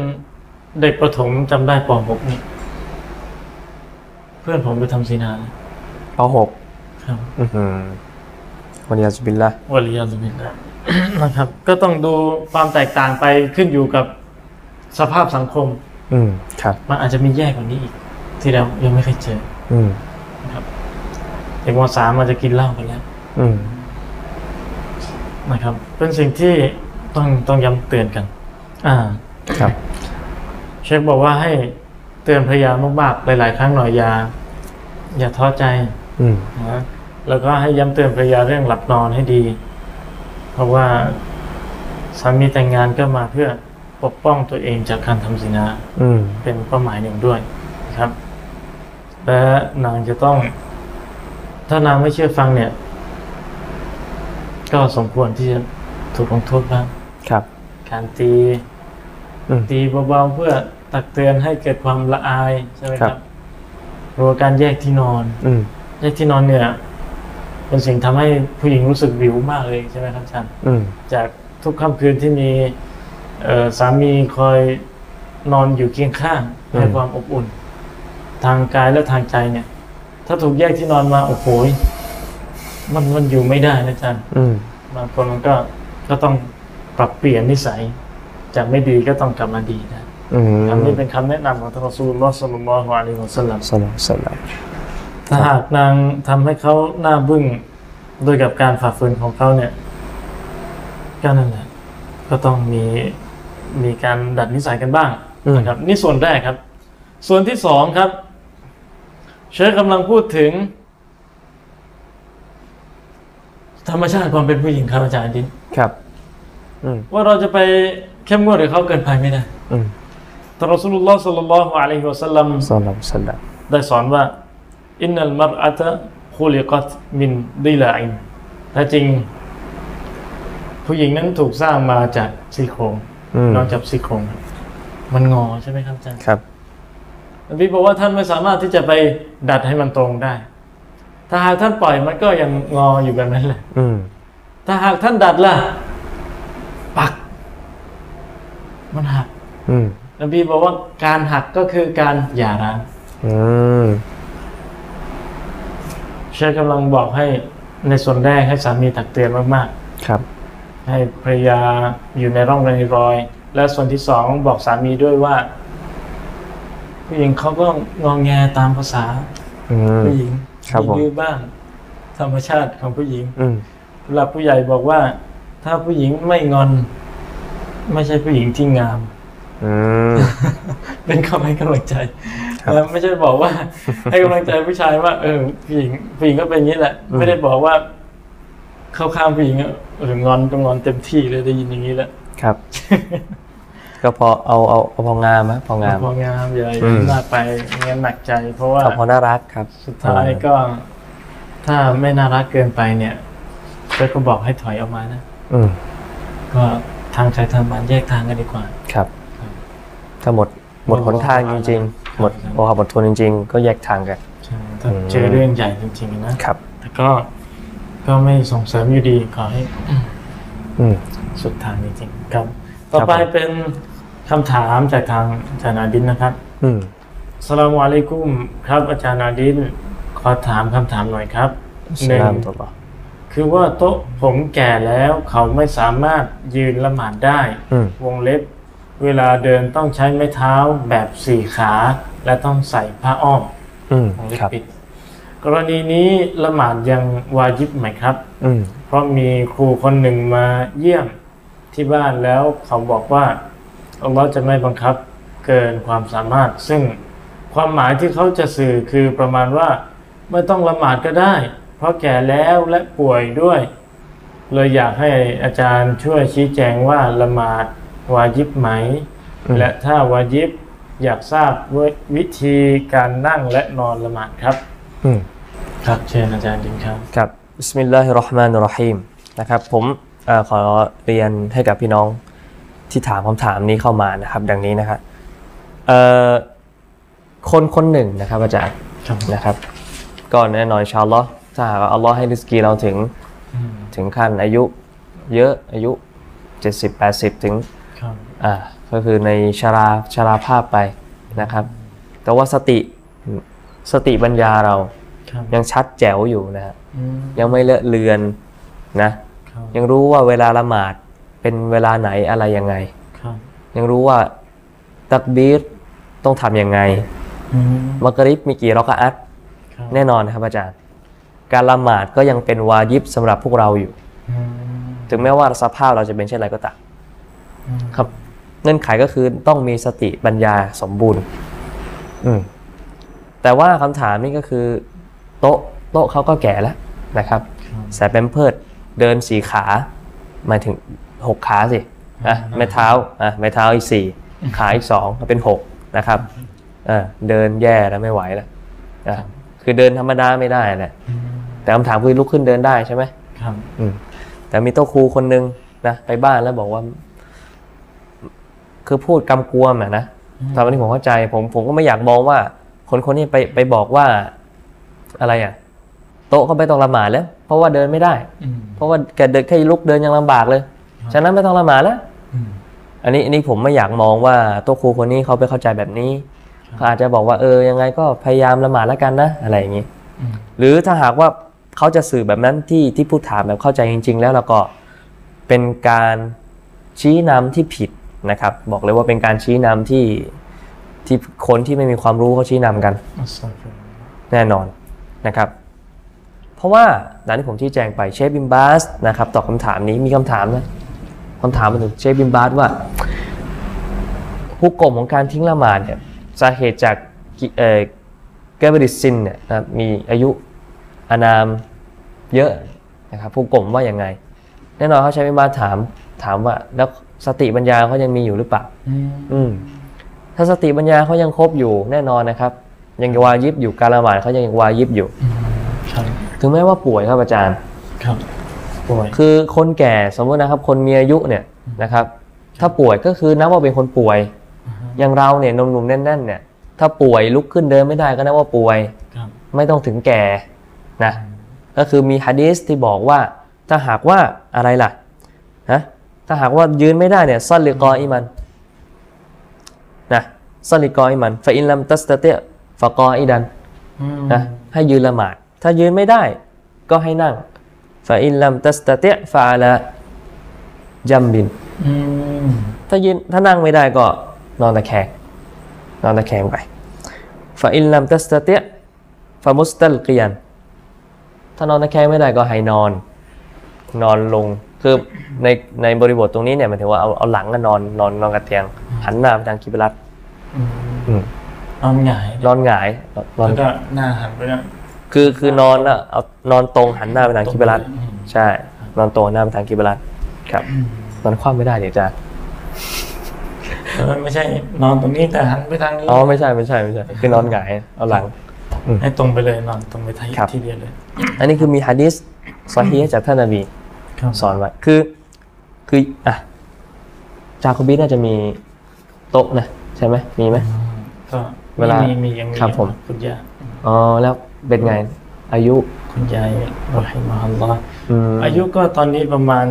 [SPEAKER 2] เด็กประถมจำได้ป .6 นี่เพื่อนผมไปทำซีนานะ
[SPEAKER 1] ปหก
[SPEAKER 2] ครับ
[SPEAKER 1] อื้อหือวันยาสุบิลละ
[SPEAKER 2] วลียาสุบินนะ นะครับ ก็ต้องดูความแตกต่างไปขึ้นอยู่กับสภาพสังคม
[SPEAKER 1] อืมครับ
[SPEAKER 2] มันอาจจะมีแย่กว่านี้อีก ที่เรายังไม่เคยเจอ
[SPEAKER 1] อืม
[SPEAKER 2] เด็กมสามอาจจะกินเหล้ากันแล้ว
[SPEAKER 1] อืม
[SPEAKER 2] นะครับ เป็นสิ่งที่ต้องต้องย้ำเตือนกัน อ่า
[SPEAKER 1] ครับ
[SPEAKER 2] เชคบอกว่าให้เตือนพยายามมากๆ หลาย ๆ ครั้งหน่อยอย่าอย่าท้อใจ
[SPEAKER 1] อืม
[SPEAKER 2] นะแล้วก็ให้ย้ำเตือนพยายามเรื่องหลับนอนให้ดี เพราะว่าสามีแต่งงานก็มาเพื่อปกป้องตัวเองจากการทำสินา
[SPEAKER 1] อืม
[SPEAKER 2] เป็นเป้าหมายหนึ่งด้วยนะครับ และนางจะต้อง ถ้านางไม่เชื่อฟังเนี่ย ก็สมควรที่จะถูกลงโทษบ้าง
[SPEAKER 1] ครับ
[SPEAKER 2] การตี
[SPEAKER 1] อืม
[SPEAKER 2] ตีเบาๆเพื่อตักเตือนให้เกิดความละอายใช่ไหม
[SPEAKER 1] ค
[SPEAKER 2] ค
[SPEAKER 1] รั
[SPEAKER 2] รับบ หรือว่าการแยกที่นอน
[SPEAKER 1] อืม
[SPEAKER 2] แยกที่นอนเนี่ย เป็นสิ่งทำให้ผู้หญิงรู้สึกวิวมากเลยใช่ไหมครับอาจารย์
[SPEAKER 1] อืม
[SPEAKER 2] จากทุกค่ำคืนที่มีเอ่อสามีคอยนอนอยู่เคียงข้างให้ความอบอุ่น ทางกายและทางใจเนี่ย ถ้าถูกแยกที่นอนมาโอ้โหยมันมันอยู่ไม่ได้นะอาจารย์
[SPEAKER 1] อืม
[SPEAKER 2] บางคนมันก็ก็ต้องปรับเปลี่ยนนิสัย จากไม่ดีก็ต้องกลับมาดีนะ
[SPEAKER 1] อืม
[SPEAKER 2] คำนี้เป็นคำแนะนำของท่านรอซูลุลลอฮ์ศ็อลลัลลอฮุอะลัยฮิวะสัลลัม
[SPEAKER 1] สลับสลับ
[SPEAKER 2] ถ้าหากนางทำให้เขาหน้าบึ้งด้วยกับการฝ่าฝืนของเขาเนี่ยก็นั่นแหละก็ต้องมีมีการดัดนิสัยกันบ้างนะครับนี่ส่วนแรกครับ ส่วนที่สองครับ เชฟกำลังพูดถึง ธรรมชาติความเป็นผู้หญิงครับอาจารย์ดิน
[SPEAKER 1] ครับ อืม
[SPEAKER 2] ว่าเราจะไปเข้มงวดกับเขาเกินไปไม่ได้
[SPEAKER 1] อืม
[SPEAKER 2] แต่รอสุลลอฮ์สัลลัลลอฮุอะลัยฮิวะสัลลัม
[SPEAKER 1] สลับสลับ
[SPEAKER 2] ได้สอนว่าอินนัลมัรอะตะคุลิกัตมินดิลาอินแท้จริง ผู้หญิงนั้นถูกสร้างมาจากซี่โครง
[SPEAKER 1] อืม
[SPEAKER 2] นอกจากซี่โครงครับมันงอใช่ไหมครับอาจารย์
[SPEAKER 1] ครับ
[SPEAKER 2] นบีบอกว่าท่านไม่สามารถที่จะไปดัดให้มันตรงได้ ถ้าหากท่านปล่อยมันก็ยังงออยู่แบบนั้นแหละ
[SPEAKER 1] อืม
[SPEAKER 2] ถ้าหากท่านดัดล่ะ ปัก มันหัก
[SPEAKER 1] อืม
[SPEAKER 2] นบีบอกว่าการหักก็คือการหย่าร้าง
[SPEAKER 1] อืม
[SPEAKER 2] เชฟกำลังบอกให้ในส่วนแรกให้สามีตักเตือนมาก
[SPEAKER 1] ครับ
[SPEAKER 2] ๆ ให้ภรรยาอยู่ในร่องในรอย และส่วนที่สองบอกสามีด้วยว่า ผู้หญิงเขาก็งองแงตามภาษา
[SPEAKER 1] อืม
[SPEAKER 2] ผู้หญิง
[SPEAKER 1] ครับผม
[SPEAKER 2] มีดื้อบ้าง ธรรมชาติของผู้หญิง
[SPEAKER 1] อืม
[SPEAKER 2] ผู้หลักผู้ใหญ่บอกว่า ถ้าผู้หญิงไม่งอน ไม่ใช่ผู้หญิงที่งาม
[SPEAKER 1] อืม
[SPEAKER 2] เป็นคำให้กำลังใจ
[SPEAKER 1] ครับ
[SPEAKER 2] นะไม่ใช่บอกว่า ให้กำลังใจผู้ชายว่า เออผู้หญิงผู้หญิงก็เป็นอย่างนี้แหละ ไม่ได้บอกว่า เข้าข้างผู้หญิงอะหรืองอนก็งอนเต็มที่เลยได้ยินอย่างนี้แหละ
[SPEAKER 1] ครับ ก็พอเอาเอาเอาพองามนะพองาม
[SPEAKER 2] พองามอย่า
[SPEAKER 1] อืม
[SPEAKER 2] หน้าไปไม่งั้นหนักใจ เพราะว่า
[SPEAKER 1] เอาพอน่ารักครับ
[SPEAKER 2] สุดท้ายก็ ถ้าไม่น่ารักเกินไปเนี่ยเชฟก็บอกให้ถอยออกมานะ
[SPEAKER 1] อืม
[SPEAKER 2] ก็ ทางใครทางมันแยกทางกันดีกว่า
[SPEAKER 1] ครับ ถ้าหมดหมดหนทางจริงๆ หมดโอหะหมดทุนจริง ๆ ก็แยกทางกัน
[SPEAKER 2] ใช่ถ้าเจอเรื่องใหญ่จริงๆนะ
[SPEAKER 1] ครับ
[SPEAKER 2] แต่ก็ก็ไม่ส่งเสริมอยู่ดีขอให้
[SPEAKER 1] อืม
[SPEAKER 2] สุดทางจริงๆครับ ต่อ
[SPEAKER 1] ค
[SPEAKER 2] ไป
[SPEAKER 1] รับผม
[SPEAKER 2] เป็นคำถามจากทางอาจารย์อาดินนะครับ
[SPEAKER 1] อืม
[SPEAKER 2] อัสสลามวาลัยกุมครับ อาจารย์อาดินขอถามคำถามหน่อยครับหนึ่ง
[SPEAKER 1] สลามตัวต่อ
[SPEAKER 2] คือว่าโต๊ะผมแก่แล้วเขาไม่สามารถยืนละหมาดได้
[SPEAKER 1] อืม
[SPEAKER 2] วงเล็บ เวลาเดินต้องใช้ไม้เท้าแบบสี่ขา และต้องใส่ผ้าอ้อม
[SPEAKER 1] อืม
[SPEAKER 2] วงเล็บ
[SPEAKER 1] ครับ
[SPEAKER 2] ปิดกรณีนี้ละหมาดยังวาญิบไหมครับ
[SPEAKER 1] อืม
[SPEAKER 2] เพราะมีครูคนหนึ่งมาเยี่ยมที่บ้านแล้วเขาบอกว่าอัลเลอฮ์จะไม่บังคับเกินความสามารถ ซึ่งความหมายที่เขาจะสื่อคือประมาณว่า ไม่ต้องละหมาดก็ได้ เพราะแก่แล้วและป่วยด้วย เลยอยากให้อาจารย์ช่วยชี้แจงว่าละหมาดวาญิบไหม
[SPEAKER 1] อืม
[SPEAKER 2] และถ้าวาญิบอยากทราบวิธีการนั่งและนอนละหมาดครับ
[SPEAKER 1] อืม
[SPEAKER 2] ครับเชิญอาจารย์ดินครับ
[SPEAKER 1] ครับบิสมิลลาฮิรเราะห์มานิรเราะฮีมนะครับผมเออขอเรียนให้กับพี่น้องที่ถามคำถามนี้เข้ามานะครับ ดังนี้นะครับเอ่อคนคนหนึ่งนะครับอาจารย์
[SPEAKER 2] ครับ
[SPEAKER 1] นะครับก็แน่นอนอินชาอัลลอฮ์ถ้าหากว่าอัลลอฮ์ให้ริสกีเราถึง
[SPEAKER 2] อืม
[SPEAKER 1] ถึงขั้นอายุ เยอะอายุ 70 80 ถึง
[SPEAKER 2] ครับ
[SPEAKER 1] อ่าก็คือในชราชราภาพไปนะครับ แต่ว่าสติสติปัญญาเรา
[SPEAKER 2] ครับ
[SPEAKER 1] ยังชัดแจ๋วอยู่นะฮะ
[SPEAKER 2] อืม
[SPEAKER 1] ยังไม่เลอะเลือนนะ
[SPEAKER 2] ครับ
[SPEAKER 1] ยังรู้ว่าเวลาละหมาดเป็นเวลาไหนอะไรยังไง
[SPEAKER 2] ครับ
[SPEAKER 1] ยังรู้ว่าตักบีรต้องทำยังไง
[SPEAKER 2] อืม
[SPEAKER 1] มักริบมีกี่รอกอะอัต
[SPEAKER 2] ครับ
[SPEAKER 1] แน่นอนนะครับอาจารย์ การละหมาดก็ยังเป็นวาญิบสำหรับพวกเราอยู่
[SPEAKER 2] อืม
[SPEAKER 1] ถึงแม้ว่าสภาพเราจะเป็นเช่นไรก็ตาม
[SPEAKER 2] อืม
[SPEAKER 1] ครับ เงื่อนไขก็คือต้องมีสติปัญญาสมบูรณ์ อืมแต่ว่าคำถามนี่ก็คือ โต๊ะโต๊ะเขาก็แก่แล้วนะครับ
[SPEAKER 2] ครับ
[SPEAKER 1] ใส่แปมเพิร์ดเดินสี่ขาหมายถึงหกขาสิอ่ะไม้เท้าอ่ะไม้เท้าอีกสี่ขาอีกสองก็เป็นหกนะครับเออเดินแย่แล้วไม่ไหวแล้วอ่ะคือเดินธรรมดาไม่ได้แหละ
[SPEAKER 2] อืม
[SPEAKER 1] แต่คำถามคือลุกขึ้นเดินได้ใช่ไหม
[SPEAKER 2] ครับ
[SPEAKER 1] อืมแต่มีโต๊ะครูคนนึงนะไปบ้านแล้วบอกว่า คือพูดกำกวมอ่ะนะตอนนี้ผมเข้าใจ ผมผมก็ไม่อยากมองว่า คนคนนี้ไปไปบอกว่าอะไรอ่ะ โต๊ะก็ไม่ต้องละหมาดแล้ว เพราะว่าเดินไม่ได้
[SPEAKER 2] อืม
[SPEAKER 1] เพราะว่าแกเดินแค่ลุกเดินยังลำบากเลย ฉะนั้นไม่ต้องละหมาดแล้ว
[SPEAKER 2] อืม
[SPEAKER 1] อันนี้อันนี้ผมไม่อยากมองว่าตัวครูคนนี้เขาไปเข้าใจแบบนี้เขาอาจจะบอกว่าเออยังไงก็พยายามละหมาดแล้วกันนะอะไรอย่างนี้
[SPEAKER 2] อืม
[SPEAKER 1] หรือถ้าหากว่าเขาจะสื่อแบบนั้นที่ที่ผู้ถามแบบเข้าใจจริง ๆ แล้วเราก็เป็นการชี้นำที่ผิดนะครับ บอกเลยว่าเป็นการชี้นำที่ที่คนที่ไม่มีความรู้เขาชี้นำกัน
[SPEAKER 2] อัสสลามุอะลัยกุม
[SPEAKER 1] แน่นอนนะครับ เพราะว่าดังที่ผมชี้แจงไปเชฟบิมบาสนะครับตอบคำถามนี้มีคำถามนะคำถามมาถึงเชฟบิมบาสว่าผู้กลมของการทิ้งละหมาดเนี่ยสาเหตุจากกิเอ่อเกเบริซินเนี่ยนะครับมีอายุอานามเยอะนะครับผู้กลมว่าอย่างไง แน่นอนเขาใช้บิมบาสถามถามว่า แล้วสติปัญญาเขายังมีอยู่หรือเปล่า อืมถ้าสติปัญญาเขายังครบอยู่แน่นอนนะครับ ยังวายิบอยู่การละหมาดเขายังวายิบอยู่
[SPEAKER 2] ครับ
[SPEAKER 1] ถึงแม้ว่าป่วยครับอาจารย์
[SPEAKER 2] ครับป่วย
[SPEAKER 1] คือคนแก่สมมตินะครับ คนมีอายุเนี่ยนะครับ ถ้าป่วยก็คือนับว่าเป็นคนป่วย อย่างเราเนี่ยหนุ่มๆแน่นๆเนี่ย ถ้าป่วยลุกขึ้นเดินไม่ได้ก็นับว่าป่วย
[SPEAKER 2] ครับ
[SPEAKER 1] ไม่ต้องถึงแก่นะ ก็คือมีฮะดีสที่บอกว่า ถ้าหากว่าอะไรล่ะนะถ้าหากว่ายืนไม่ได้เนี่ยซัลลิกออิมันนะซัลลิกออิมันฟาอินลัมตัสตะเตะฟะกออิดัน
[SPEAKER 2] อืม
[SPEAKER 1] นะให้ยืนละหมาด ถ้ายืนไม่ได้ก็ให้นั่งฟาอินลัมตัสตะเตะฟาละจัมบิน
[SPEAKER 2] อืม
[SPEAKER 1] ถ้ายืนถ้านั่งไม่ได้ก็นอนตะแคงนอนตะแคงไปฟาอินลัมตัสตะเตะฟามุสตัลกียันถ้านอนตะแคงไม่ได้ก็ให้นอน นอนลงคือในในบริบทตรงนี้เนี่ยหมันถือว่าเอาเอาหลังก็นอนนอนนอนกับเตียง หันหน้าไปทางกิบลัต
[SPEAKER 2] อืมนอนหงาย
[SPEAKER 1] นอนหงายนอน
[SPEAKER 2] แล้วก็หน้าหันไปนะ
[SPEAKER 1] คือคือนอนแล้วเอานอนตรงหันหน้าไปทางกิบลัต
[SPEAKER 2] อืม
[SPEAKER 1] ใช่ นอนตรงหันหน้าไปทางกิบลัตครับนอนคว่ำไม่ได้เดี๋ยวจะ
[SPEAKER 2] เออไม่ใช่นอนตรงนี้แต่หันไปทางนี้
[SPEAKER 1] อ๋อไม่ใช่ไม่ใช่ไม่ใช่คือนอนหงายเอาหลัง
[SPEAKER 2] ให้ตรงไปเลยนอนตรงไปทาง
[SPEAKER 1] ครับ
[SPEAKER 2] ที่เดียวเลย
[SPEAKER 1] อันนี้คือมีฮะดิษซอฮีฮ์จากท่านนบี
[SPEAKER 2] ครับ
[SPEAKER 1] สอนไว้คือ คือ อ่ะ จาคุบิน่าจะมีโต๊ะนะใช่ไหมมีไหม
[SPEAKER 2] ก็
[SPEAKER 1] เวลามี
[SPEAKER 2] มียังมี
[SPEAKER 1] ครับผม
[SPEAKER 2] คุณยา
[SPEAKER 1] อ๋อแล้วเป็นไงอายุ
[SPEAKER 2] คุณยายรอฮิมาฮัลลอฮ์
[SPEAKER 1] ม
[SPEAKER 2] อายุก็ตอนนี้ประมาณ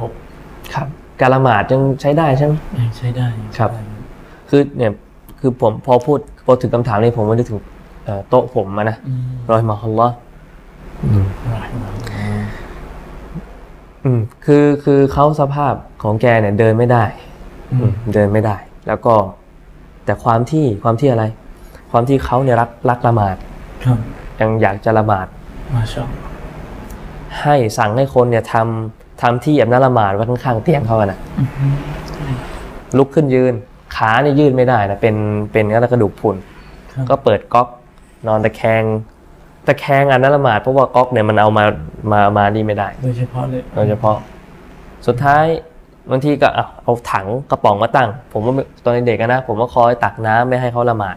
[SPEAKER 2] 76
[SPEAKER 1] ครับการละหมาดยังใช้ได้ใช่ไหม
[SPEAKER 2] ยังใช้ได้
[SPEAKER 1] ครับ คือเนี่ยคือผมพอพูดพอถึงคำถามนี้ผมก็นึกถึงเอ่อโต๊ะผมอะนะรอยมาฮอลลอฮ์
[SPEAKER 2] รอฮิมาฮัลลอฮ์
[SPEAKER 1] อืมคือคือเขาสภาพของแกเนี่ยเดินไม่ได้ อืมเดินไม่ได้ แล้วก็แต่ความที่ความที่อะไร ความที่เขาเนี่ยรักรักละหมาด
[SPEAKER 2] ครับ
[SPEAKER 1] ยังอยากจะละหมาด
[SPEAKER 2] มาชาอง
[SPEAKER 1] ให้สั่งให้คนเนี่ยทำทำที่แบบนั้นละหมาดไว้ข้างๆเตียงเขาอะนะลุกขึ้นยืน ขาเนี่ยยืนไม่ได้นะเป็นเป็นกระดูกพรุน ก็เปิดก๊อกนอนตะแคงตะแคงอันนั้นละหมาดเพราะว่าก๊อกเนี่ยมันเอามามามานี่ไม่ได้
[SPEAKER 2] โดยเฉพาะเลย
[SPEAKER 1] โดยเฉพาะ สุดท้ายบางทีก็เอาเอาถังกระป๋องมาตั้ง ผมว่าตอนเด็กๆอะนะผมก็คอยตักน้ำไม่ให้เขาละหมาด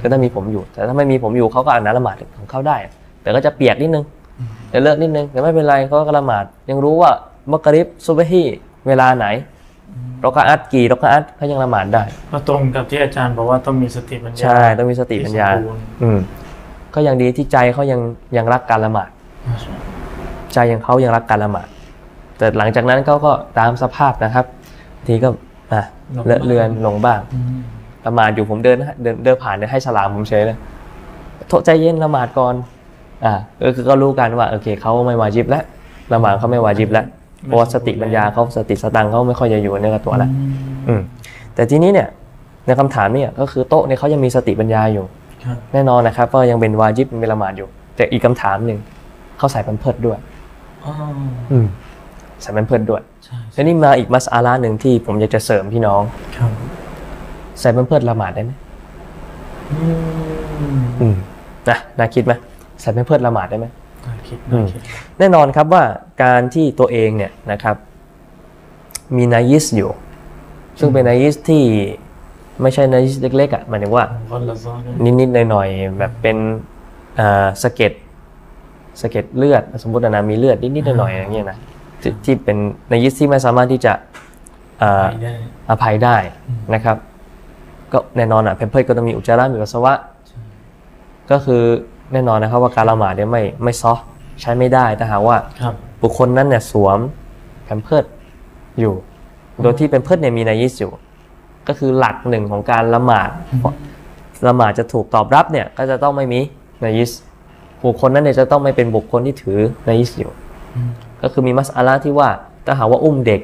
[SPEAKER 1] ก็ถ้ามีผมอยู่ แต่ถ้าไม่มีผมอยู่เขาก็อาบน้ำละหมาดของเขาได้ แต่ก็จะเปียกนิดนึงจะเลอะนิดนึงแต่ไม่เป็นไรเขาก็ละหมาด ยังรู้ว่ามักริบซุบฮีเวลาไหนเราก็อัดกี่เราก็อัดเขายังละหมาดได้
[SPEAKER 2] ก็ตรงกับที่อาจารย์บอกว่าต้องมีสติปัญญา
[SPEAKER 1] ใช่ต้องมีสติปัญญา
[SPEAKER 2] ที่สมบูรณ์
[SPEAKER 1] อืมก็ยังดีที่ใจเขายังยังรักการละหมาด
[SPEAKER 2] มาชาอัลลอฮ์
[SPEAKER 1] ใจยังเขายังรักการละหมาด แต่หลังจากนั้นเขาก็ตามสภาพนะครับบางทีก็อ่ะเลอะเลือนลงบ้าง
[SPEAKER 2] อืม
[SPEAKER 1] ละหมาดอยู่ผมเดินเดินเดินผ่านเนี่ยให้สลามผมเฉยเลยโทษใจเย็นละหมาดก่อนอ่าก็คือก็รู้กันว่าโอเคเขาไม่วาจิบแล้วละหมาดเขาไม่วาจิบแล้วเพราะว่าสติปัญญาเขาสติสตังค์เขาไม่ค่อยจะอยู่ในอกับตัวแล้ว อืมแต่ทีนี้เนี่ยในคำถามเนี่ยก็คือโต๊ะเนี่ยเขายังมีสติปัญญาอยู่
[SPEAKER 2] ครับ
[SPEAKER 1] แน่นอนนะครับว่ายังเป็นวาจิบเป็นละหมาดอยู่ แต่อีกคำถามหนึ่งเขาใส่แพันเพิดด้วย
[SPEAKER 2] อ๋อ
[SPEAKER 1] ใส่แพันเพิดด้วย
[SPEAKER 2] ใช่
[SPEAKER 1] แล้วนี่มาอีกมัสอาระหนึ่งที่ผมอยากจะเสริมพี่น้อง
[SPEAKER 2] ครับ
[SPEAKER 1] ใส่แพันเพิดละหมาดได้ไหม
[SPEAKER 2] อืม
[SPEAKER 1] นะน่าคิดไหมใส่แพันเพิดละหมาดได้ไหม
[SPEAKER 2] น่าคิด
[SPEAKER 1] อื
[SPEAKER 2] น่าม คิด
[SPEAKER 1] แน่นอนครับว่าการที่ตัวเองเนี่ยนะครับ มีนายิสอยู่ ซึ่งเป็นนายิสที่ไม่ใช่นายิสเล็กๆอ่ะหมายถึงว่า
[SPEAKER 2] คนละซ้อนกัน
[SPEAKER 1] นิดๆหน่อยๆแบบเป็นอ่าสะเก็ดสะเก็ดเลือด สมมตินะมีเลือดนิดๆหน่อยๆอย่างเงี้ยนะที่ที่เป็นในยิสที่ไม่สามารถที่จะอ่า
[SPEAKER 2] ไม่ได้
[SPEAKER 1] อภัยได้นะครับ ก็แน่นอนอ่ะเพมเพิร์ก็ต้องมีอุจจาระมีปัสสาวะ ก็คือแน่นอนนะครับว่าการละหมาดเนี่ยไม่ไม่ซอฟต์ใช้ไม่ได้แต่หากว่า
[SPEAKER 2] ครับ
[SPEAKER 1] บุคคลนั้นเนี่ยสวมแพมเพิร์อยู่ โดยที่แพมเพิร์เนี่ยมีในยิสอยู่ ก็คือหลักหนึ่งของการละหมาด ละหมาดจะถูกตอบรับเนี่ยก็จะต้องไม่มีนายิสบุคคลนั้นเนี่ยจะต้องไม่เป็นบุคคลที่ถือนายิสอยู่
[SPEAKER 2] อืม
[SPEAKER 1] ก็คือมีมัสอาละที่ว่าถ้าหากว่าอุ้มเด็ก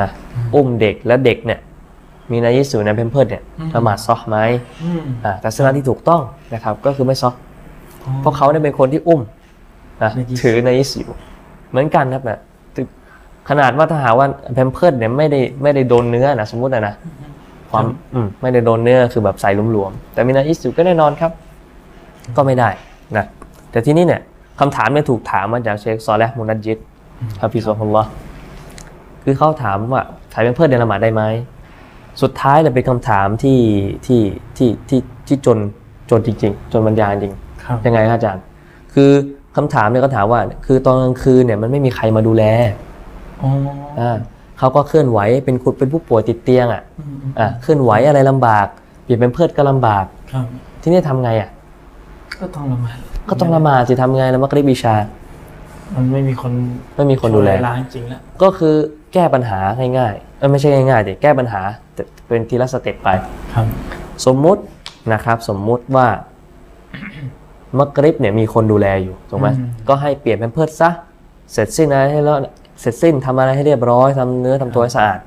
[SPEAKER 1] นะอุ้มเด็กและเด็กเนี่ยมีนายิสอยู่ในเพมเพิร์ดเนี่ยละหมาดซอฮ์ไหม
[SPEAKER 2] อืม
[SPEAKER 1] อ่าแต่สนาที่ถูกต้องนะครับก็คือไม่ซอฮ์เพราะเขาเนี่ยเป็นคนที่อุ้มนะถือนายิสอยู่ เหมือนกันครับนะถึงขนาดว่าถ้าหากว่าเพมเพิร์ดเนี่ยไม่ได้ไม่ได้โดนเนื้อนะสมมตินะนะ ความอืมไม่ได้โดนเนื้อคือแบบใส่หลวมๆแต่มินาอิสอยู่ก็แน่นอนครับ ก็ไม่ได้นะแต่ที่นี่เนี่ยคำถามเนี่ยถูกถามมาจากเชคซอลและมุนัดยิดฮาฟิซุลลอฮ์คือเขาถามว่าใส่เป็นเพื่อนในละหมาดได้ไหมสุดท้ายเลยเป็นคำถามที่ที่ที่ที่ที่จนจนจริง ๆ จนบรรยายจริง
[SPEAKER 2] ครับ
[SPEAKER 1] ยังไงครับอาจารย์ คือคำถามเนี่ยก็ถามว่า คือตอนกลางคืนเนี่ยมันไม่มีใครมาดูแล
[SPEAKER 2] อ๋อ
[SPEAKER 1] อ่าเขาก็เคลื่อนไหวเป็นคนเป็นผู้ป่วยติดเตียงอ่ะ
[SPEAKER 2] อืมอืม
[SPEAKER 1] อ่ะเคลื่อนไหวอะไรลำบากเปลี่ยนเป็นเพื่อนก็ลำบาก
[SPEAKER 2] ครับ
[SPEAKER 1] ที่นี่ทำไงอ่ะ
[SPEAKER 2] ก็ต้องละหมาด
[SPEAKER 1] ก็ต้องละหมาดสิทำไงละมักริบอิชา
[SPEAKER 2] มันไม่มีคน
[SPEAKER 1] ไม่มีคนดูแล
[SPEAKER 2] ช่วยร้านจริงแล้ว
[SPEAKER 1] ก็คือแก้ปัญหาง่ายๆเอ้ยไม่ใช่ง่ายๆแต่แก้ปัญหาแต่เป็นทีละสเต็ปไป
[SPEAKER 2] ครับ
[SPEAKER 1] สมมุตินะครับ สมมุติว่า มักริบเนี่ยมีคนดูแลอยู่ถูกไหมก็ให้เปลี่ยนเป็นเพื่อนซะเสร็จสิ้นอะไรให้แล้วเสร็จสิ้นทำอะไรให้เรียบร้อยทำเนื้อทำตัวให้สะอาด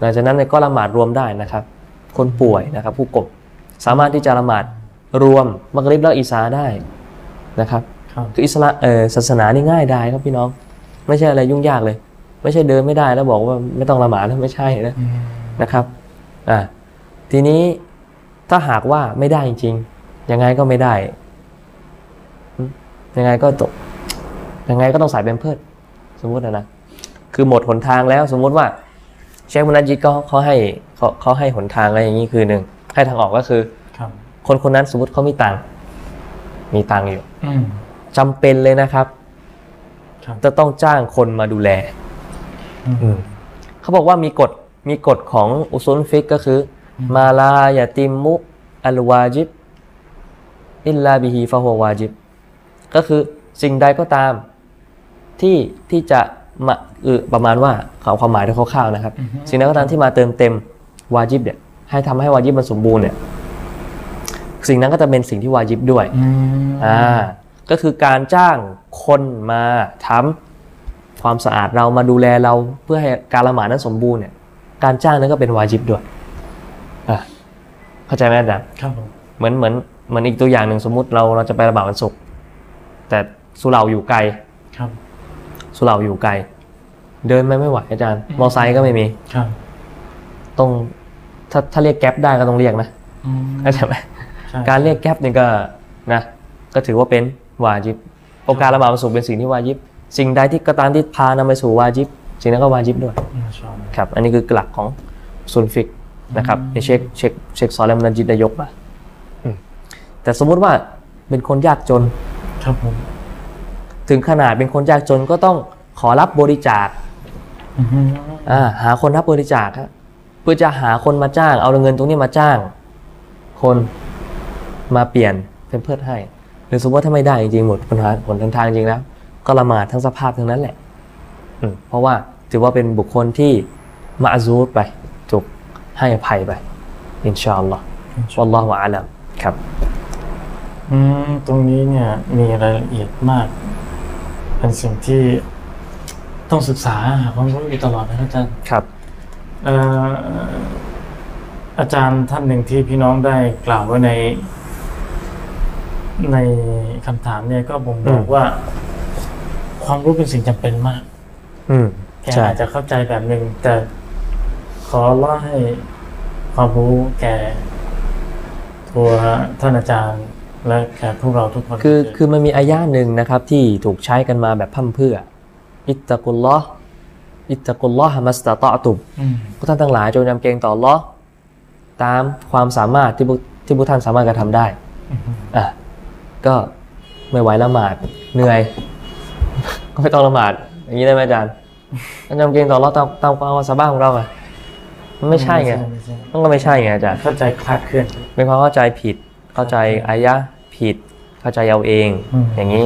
[SPEAKER 1] หลังจากนั้นเนี่ยก็ละหมาดรวมได้นะครับ คนป่วยนะครับ ผู้กบสามารถที่จะละหมาดรวมมักริบแล้วอิชาได้นะครับ
[SPEAKER 2] ครับ
[SPEAKER 1] คืออิสลามเออศาสนานี่ง่ายดายครับพี่น้อง ไม่ใช่อะไรยุ่งยากเลย ไม่ใช่เดินไม่ได้แล้วบอกว่าไม่ต้องละหมาดแล้วไม่ใช่นะ
[SPEAKER 2] อืม
[SPEAKER 1] นะครับ อ่า ทีนี้ถ้าหากว่าไม่ได้จริงๆ ยังไงก็ไม่ได้อืมยังไงก็ตก ยังไงก็ต้องใส่เป็นเพิดสมมตินะนะ คือหมดหนทางแล้วสมมุติว่าเชคมุนัดยิดก็เขาให้เขาเขาให้หนทางอะไรอย่างนี้คือหนึ่ง ให้ทางออกก็คือ
[SPEAKER 2] ครับ
[SPEAKER 1] คนคนนั้นสมมติเขามีตังค์มีตังค์อยู่
[SPEAKER 2] อืม
[SPEAKER 1] จำเป็นเลยนะครับ
[SPEAKER 2] ครับ
[SPEAKER 1] จะต้องจ้างคนมาดูแล
[SPEAKER 2] อืม
[SPEAKER 1] เขาบอกว่ามีกฎ มีกฎของอุซุนฟิกก็คือ มาลายาติมมุ อัลวาจิบ อิลลาบิฮีฟะฮววาจิบ ก็คือสิ่งใดก็ตามที่ที่จะมาเออประมาณว่าเขาความหมายโดยคร่าวๆนะครับ สิ่งใดก็ตามที่มาเติมเต็มวาจิบเนี่ยให้ทำให้วาจิบมันสมบูรณ์เนี่ยสิ่งนั้นก็จะเป็นสิ่งที่วาจิบด้วย
[SPEAKER 2] อืม
[SPEAKER 1] อ่าก็คือการจ้างคนมาทำความสะอาดเรามาดูแลเราเพื่อให้การละหมาดนั้นสมบูรณ์เนี่ย การจ้างนั้นก็เป็นวาจิบด้วยอ่ะเข้าใจไหมอาจารย์
[SPEAKER 2] ครับผม
[SPEAKER 1] เหมือนเหมือนเหมือนอีกตัวอย่างหนึ่งสมมุติเราเราจะไปละหมาดวันศุกร์แต่สุเหร่าอยู่ไกล
[SPEAKER 2] ครับ
[SPEAKER 1] สุเหร่าอยู่ไกล เดินไม่ไม่ไหวอาจารย์ มอไซค์ก็ไม่มี
[SPEAKER 2] ครับ
[SPEAKER 1] ต้องถ้าถ้าเรียกแก๊ปได้ก็ต้องเรียกนะ
[SPEAKER 2] อืม
[SPEAKER 1] เข้าใจไหม
[SPEAKER 2] ใช่
[SPEAKER 1] การเรียกแก๊ปเนี่ยก็นะก็ถือว่าเป็นวาจิบโอการละหมาดวันศุกร์เป็นสิ่งที่วาจิบ สิ่งใดที่กระตานที่พานำไปสู่วาจิบ สิ่งนั้นก็วาจิบด้วย
[SPEAKER 2] มาชอน
[SPEAKER 1] ครับอันนี้คือหลักของซุนฟิกนะครับในเช็คเช็คเช็คซอลแลมนันจิตได้ยกมาอืมแต่สมมุติว่าเป็นคนยากจน
[SPEAKER 2] ครับผม
[SPEAKER 1] ถึงขนาดเป็นคนยากจนก็ต้องขอรับบริจาค
[SPEAKER 2] อือฮึ
[SPEAKER 1] อ่าหาคนรับบริจาคครับเพื่อจะหาคนมาจ้าง เอาเงินตรงนี้มาจ้าง คนมาเปลี่ยนเป็นเพื่อให้ หรือสมมติว่าถ้าไม่ได้จริงๆหมดปัญหาผลทางทางจริงแล้ว ก็ละหมาดทั้งสภาพทั้งนั้นแหละอืมเพราะว่าถือว่าเป็นบุคคลที่มาอาซูดไปถูกให้อภัยไป อินชาอัลลอฮ์วัลลอฮุอาลัมครับ
[SPEAKER 2] อืมตรงนี้เนี่ยมีรายละเอียดมาก เป็นสิ่งที่ต้องศึกษาหาความรู้อยู่ตลอดนะอาจารย์
[SPEAKER 1] ครับ
[SPEAKER 2] เอ่ออาจารย์ท่านหนึ่งที่พี่น้องได้กล่าวไว้ใน ในคำถามเนี่ยก็บ่งบอ
[SPEAKER 1] อื
[SPEAKER 2] ก
[SPEAKER 1] ม
[SPEAKER 2] ว่า ความรู้เป็นสิ่งจำเป็นมาก
[SPEAKER 1] อืม
[SPEAKER 2] แก
[SPEAKER 1] ใช่
[SPEAKER 2] อาจจะเข้าใจแบบหนึ่งแต่ขอว่าให้ความรู้แก่ตัวท่านอาจารย์และแก่พวกเราทุกคน
[SPEAKER 1] คือคือมันมีอายะหนึ่งนะครับ ที่ถูกใช้กันมาแบบพร่ำเพรื่อ อิตตะกุลลอฮ์อิตตะกุลลอฮ์มัสตะตอตุม
[SPEAKER 2] ม
[SPEAKER 1] พวกท่านทั้งหลายจงยำเกรงต่ออัลเลอตามความสามารถที่พวกที่พวกท่านสามารถกระทำได้อ่ะก็ไม่ไหวละหมาดเหนื่อย ก็ไม่ต้องละหมาด อย่างนี้ได้ไหมอาจารย์ยำเกรงต่ออัลเลอตามตามความสามารถของเราไงมันไม่ใช่ไง
[SPEAKER 2] ม่ใช่
[SPEAKER 1] มันก็ไม่ใช่ไงอาจารย์
[SPEAKER 2] เข้าใจคลาดเคลื่อน
[SPEAKER 1] เป็นความเข้าใจผิด เข้าใจอายะผิด เข้าใจเอาเอง
[SPEAKER 2] อืม
[SPEAKER 1] อย่างนี้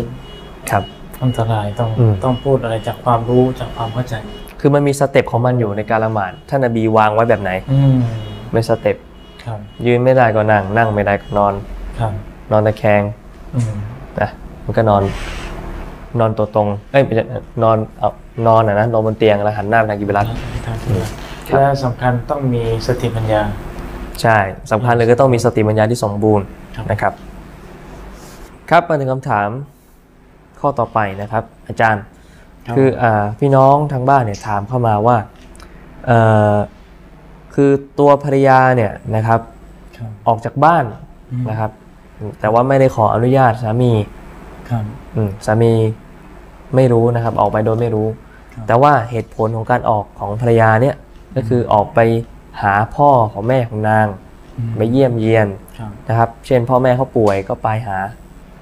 [SPEAKER 1] ครับ
[SPEAKER 2] อันตรายต้อง
[SPEAKER 1] อืม
[SPEAKER 2] ต้องพูดอะไรจากความรู้จากความเข้าใจ
[SPEAKER 1] คือมันมีสเต็ปของมันอยู่ในการละหมาดท่านนบีวางไว้แบบไหน
[SPEAKER 2] อืม
[SPEAKER 1] เป็นสเต็ป
[SPEAKER 2] ครับ
[SPEAKER 1] ยืนไม่ได้ก็นั่ง นั่งไม่ได้ก็นอน
[SPEAKER 2] ครับ
[SPEAKER 1] นอนตะแคง
[SPEAKER 2] อืม
[SPEAKER 1] นะมันก็นอนนอนตัวตรง เอ้ยไม่ใช่นอนเอานอนอ่ะนะนอนบนเตียงแล้วหันหน้าไปทางกิบลัต
[SPEAKER 2] ทางที่ละ
[SPEAKER 1] ครับ
[SPEAKER 2] และสำคัญต้องมีสติปัญญา
[SPEAKER 1] ใช่สำคัญเลยก็ต้องมีสติปัญญาที่สมบูรณ์
[SPEAKER 2] ครับ
[SPEAKER 1] นะครับ ครับมาถึงคำถามข้อต่อไปนะครับ อาจารย์ คืออ่าพี่น้องทางบ้านเนี่ยถามเข้ามาว่าเอ่อคือตัวภรรยาเนี่ยนะครับ
[SPEAKER 2] ครับ
[SPEAKER 1] ออกจากบ้าน
[SPEAKER 2] อืม
[SPEAKER 1] นะครับ แต่ว่าไม่ได้ขออนุญาตสามี
[SPEAKER 2] ครับ
[SPEAKER 1] อืมสามีไม่รู้นะครับ ออกไปโดยไม่รู้
[SPEAKER 2] ครับ
[SPEAKER 1] แต่ว่าเหตุผลของการออกของภรรยาเนี่ยก็คือออกไปหาพ่อของแม่ของนาง
[SPEAKER 2] อืม
[SPEAKER 1] ไปเยี่ยมเยียน
[SPEAKER 2] ครับ
[SPEAKER 1] นะครับ เช่น พ่อแม่เขาป่วยก็ไปหา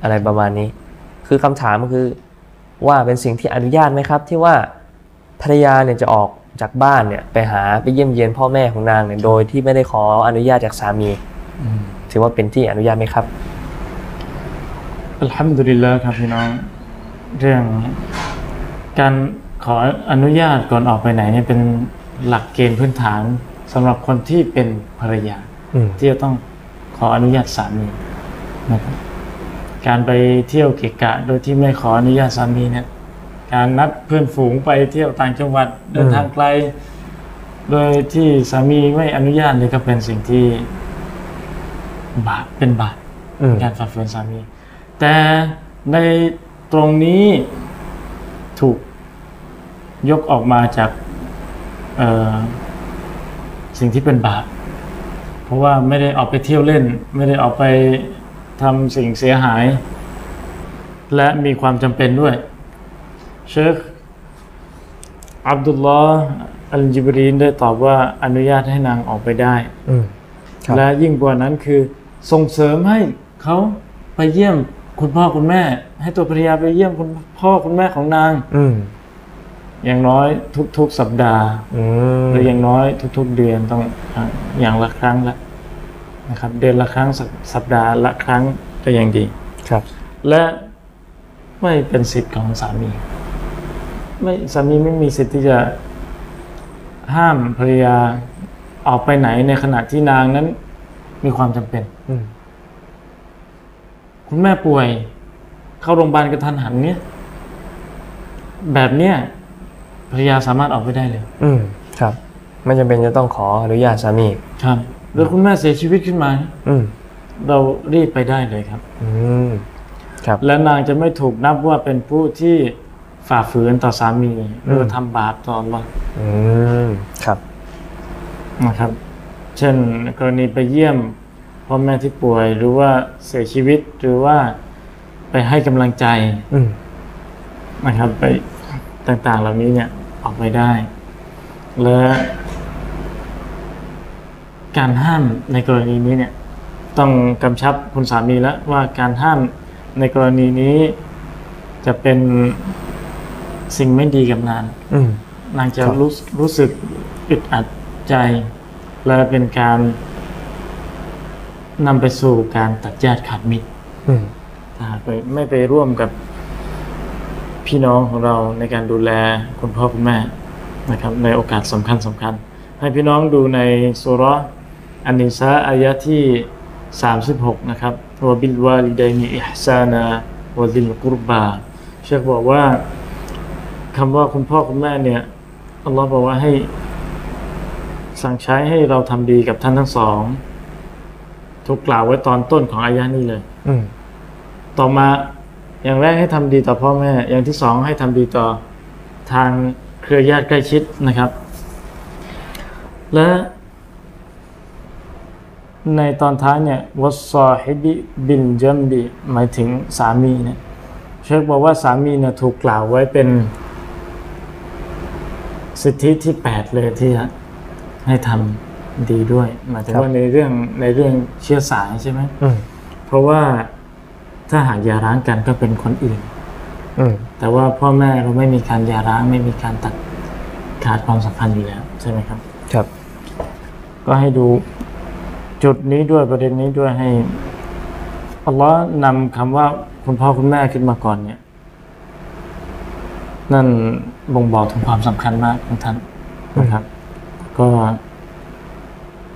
[SPEAKER 1] อะไรประมาณนี้ คือคำถามก็คือว่าเป็นสิ่งที่อนุญาตไหมครับ ที่ว่าภรรยาเนี่ยจะออกจากบ้านเนี่ยไปหาไปเยี่ยมเยียนพ่อแม่ของนางเนี่ยโดยที่ไม่ได้ขออนุญาตจากสามี
[SPEAKER 2] อืม
[SPEAKER 1] ถือว่าเป็นที่อนุญาตไหมครับ
[SPEAKER 2] อัลฮัมดุลิลลาห์ครับพี่น้อง เรื่องการขออนุญาตก่อนออกไปไหนเนี่ยเป็นหลักเกณฑ์พื้นฐานสำหรับคนที่เป็นภรรยา
[SPEAKER 1] อืม
[SPEAKER 2] ที่จะต้องขออนุญาตสามีนะครับการไปเที่ยวเกะกะ โดยที่ไม่ขออนุญาตสามีเนี่ย การนัดเพื่อนฝูงไปเที่ยวต่างจังหวัดเดินทางไกล โดยที่สามีไม่อนุญาตเลยก็เป็นสิ่งที่บาปเป็นบาป
[SPEAKER 1] อืม
[SPEAKER 2] การฝ่าฝืนสามี แต่ในตรงนี้ถูกยกออกมาจากเอ่อสิ่งที่เป็นบาป เพราะว่าไม่ได้ออกไปเที่ยวเล่น ไม่ได้ออกไปทำสิ่งเสียหาย และมีความจำเป็นด้วย เชคอับดุลลอฮ์อัลจิบรีนได้ตอบว่าอนุญาตให้นางออกไปได้
[SPEAKER 1] อืม ครับ
[SPEAKER 2] และยิ่งกว่านั้นคือส่งเสริมให้เขาไปเยี่ยมคุณพ่อคุณแม่ ให้ตัวภรรยาไปเยี่ยมคุณพ่อคุณแม่ของนาง
[SPEAKER 1] อืม
[SPEAKER 2] อย่างน้อยทุก ๆ สัปดาห์
[SPEAKER 1] อืม
[SPEAKER 2] หรืออย่างน้อยทุก ๆ เดือนต้องอ่ะอย่างละครั้งละนะครับ เดือนละครั้งสัปสัปดาห์ละครั้งก็ยังดี
[SPEAKER 1] ครับ
[SPEAKER 2] และไม่เป็นสิทธิ์ของสามี ไม่สามีไม่มีสิทธิ์ที่จะห้ามภรรยาออกไปไหนในขณะที่นางนั้น มีความจำเป็น
[SPEAKER 1] อืม
[SPEAKER 2] คุณแม่ป่วย เข้าโรงพยาบาลกระทันหันเนี่ย แบบเนี้ยภรรยาสามารถออกไปได้เลย
[SPEAKER 1] อืมครับ ไม่จำเป็นจะต้องขออนุญาตสามี
[SPEAKER 2] ครับแล้วคุณแม่เสียชีวิตขึ้นมาเนี่ย
[SPEAKER 1] อืม
[SPEAKER 2] เรารีบไปได้เลยครับ
[SPEAKER 1] อืมครับ
[SPEAKER 2] และนางจะไม่ถูกนับว่าเป็นผู้ที่ฝ่าฝืนต่อสามีหรือทำบาปต่ออัลลอฮ์
[SPEAKER 1] อืมครับ
[SPEAKER 2] นะครับ เช่นกรณีไปเยี่ยมพ่อแม่ที่ป่วยหรือว่าเสียชีวิตหรือว่าไปให้กำลังใจ
[SPEAKER 1] อืม
[SPEAKER 2] นะครับไปต่างๆ เหล่านี้เนี่ยออกไปได้ และการห้ามในกรณีนี้เนี่ยต้องกำชับคุณสามีแล้วว่าการห้ามในกรณีนี้จะเป็นสิ่งไม่ดีกับนาง
[SPEAKER 1] อืม
[SPEAKER 2] นางจะ
[SPEAKER 1] ครับ
[SPEAKER 2] รู้รู้สึกอึดอัดใจ และเป็นการนำไปสู่การตัดญาติขาดมิตร
[SPEAKER 1] อืม
[SPEAKER 2] ถ้าหากไปไม่ไปร่วมกับพี่น้องของเราในการดูแลคุณพ่อคุณแม่นะครับ ในโอกาสสำคัญสำคัญ ให้พี่น้องดูในสุเราะห์อันนิซาอายะที่ 36 นะครับวบิลวาลิดัยนิอิฮซานาวะดิลกุรบาเชคบอกว่า คำว่าคุณพ่อคุณแม่เนี่ยอัลลอฮ์บอกว่าให้ สั่งใช้ให้เราทำดีกับท่านทั้งสอง ถูกกล่าวไว้ตอนต้นของอายะนี้เลย
[SPEAKER 1] อืม
[SPEAKER 2] ต่อมาอย่างแรกให้ทำดีต่อพ่อแม่ อย่างที่สองให้ทำดีต่อทางเครือญาติใกล้ชิดนะครับ และ ในตอนท้ายเนี่ยวัสซอฮิบิบินเจมบิหมายถึงสามีเนี่ยเชคบอกว่าสามีเนี่ยถูกกล่าวไว้เป็น สิทธิที่ 8 เลยที่จะให้ทำดีด้วยหมายถึงว่าในเรื่องในเรื่องเชื้อสายใช่ไหม
[SPEAKER 1] อืม
[SPEAKER 2] เพราะว่าถ้าหากหย่าร้างกันก็เป็นคนอื่น
[SPEAKER 1] อืม
[SPEAKER 2] แต่ว่าพ่อแม่เราไม่มีการหย่าร้างไม่มีการตัดขาดความสัมพันธ์อยู่แล้วใช่ไหมครับ
[SPEAKER 1] ครับ
[SPEAKER 2] ก็ให้ดูจุดนี้ด้วยประเด็นนี้ด้วยให้อัลลอฮ์นำคำว่าคุณพ่อคุณแม่ขึ้นมาก่อนเนี่ย นั่นบ่งบอกถึงความสำคัญมากของท่านนะครับ ก็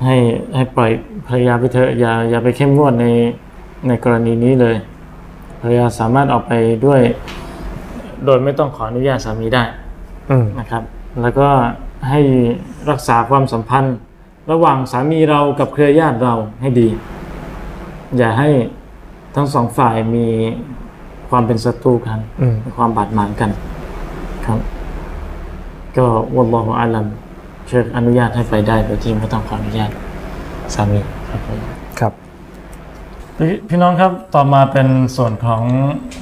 [SPEAKER 2] ให้ให้ปล่อยภรรยาไปเถอะอย่าอย่าไปเข้มงวดในในกรณีนี้เลยภรรยาสามารถออกไปด้วย โดยไม่ต้องขออนุญาตสามีได้
[SPEAKER 1] อืม
[SPEAKER 2] นะครับ แล้วก็ให้รักษาความสัมพันธ์ ระหว่างสามีเรากับเครือญาติเราให้ดี อย่าให้ทั้งสองฝ่ายมีความเป็นศัตรูกัน
[SPEAKER 1] อืม
[SPEAKER 2] มีความบาดหมางกันครับ ก็วัลลอฮุอาลัมเชิญอนุญาตให้ไปได้โดยที่ไม่ต้องขออนุญาตสามีครับผม
[SPEAKER 1] ครับ
[SPEAKER 2] พี่พี่น้องครับ ต่อมาเป็นส่วนของ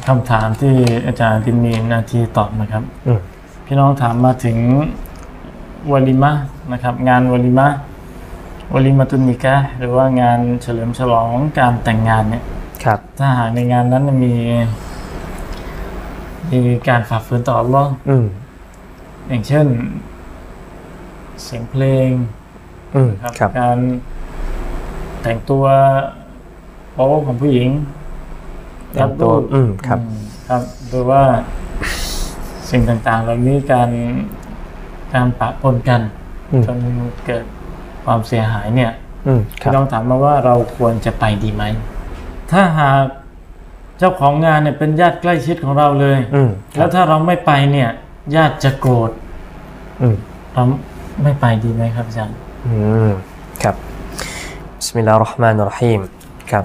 [SPEAKER 2] คำถามที่อาจารย์ดินมีหน้าที่ตอบนะครับ
[SPEAKER 1] อืม
[SPEAKER 2] พี่น้องถามมาถึงวลิมะนะครับ งานวลิมะวลิมาตุนนิกะห์หรือว่างานเฉลิมฉลองการแต่งงานเนี่ย
[SPEAKER 1] ครับ
[SPEAKER 2] ถ้าหากในงานนั้นมี มีการฝ่าฝืนต่ออัลลอฮ์
[SPEAKER 1] อืม
[SPEAKER 2] อย่างเช่น เสียงเพลง
[SPEAKER 1] อืม
[SPEAKER 2] นะครับ
[SPEAKER 1] ครับ
[SPEAKER 2] การแต่งตัวโป๊ของผู้หญิง
[SPEAKER 1] แต่งตัว
[SPEAKER 2] รับรูป
[SPEAKER 1] อืมครับ
[SPEAKER 2] อืมครับหรือว่าสิ่งต่างๆ เหล่านี้การการปะปนกัน
[SPEAKER 1] อืม
[SPEAKER 2] จนเกิดความเสียหายเนี่ย
[SPEAKER 1] อืมครั
[SPEAKER 2] พี่
[SPEAKER 1] บ
[SPEAKER 2] น้องถามมาว่าเราควรจะไปดีไหม ถ้าหากเจ้าของงานเนี่ยเป็นญาติใกล้ชิดของเราเลย
[SPEAKER 1] อืมค
[SPEAKER 2] แล้
[SPEAKER 1] รั
[SPEAKER 2] ว
[SPEAKER 1] บ
[SPEAKER 2] ถ้าเราไม่ไปเนี่ย ญาติจะโกรธ
[SPEAKER 1] อืม
[SPEAKER 2] เราไม่ไปดีไหมครับอาจารย์
[SPEAKER 1] อืมครับบิสมิลลาห์รเราะห์มานุรเราะฮีมครับ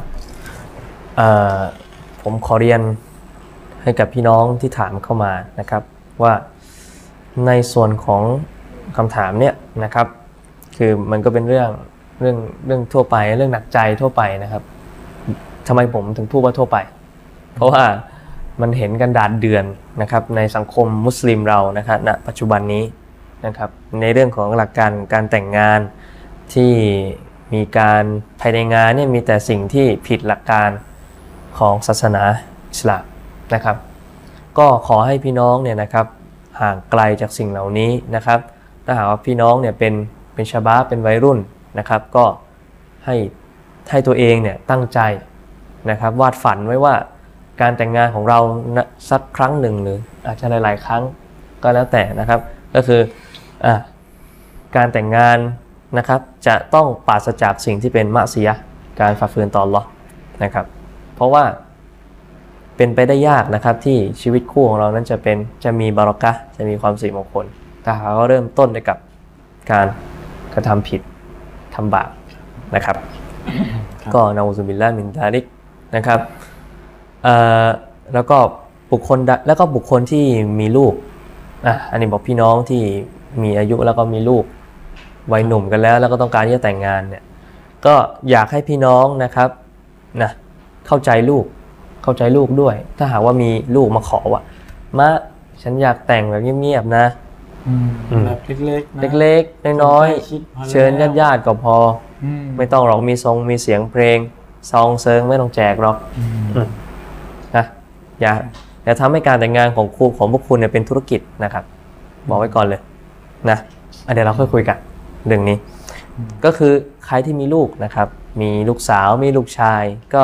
[SPEAKER 1] เอ่อผมขอเรียนให้กับพี่น้องที่ถามเข้ามานะครับ ว่าในส่วนของคำถามเนี่ยนะครับ คือมันก็เป็นเรื่องเรื่องเรื่องทั่วไปเรื่องหนักใจทั่วไปนะครับทำไมผมถึงพูดว่าทั่วไป เพราะว่ามันเห็นกันดาดเดือนนะครับ ในสังคมมุสลิมเรานะครับณปัจจุบันนี้ นะครับในเรื่องของหลักการการแต่งงานที่มีการภายในงานเนี่ยมีแต่สิ่งที่ผิดหลักการของศาสนาอิสลามนะครับ ก็ขอให้พี่น้องเนี่ยนะครับ ห่างไกลจากสิ่งเหล่านี้นะครับ ถ้าหากว่าพี่น้องเนี่ยเป็นเป็นชะบ้าเป็นวัยรุ่นนะครับ ก็ให้ให้ตัวเองเนี่ยตั้งใจนะครับ วาดฝันไว้ว่าการแต่งงานของเรานะสักครั้งหนึ่งหรืออาจจะหลาย ๆ ครั้งก็แล้วแต่นะครับ ก็คืออ่ะการแต่งงานนะครับ จะต้องปราศจากสิ่งที่เป็นมะเสียะห์การฝ่าฝืนต่อหรอฮ์นะครับ เพราะว่า เป็นไปได้ยากนะครับที่ชีวิตคู่ของเรานั้นจะเป็นจะมีบารอกะห์จะมีความสิริมงคลแต่หากว่าเริ่มต้นด้วยกับการกระทำผิดทำบาปนะครับ
[SPEAKER 2] ครับ
[SPEAKER 1] ก็นาอูซุบิลลามินดาลิกนะครับเอ่อแล้วก็บุคคลใดแล้วก็บุคคลที่มีลูกอ่ะอันนี้บอกพี่น้องที่มีอายุแล้วก็มีลูกวัยหนุ่มกันแล้ว แล้วก็ต้องการที่จะแต่งงานเนี่ยก็อยากให้พี่น้องนะครับนะเข้าใจลูก เข้าใจลูกด้วย ถ้าหากว่ามีลูกมาขอว่ามาฉันอยากแต่งแบบเงียบๆนะ
[SPEAKER 2] อืม
[SPEAKER 1] อืม
[SPEAKER 2] แบบเล็กๆนะ
[SPEAKER 1] เล็กๆน้อย
[SPEAKER 2] คิดพอแล้ว
[SPEAKER 1] ๆเชิญญาติๆก็พอ
[SPEAKER 2] อืม
[SPEAKER 1] ไม่ต้องหรอกมีทรงมีเสียงเพลงซองเซิงไม่ต้องแจกหรอก
[SPEAKER 2] อืม
[SPEAKER 1] นะอย่าอย่าทำให้การแต่งงานของครูของพวกคุณเนี่ยเป็นธุรกิจนะครับ บอกไว้ก่อนเลยนะอ่ะเดี๋ยวเราค่อยคุยกันเรื่องนี้ ก็คือใครที่มีลูกนะครับ มีลูกสาวมีลูกชาย ก็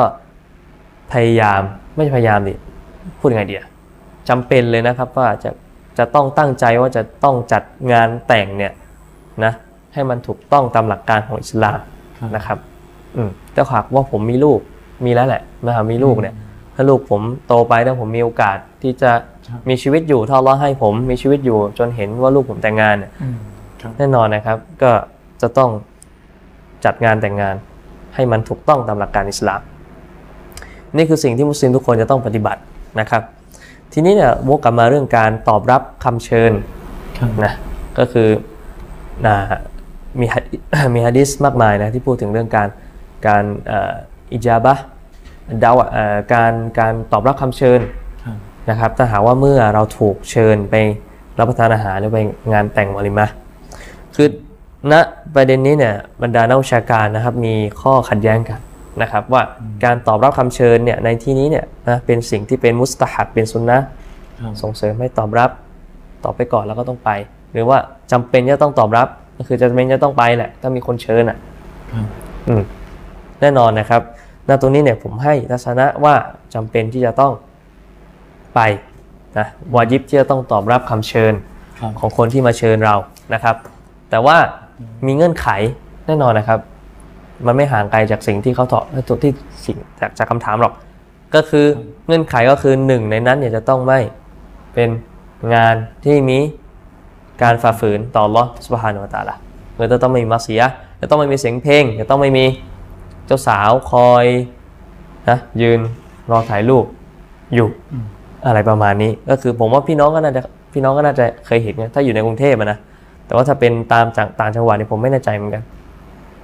[SPEAKER 1] พยายามไม่ใช่พยายามดิพูดยังไงเดียจำเป็นเลยนะครับว่าจะจะต้องตั้งใจว่าจะต้องจัดงานแต่งเนี่ยนะให้มันถูกต้องตามหลักการของอิสลาม นะครับ อืมแต่หากว่าผมมีลูก มีแล้วแหละนะครับมีลูกเนี่ย ถ้าลูกผมโตไปแล้วผมมีโอกาสที่จะมีชีวิตอยู่ถ้าอัลเลอให้ผมมีชีวิตอยู่ จนเห็นว่าลูกผมแต่งงานเนี่ย
[SPEAKER 2] อืมครับ
[SPEAKER 1] แน่นอนนะครับ ก็จะต้องจัดงานแต่งงาน ให้มันถูกต้องตามหลักการอิสลาม นี่คือสิ่งที่มุสลิมทุกคนจะต้องปฏิบัตินะครับ ทีนี้เนี่ยวกกลับมาเรื่องการตอบรับคำเชิญ
[SPEAKER 2] ครับ
[SPEAKER 1] นะก็คือนะมี ฮะ มีฮะดิษมากมายนะที่พูดถึงเรื่องการการเอ่ออิจาบะห์ดาวะเอ่อการการตอบรับคำเชิญ
[SPEAKER 2] ครับ
[SPEAKER 1] นะครับถ้าหากว่าเมื่อเราถูกเชิญไปรับประทานอาหารหรือไปงานแต่งวาลิมะห์คือณประเด็นนี้เนี่ยบรรดานักวิชาการนะครับมีข้อขัดแย้งกันนะครับว่าการตอบรับคำเชิญเนี่ยในที่นี้เนี่ยนะเป็นสิ่งที่เป็นมุสตาฮัดเป็นซุนนะห์
[SPEAKER 2] ครับ
[SPEAKER 1] ส่งเสริมให้ตอบรับ ตอบไปก่อนแล้วก็ต้องไป หรือว่าจำเป็นจะต้องตอบรับ ก็คือจำเป็นจะต้องไปแหละ ถ้ามีคนเชิญอ่ะ
[SPEAKER 2] ครับ
[SPEAKER 1] อืมแน่นอนนะครับณตรงนี้เนี่ยผมให้ทัศนะว่าจำเป็นที่จะต้องไปนะวาญิบที่จะต้องตอบรับคำเชิญ
[SPEAKER 2] ครับ
[SPEAKER 1] ของคนที่มาเชิญเรานะครับ แต่ว่ามีเงื่อนไขแน่นอนนะครับ มันไม่ห่างไกลจากสิ่งที่เขาตอบจุดที่สิ่งจากจากคำถามหรอก ก็คือเงื่อนไขก็คือหนึ่งในนั้นเนี่ยจะต้องไม่เป็นงานที่มีการฝ่าฝืนต่อรอสุภานุวตาละคือจะต้องไม่มีมัสยิดจะต้องไม่มีเสียงเพลงจะต้องไม่มีเจ้าสาวคอยนะยืนรอถ่ายรูปอยู่
[SPEAKER 2] อืม
[SPEAKER 1] อะไรประมาณนี้ ก็คือผมว่าพี่น้องก็น่าจะพี่น้องก็น่าจะเคยเห็นนะถ้าอยู่ในกรุงเทพอะนะแต่ว่าถ้าเป็นตามจากต่างจังหวัดเนี่ยผมไม่แน่ใจเหมือนกัน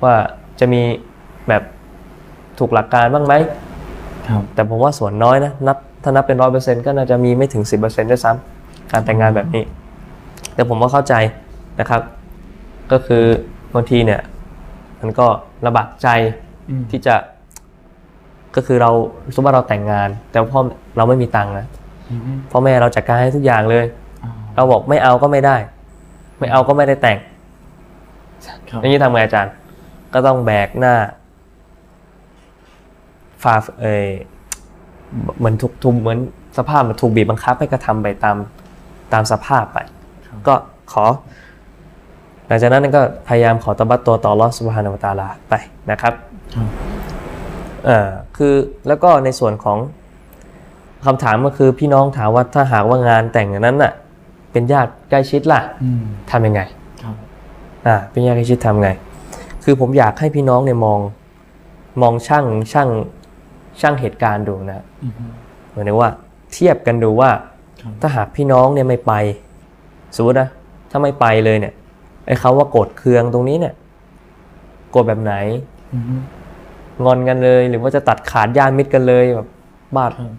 [SPEAKER 1] ว่าจะมีแบบถูกหลักการบ้างไหม
[SPEAKER 2] ครับ
[SPEAKER 1] แต่ผมว่าส่วนน้อยนะนับถ้านับเป็นร้อยเปอร์เซ็นต์ก็น่าจะมีไม่ถึงสิบเปอร์เซ็นต์ด้วยซ้ำการแต่งงานแบบนี้ แต่ผมว่าเข้าใจนะครับ ก็คือบางทีเนี่ยมันก็ระบากใจ
[SPEAKER 2] อืม
[SPEAKER 1] ที่จะก็คือเราสมมติว่าเราแต่งงาน แต่พ่อเราไม่มีตังค์นะ
[SPEAKER 2] อืม
[SPEAKER 1] พ่อแม่เราจัดการให้ทุกอย่างเลย
[SPEAKER 2] อ่า
[SPEAKER 1] เราบอกไม่เอาก็ไม่ได้ ไม่เอาก็ไม่ได้แต่ง
[SPEAKER 2] ครับ
[SPEAKER 1] อย่างนี้ทำไงอาจารย์ ก็ต้องแบกหน้าฝ่าเอยเหมือนถูกทุมเหมือนสภาพมันถูกบีบบังคับให้กระทำไปตามตามสภาพไป
[SPEAKER 2] ครับ
[SPEAKER 1] ก็ขอ หลังจากนั้นก็พยายามขอตบัตตัวต่อรอสุภานุตาลาไปนะครับ
[SPEAKER 2] ครับ
[SPEAKER 1] เอ่อคือแล้วก็ในส่วนของคำถามก็คือพี่น้องถามว่าถ้าหากว่างานแต่งนั้นน่ะ เป็นญาติใกล้ชิดล่ะ
[SPEAKER 2] อืม
[SPEAKER 1] ทำยังไง
[SPEAKER 2] ครับ
[SPEAKER 1] อ่าเป็นยาใกล้ชิดทำไง คือผมอยากให้พี่น้องเนี่ยมองมองช่างช่างช่างเหตุการณ์ดูนะ
[SPEAKER 2] อืม
[SPEAKER 1] หมายถึงว่าเทียบกันดูว่า
[SPEAKER 2] ครับ
[SPEAKER 1] ถ้าหากพี่น้องเนี่ยไม่ไปสมมตินะถ้าไม่ไปเลยเนี่ยไอ้เขาว่าโกรธเคืองตรงนี้เนี่ยโกรธแบบไหน
[SPEAKER 2] อืม
[SPEAKER 1] งอนกันเลยหรือว่าจะตัดขาดญาติมิตรกันเลยแบบบ้าด
[SPEAKER 2] ครับ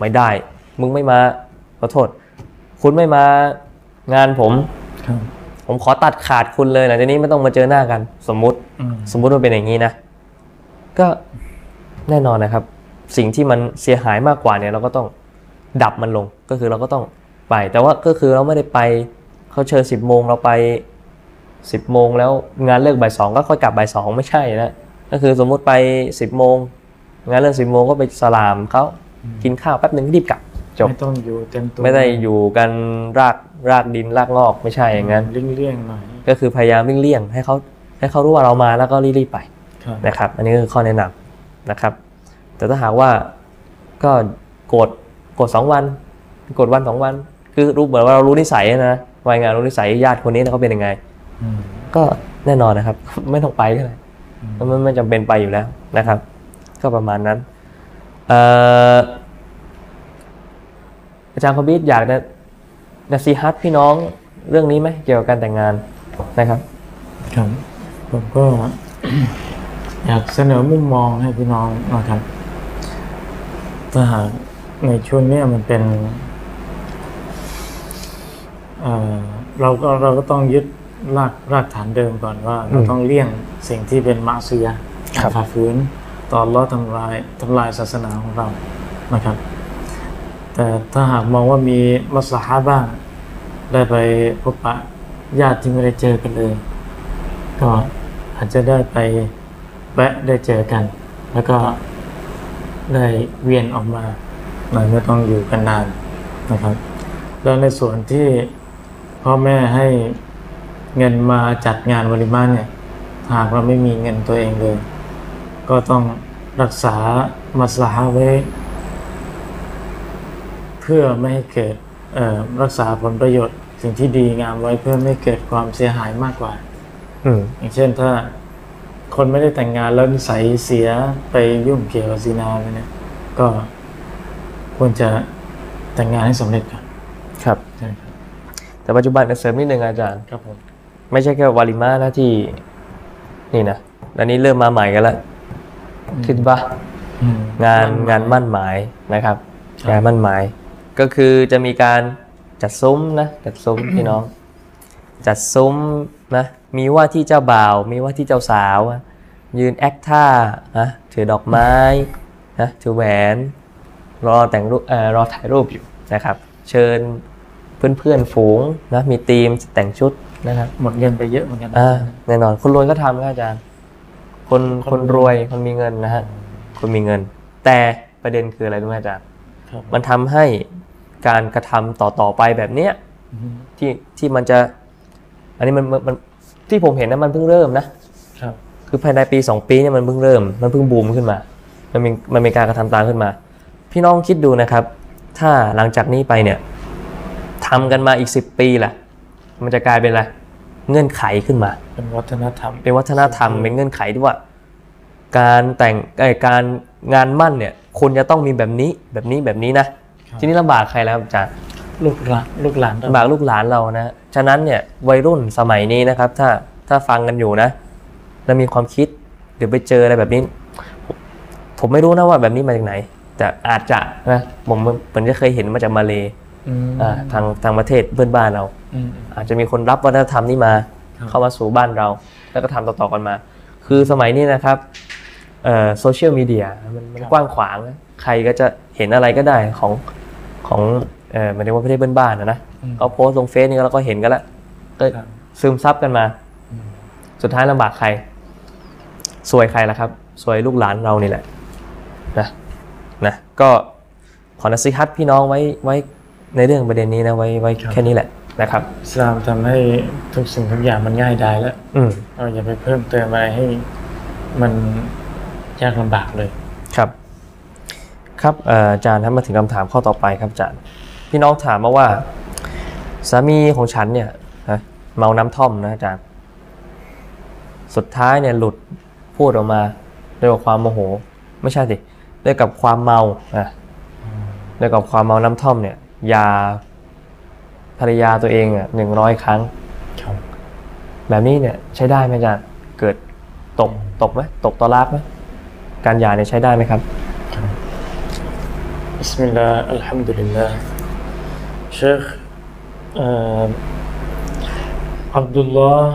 [SPEAKER 1] ไม่ได้ มึงไม่มาขอโทษ คุณไม่มางานผม
[SPEAKER 2] ครับ
[SPEAKER 1] ผมขอตัดขาดคุณเลยหลังจากนี้ไม่ต้องมาเจอหน้ากัน สมมุติ
[SPEAKER 2] อืม
[SPEAKER 1] สมมุติว่าเป็นอย่างนี้นะ ก็แน่นอนนะครับ สิ่งที่มันเสียหายมากกว่าเนี่ยเราก็ต้องดับมันลง ก็คือเราก็ต้อง ไป แต่ว่าก็คือเราไม่ได้ไปเขาเชิญสิบโมงเราไปสิบโมงแล้วงานเลิกบ่ายสองก็ค่อยกลับบ่ายสองไม่ใช่นะก็คือสมมุติไปสิบโมงงานเลิกสิบโมงก็ไปสลามเขากินข้าวแป๊บหนึ่งรีบกลับจบ
[SPEAKER 2] ไม่ต้องอยู่เต็มตัว
[SPEAKER 1] ไม่ได้อยู่กันรากรากดินรากงอกไม่ใช่อย่างนั้น
[SPEAKER 2] เลี่ยงๆหน่อย
[SPEAKER 1] ก็คือพยายามเลี่ยงๆให้เขาให้เขารู้ว่าเรามาแล้วก็รีบๆไป
[SPEAKER 2] ครับ
[SPEAKER 1] นะครับอันนี้คือข้อแนะนำนะครับ แต่ถ้าหากว่าก็กดกดสองวันกดวันสองวัน คือรู้เหมือนว่าเรารู้นิสัยนะวายงานรู้นิสัยญาติคนนี้นะเขาเป็นยังไง
[SPEAKER 2] อืม
[SPEAKER 1] ก็แน่นอนนะครับ ไม่ต้องไปก็ได้
[SPEAKER 2] อืม
[SPEAKER 1] มันไม่จำเป็นไปอยู่แล้วนะครับ ก็ประมาณนั้นเอ่ออาจารย์คอมบิดอยากนะนะซีฮัตพี่น้องเรื่องนี้ไหมเกี่ยวกับการแต่งงานนะครับ
[SPEAKER 2] ครับผมก็ อยากเสนอมุมมองให้พี่น้องนะครับถ้าหากในช่วงเนี้ยมันเป็นเอ่อเราก็เราก็ต้องยึดรากรากฐานเดิมก่อนว่า เราต้องเลี่ยงสิ่งที่เป็นมะซียะห์
[SPEAKER 1] ครับ
[SPEAKER 2] ฝ่าฝืนตอนล้อฮ์ทำลายทำลายศาสนาของเรานะครับ แต่ถ้าหากมองว่ามีมัสลาฮะห์บ้าง ได้ไปพบปะญาติที่ไม่ได้เจอกันเลย ก็อาจจะได้ไปแวะได้เจอกัน แล้วก็ได้เวียนออกมาหน่อยไม่ต้องอยู่กันนานนะครับ แล้วในส่วนที่พ่อแม่ให้เงินมาจัดงานวลิมาเนี่ยหากเราไม่มีเงินตัวเองเลย ก็ต้องรักษามัสลาฮะห์ไว้ เพื่อไม่ให้เกิดเอ่อรักษาผลประโยชน์ สิ่งที่ดีงามไว้เพื่อไม่ให้เกิดความเสียหายมากกว่า
[SPEAKER 1] อืม
[SPEAKER 2] อย่างเช่นถ้าคนไม่ได้แต่งงานแล้วนิสัยเสียไปยุ่งเกี่ยวกับซีนาไปเนี่ยก็ควรจะแต่งงานให้สำเร็จก่อน
[SPEAKER 1] ครับ
[SPEAKER 2] ใช่ครับ
[SPEAKER 1] แต่ปัจจุบันเสริมนิดนึงอาจารย์
[SPEAKER 2] ครับผม
[SPEAKER 1] ไม่ใช่แค่วาลิมานะที่นี่นะอันนี้เริ่มมาใหม่กันแล้วคิดปะ
[SPEAKER 2] อืม
[SPEAKER 1] งานงานมั่นหมายนะครับ
[SPEAKER 2] ครับ
[SPEAKER 1] งานมั่นหมาย ก็คือจะมีการจัดซุ้มนะจัดซุ้ม พี่น้อง จัดซุ้มนะมีว่าที่เจ้าบ่าวมีว่าที่เจ้าสาวอะยืนแอคท่านะถือดอกไม้นะถือแหวน รอแต่งรูปเอ่อรอถ่ายรูปอยู่นะครับ เชิญเพื่อนๆฝูงนะมีทีมแต่งชุดนะครับ
[SPEAKER 2] หมดเงินไปเยอะเหมือนกันนะ
[SPEAKER 1] อ่าแน่นอนคนรวยก็ทำครับอาจารย์ คน
[SPEAKER 2] คน
[SPEAKER 1] คนรวยคนมีเงินนะฮะคนมีเงิน แต่ประเด็นคืออะไรรู้ไหมอาจารย์
[SPEAKER 2] ครับ
[SPEAKER 1] มันทำให้การกระทำต่อต่อๆไปแบบเนี้ย
[SPEAKER 2] อืม
[SPEAKER 1] ที่ที่มันจะ อันนี้มันมันมันที่ผมเห็นนะมันเพิ่งเริ่มนะ
[SPEAKER 2] ครับ
[SPEAKER 1] คือภายในปี 2 ปีเนี่ยมันเพิ่งเริ่ม มันเพิ่งบูมขึ้นมา มันมีมันมีการกระทำตามขึ้นมา พี่น้องคิดดูนะครับ ถ้าหลังจากนี้ไปเนี่ยทำกันมาอีก 10 ปีล่ะ มันจะกลายเป็นอะไรเงื่อนไขขึ้นมา
[SPEAKER 2] เป็นวัฒนธรรม
[SPEAKER 1] เป็นวัฒนธรรมเป็นเงื่อนไขที่ว่า การแต่งเอ่อการงานมั่นเนี่ยคนจะต้องมีแบบนี้แบบนี้แบบนี้นะ ทีนี้ลำบากใครแล้วครับอาจารย์
[SPEAKER 2] ลูกหลานลูกหลานเรา
[SPEAKER 1] ลำบากลูกหลานเรานะ ฉะนั้นเนี่ยวัยรุ่นสมัยนี้นะครับ ถ้าถ้าฟังกันอยู่นะ แล้วมีความคิดหรือไปเจออะไรแบบนี้ ผมผมไม่รู้นะว่าแบบนี้มาจากไหน แต่อาจจะนะผมผมจะเคยเห็นมาจากมาเล
[SPEAKER 2] อืม
[SPEAKER 1] อ่าทางทางประเทศเพื่อนบ้านเรา
[SPEAKER 2] อืม
[SPEAKER 1] อาจจะมีคนรับวัฒนธรรมนี้มา
[SPEAKER 2] ครับ
[SPEAKER 1] เข้ามาสู่บ้านเรา แล้วก็ทำต่อๆกันมา คือสมัยนี้นะครับโซเชียลมีเดียมันมันกว้างขวางนะใครก็จะเห็นอะไรก็ได้ของของเอ่อหมายถึงว่าประเทศเพื่อนบ้านนะนะ
[SPEAKER 2] อืม
[SPEAKER 1] เขาโพสต์ลงเฟซนี่เราก็เห็นกันละก็
[SPEAKER 2] ครับ
[SPEAKER 1] ซึมซับกันมา สุดท้ายลำบากใคร สวยใครล่ะครับ สวยลูกหลานเรานี่แหละนะนะก็ขอนัสิฮัตพี่น้องไว้ไว้ในเรื่องประเด็นนี้นะไว้ไว้แค่นี้แหละนะครับ
[SPEAKER 2] อิสลามทำให้ทุกสิ่งทุกอย่างมันง่ายดายแล้ว
[SPEAKER 1] อืม
[SPEAKER 2] เราอย่าไปเพิ่มเติมอะไรให้มันยากลำบากเลย
[SPEAKER 1] ครับครับเอ่ออาจารย์ครับมาถึงคำถามข้อต่อไปครับอาจารย์พี่น้องถามมาว่า สามีของฉันเนี่ยนะเมาน้ำท่อมนะอาจารย์ สุดท้ายเนี่ยหลุดพูดออกมาด้วยกับความโมโห ไม่ใช่สิด้วยกับความเมาอ่ะด้วยกับความเมาน้ำท่อมเนี่ยอยาภรรยาตัวเองอ่ะหนึ่งร้อยครั้ง
[SPEAKER 2] ครับ
[SPEAKER 1] แบบนี้เนี่ยใช้ได้ไหมอาจารย์เกิดตกตกไหมตกตอลากไหมการหยาเนี่ยใช้ได้ไหมครับ
[SPEAKER 2] บิสมิลลาห์อัลฮัมดุลิลลาห์เชคเอ่ออับดุลลอฮ์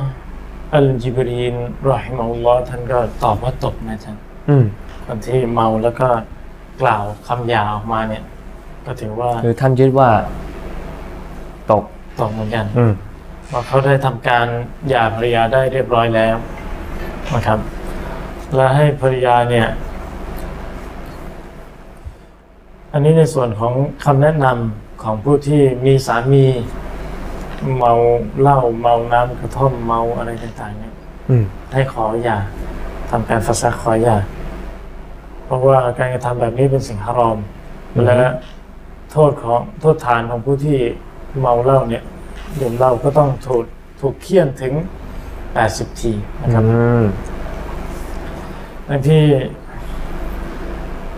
[SPEAKER 2] อัลจิบรีนรอฮิมาอุลลอฮ์ท่านก็ตอบว่าตกนะท่าน
[SPEAKER 1] อืม
[SPEAKER 2] คนที่เมาแล้วก็กล่าวคำหยาออกมาเนี่ย ก็ถือว่า
[SPEAKER 1] คือท่านยึดว่า ตก
[SPEAKER 2] ตกเหมือนกัน
[SPEAKER 1] อืม
[SPEAKER 2] ว่าเขาได้ทำการหย่าภรรยาได้เรียบร้อยแล้วนะครับ และให้ภรรยาเนี่ย อันนี้ในส่วนของคำแนะนำของผู้ที่มีสามีเมาเหล้าเมาน้ำกระท่อมเมาอะไรต่างๆเนี่ย
[SPEAKER 1] อืม
[SPEAKER 2] ให้ขออย่าทำการฟัสซะขออย่า เพราะว่าการกระทำแบบนี้เป็นสิ่งฮารอม
[SPEAKER 1] อือฮึ
[SPEAKER 2] และโทษของโทษฐานของผู้ที่เมาเหล้าเนี่ยดื่มเหล้าก็ต้องถูกถูกเคี่ยนถึง 80 ทีนะครับ
[SPEAKER 1] อืม
[SPEAKER 2] ทั้งที่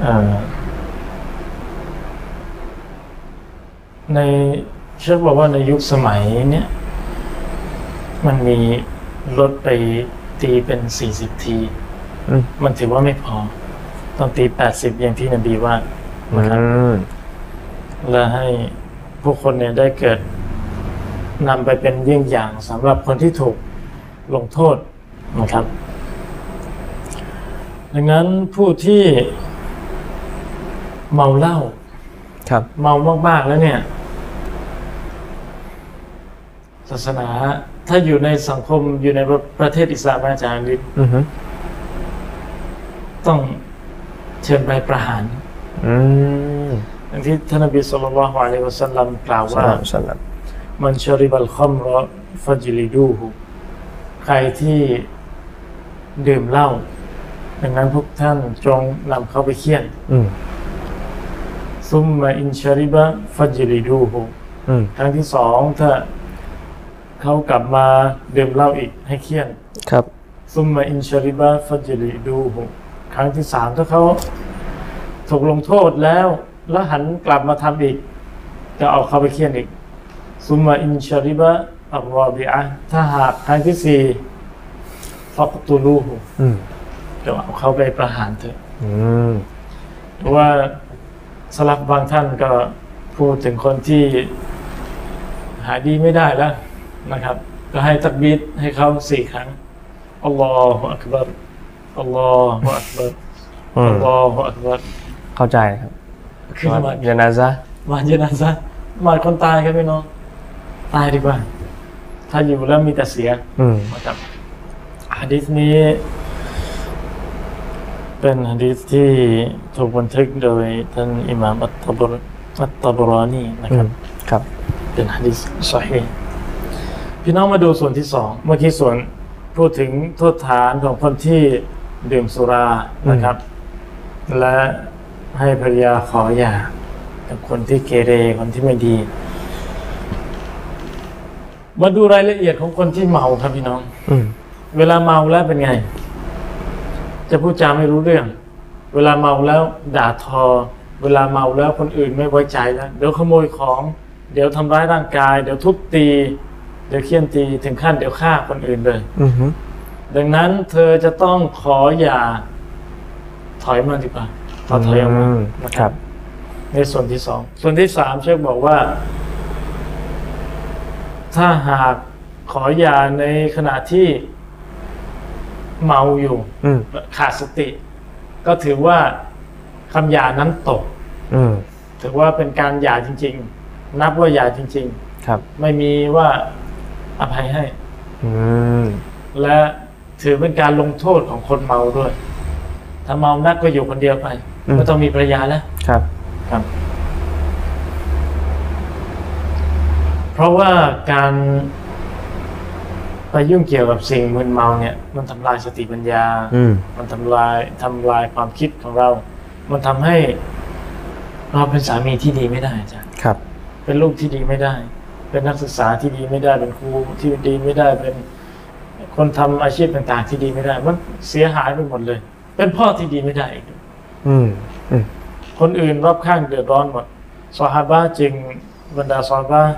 [SPEAKER 2] เอ่อในเชื่อบอกว่าในยุคสมัยเนี้ยมันมีลดไปตีเป็นสี่สิบที
[SPEAKER 1] อืม
[SPEAKER 2] มันถือว่าไม่พอ ต้องตีแปดสิบอย่างที่นบีว่า
[SPEAKER 1] อืม
[SPEAKER 2] และให้ผู้คนเนี่ยได้เกิดนำไปเป็นเยี่ยงอย่างสำหรับคนที่ถูกลงโทษนะครับ ดังนั้นผู้ที่เมาเหล้า
[SPEAKER 1] ครับ
[SPEAKER 2] เมามาก ๆ แล้วเนี่ย ศาสนาถ้าอยู่ในสังคมอยู่ในประเทศอิสลามอาจารย์ลิศ
[SPEAKER 1] อืม
[SPEAKER 2] ต้องเชิญไปประหาร
[SPEAKER 1] อืม
[SPEAKER 2] อย่างที่ท่านนบีสุลต่านละฮ์อะลัยฮิวะสัลลัมกล่าว
[SPEAKER 1] ส
[SPEAKER 2] ว่า
[SPEAKER 1] ลับสลับ
[SPEAKER 2] มันชริบัลคอมรอฟัจิลิดูฮุใครที่ดื่มเหล้าดังนั้นพวกท่านจงนำเขาไปเคี่ยน
[SPEAKER 1] อืม
[SPEAKER 2] ซุมมาอินชริบะฟัจิลิดูฮุ
[SPEAKER 1] อืม
[SPEAKER 2] ครั้งที่สองถ้าเขากลับมาดื่มเหล้าอีกให้เคี่ยน
[SPEAKER 1] ครับ
[SPEAKER 2] ซุมมาอินชริบะฟัจิลิดูฮุครั้งที่สามถ้าเขาถูกลงโทษแล้ว แล้วหันกลับมาทำอีก จะเอาเขาไปเคี่ยนอีก ซุมมาอินชาริบะอัลรอบิอะห์ถ้าหากครั้งที่สี่ฟักตูลูหู
[SPEAKER 1] อืม
[SPEAKER 2] จะเอาเขาไปประหารเถอะ
[SPEAKER 1] อืม
[SPEAKER 2] เพราะว่าสลับบางท่านก็พูดถึงคนที่หาดีไม่ได้แล้วนะครับ ก็ให้ตักบีดให้เขาสี่ครั้งอัลลอฮฺอักบัรอัลลอฮฺอักบัร
[SPEAKER 1] อื
[SPEAKER 2] อั
[SPEAKER 1] ม
[SPEAKER 2] ลลอฮฺอักบัร
[SPEAKER 1] เข้าใจครับ
[SPEAKER 2] คือ
[SPEAKER 1] ว่า
[SPEAKER 2] มา
[SPEAKER 1] จนาซะห์
[SPEAKER 2] มาเยนาซะมาคนตายครับพี่น้องตายดีกว่า ถ้าอยู่แล้วมีแต่เสีย
[SPEAKER 1] อืม
[SPEAKER 2] นะครับฮะดิษนี้ เป็นฮะดิษที่ถูกบันทึกโดยท่านอิหม่ามอัตตะบรอัตตะบรอนีนะ
[SPEAKER 1] อื
[SPEAKER 2] ครั
[SPEAKER 1] ม
[SPEAKER 2] บ
[SPEAKER 1] ครับ
[SPEAKER 2] เป็นฮะดิษสอฮีห์พี่น้องมาดูส่วนที่สองเมื่อกี้ส่วนพูดถึงโทษฐานของคนที่ดื่มสุรานะครับ และให้ภรรยาขอหย่ากับคนที่เกเรคนที่ไม่ดี มาดูรายละเอียดของคนที่เมาครับพี่น้อง
[SPEAKER 1] อืม
[SPEAKER 2] เวลาเมาแล้วเป็นไง จะพูดจาไม่รู้เรื่อง เวลาเมาแล้วด่าทอ เวลาเมาแล้วคนอื่นไม่ไว้ใจแล้ว เดี๋ยวขโมยของ เดี๋ยวทำร้ายร่างกาย เดี๋ยวทุบตี เดี๋ยวเคี่ยนตีถึงขั้นเดี๋ยวฆ่าคนอื่นเลย
[SPEAKER 1] อืมฮึ
[SPEAKER 2] ดังนั้นเธอจะต้องขออย่าถอยมาดีกว่าขอถอยออกมานะ
[SPEAKER 1] ค
[SPEAKER 2] ค
[SPEAKER 1] รั
[SPEAKER 2] รับ บ ในส่วนที่สอง ส่วนที่สามเชฟบอกว่า ถ้าหากขอหยาในขณะที่เมาอยู่
[SPEAKER 1] อืม
[SPEAKER 2] ขาดสติ ก็ถือว่าคำหยานั้นตก
[SPEAKER 1] อืม
[SPEAKER 2] ถือว่าเป็นการหยาจริง ๆ นับว่าหยาจริง
[SPEAKER 1] ครับ
[SPEAKER 2] ๆ ไม่มีว่าอภัยให้
[SPEAKER 1] อืม
[SPEAKER 2] และถือเป็นการลงโทษของคนเมาด้วย ถ้าเมานักก็อยู่คนเดียวไปไม่ต้องมีภรรยาแล้ว
[SPEAKER 1] ครับ
[SPEAKER 2] ครับ เพราะว่าการไปยุ่งเกี่ยวกับสิ่งมึนเมาเนี่ย มันทำลายสติปัญญา
[SPEAKER 1] อืม
[SPEAKER 2] มันทำลายทำลายความคิดของเรา มันทำให้เราเป็นสามีที่ดีไม่ได้อาจ้ะ
[SPEAKER 1] ครับ
[SPEAKER 2] เป็นลูกที่ดีไม่ได้ เป็นนักศึกษาที่ดีไม่ได้ เป็นครูที่ดีไม่ได้ เป็นคนทำอาชีพต่างๆที่ดีไม่ได้ มันเสียหายไปหมดเลย เป็นพ่อที่ดีไม่ได้อีก
[SPEAKER 1] อืมอืม
[SPEAKER 2] คนอื่นรอบข้างเดือดร้อนหมดซอฮาบะห์จึงบรรดาซอฮาบะห์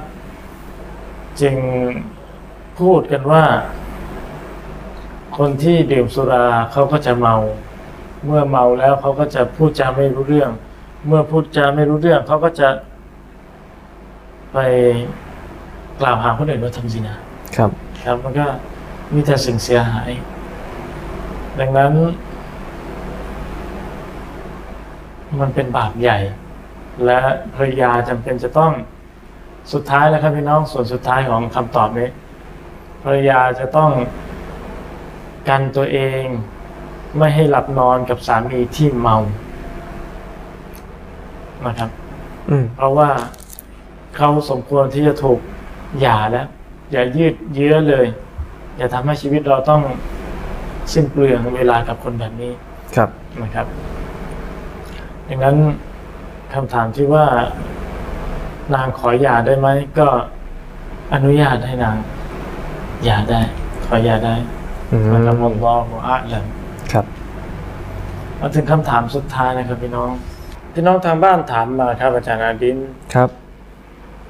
[SPEAKER 2] จึงพูดกันว่า คนที่ดื่มสุราเขาก็จะเมา เมื่อเมาแล้วเขาก็จะพูดจาไม่รู้เรื่อง เมื่อพูดจาไม่รู้เรื่อง เขาก็จะไปกล่าวหาคนอื่นว่าทำซินา
[SPEAKER 1] ครับ
[SPEAKER 2] ครับมันก็มีแต่สิ่งเสียหาย ดังนั้น มันเป็นบาปใหญ่ และภรรยาจำเป็นจะต้อง สุดท้ายแล้วครับพี่น้องส่วนสุดท้ายของคำตอบนี้ภรรยาจะต้องกันตัวเอง ไม่ให้หลับนอนกับสามีที่เมานะครับ
[SPEAKER 4] อืม
[SPEAKER 2] เพราะว่าเขาสมควรที่จะถูกหย่าแล้ว อย่ายืดเยื้อเลย อย่าทำให้ชีวิตเราต้องสิ้นเปลืองเวลากับคนแบบนี้
[SPEAKER 1] ครับ
[SPEAKER 2] นะครับดังนั้นคำถามที่ว่านางขอหย่าได้ไหม ก็อนุญาตให้นางหย่าได้ ขอหย่าได้
[SPEAKER 4] อืม
[SPEAKER 2] นะครับอัลลอฮฺอาลัม
[SPEAKER 4] ครับ
[SPEAKER 2] มาถึงคำถามสุดท้ายนะครับพี่น้องพี่น้องทางบ้านถามมาครับอาจารย์อาดิน
[SPEAKER 4] ครับ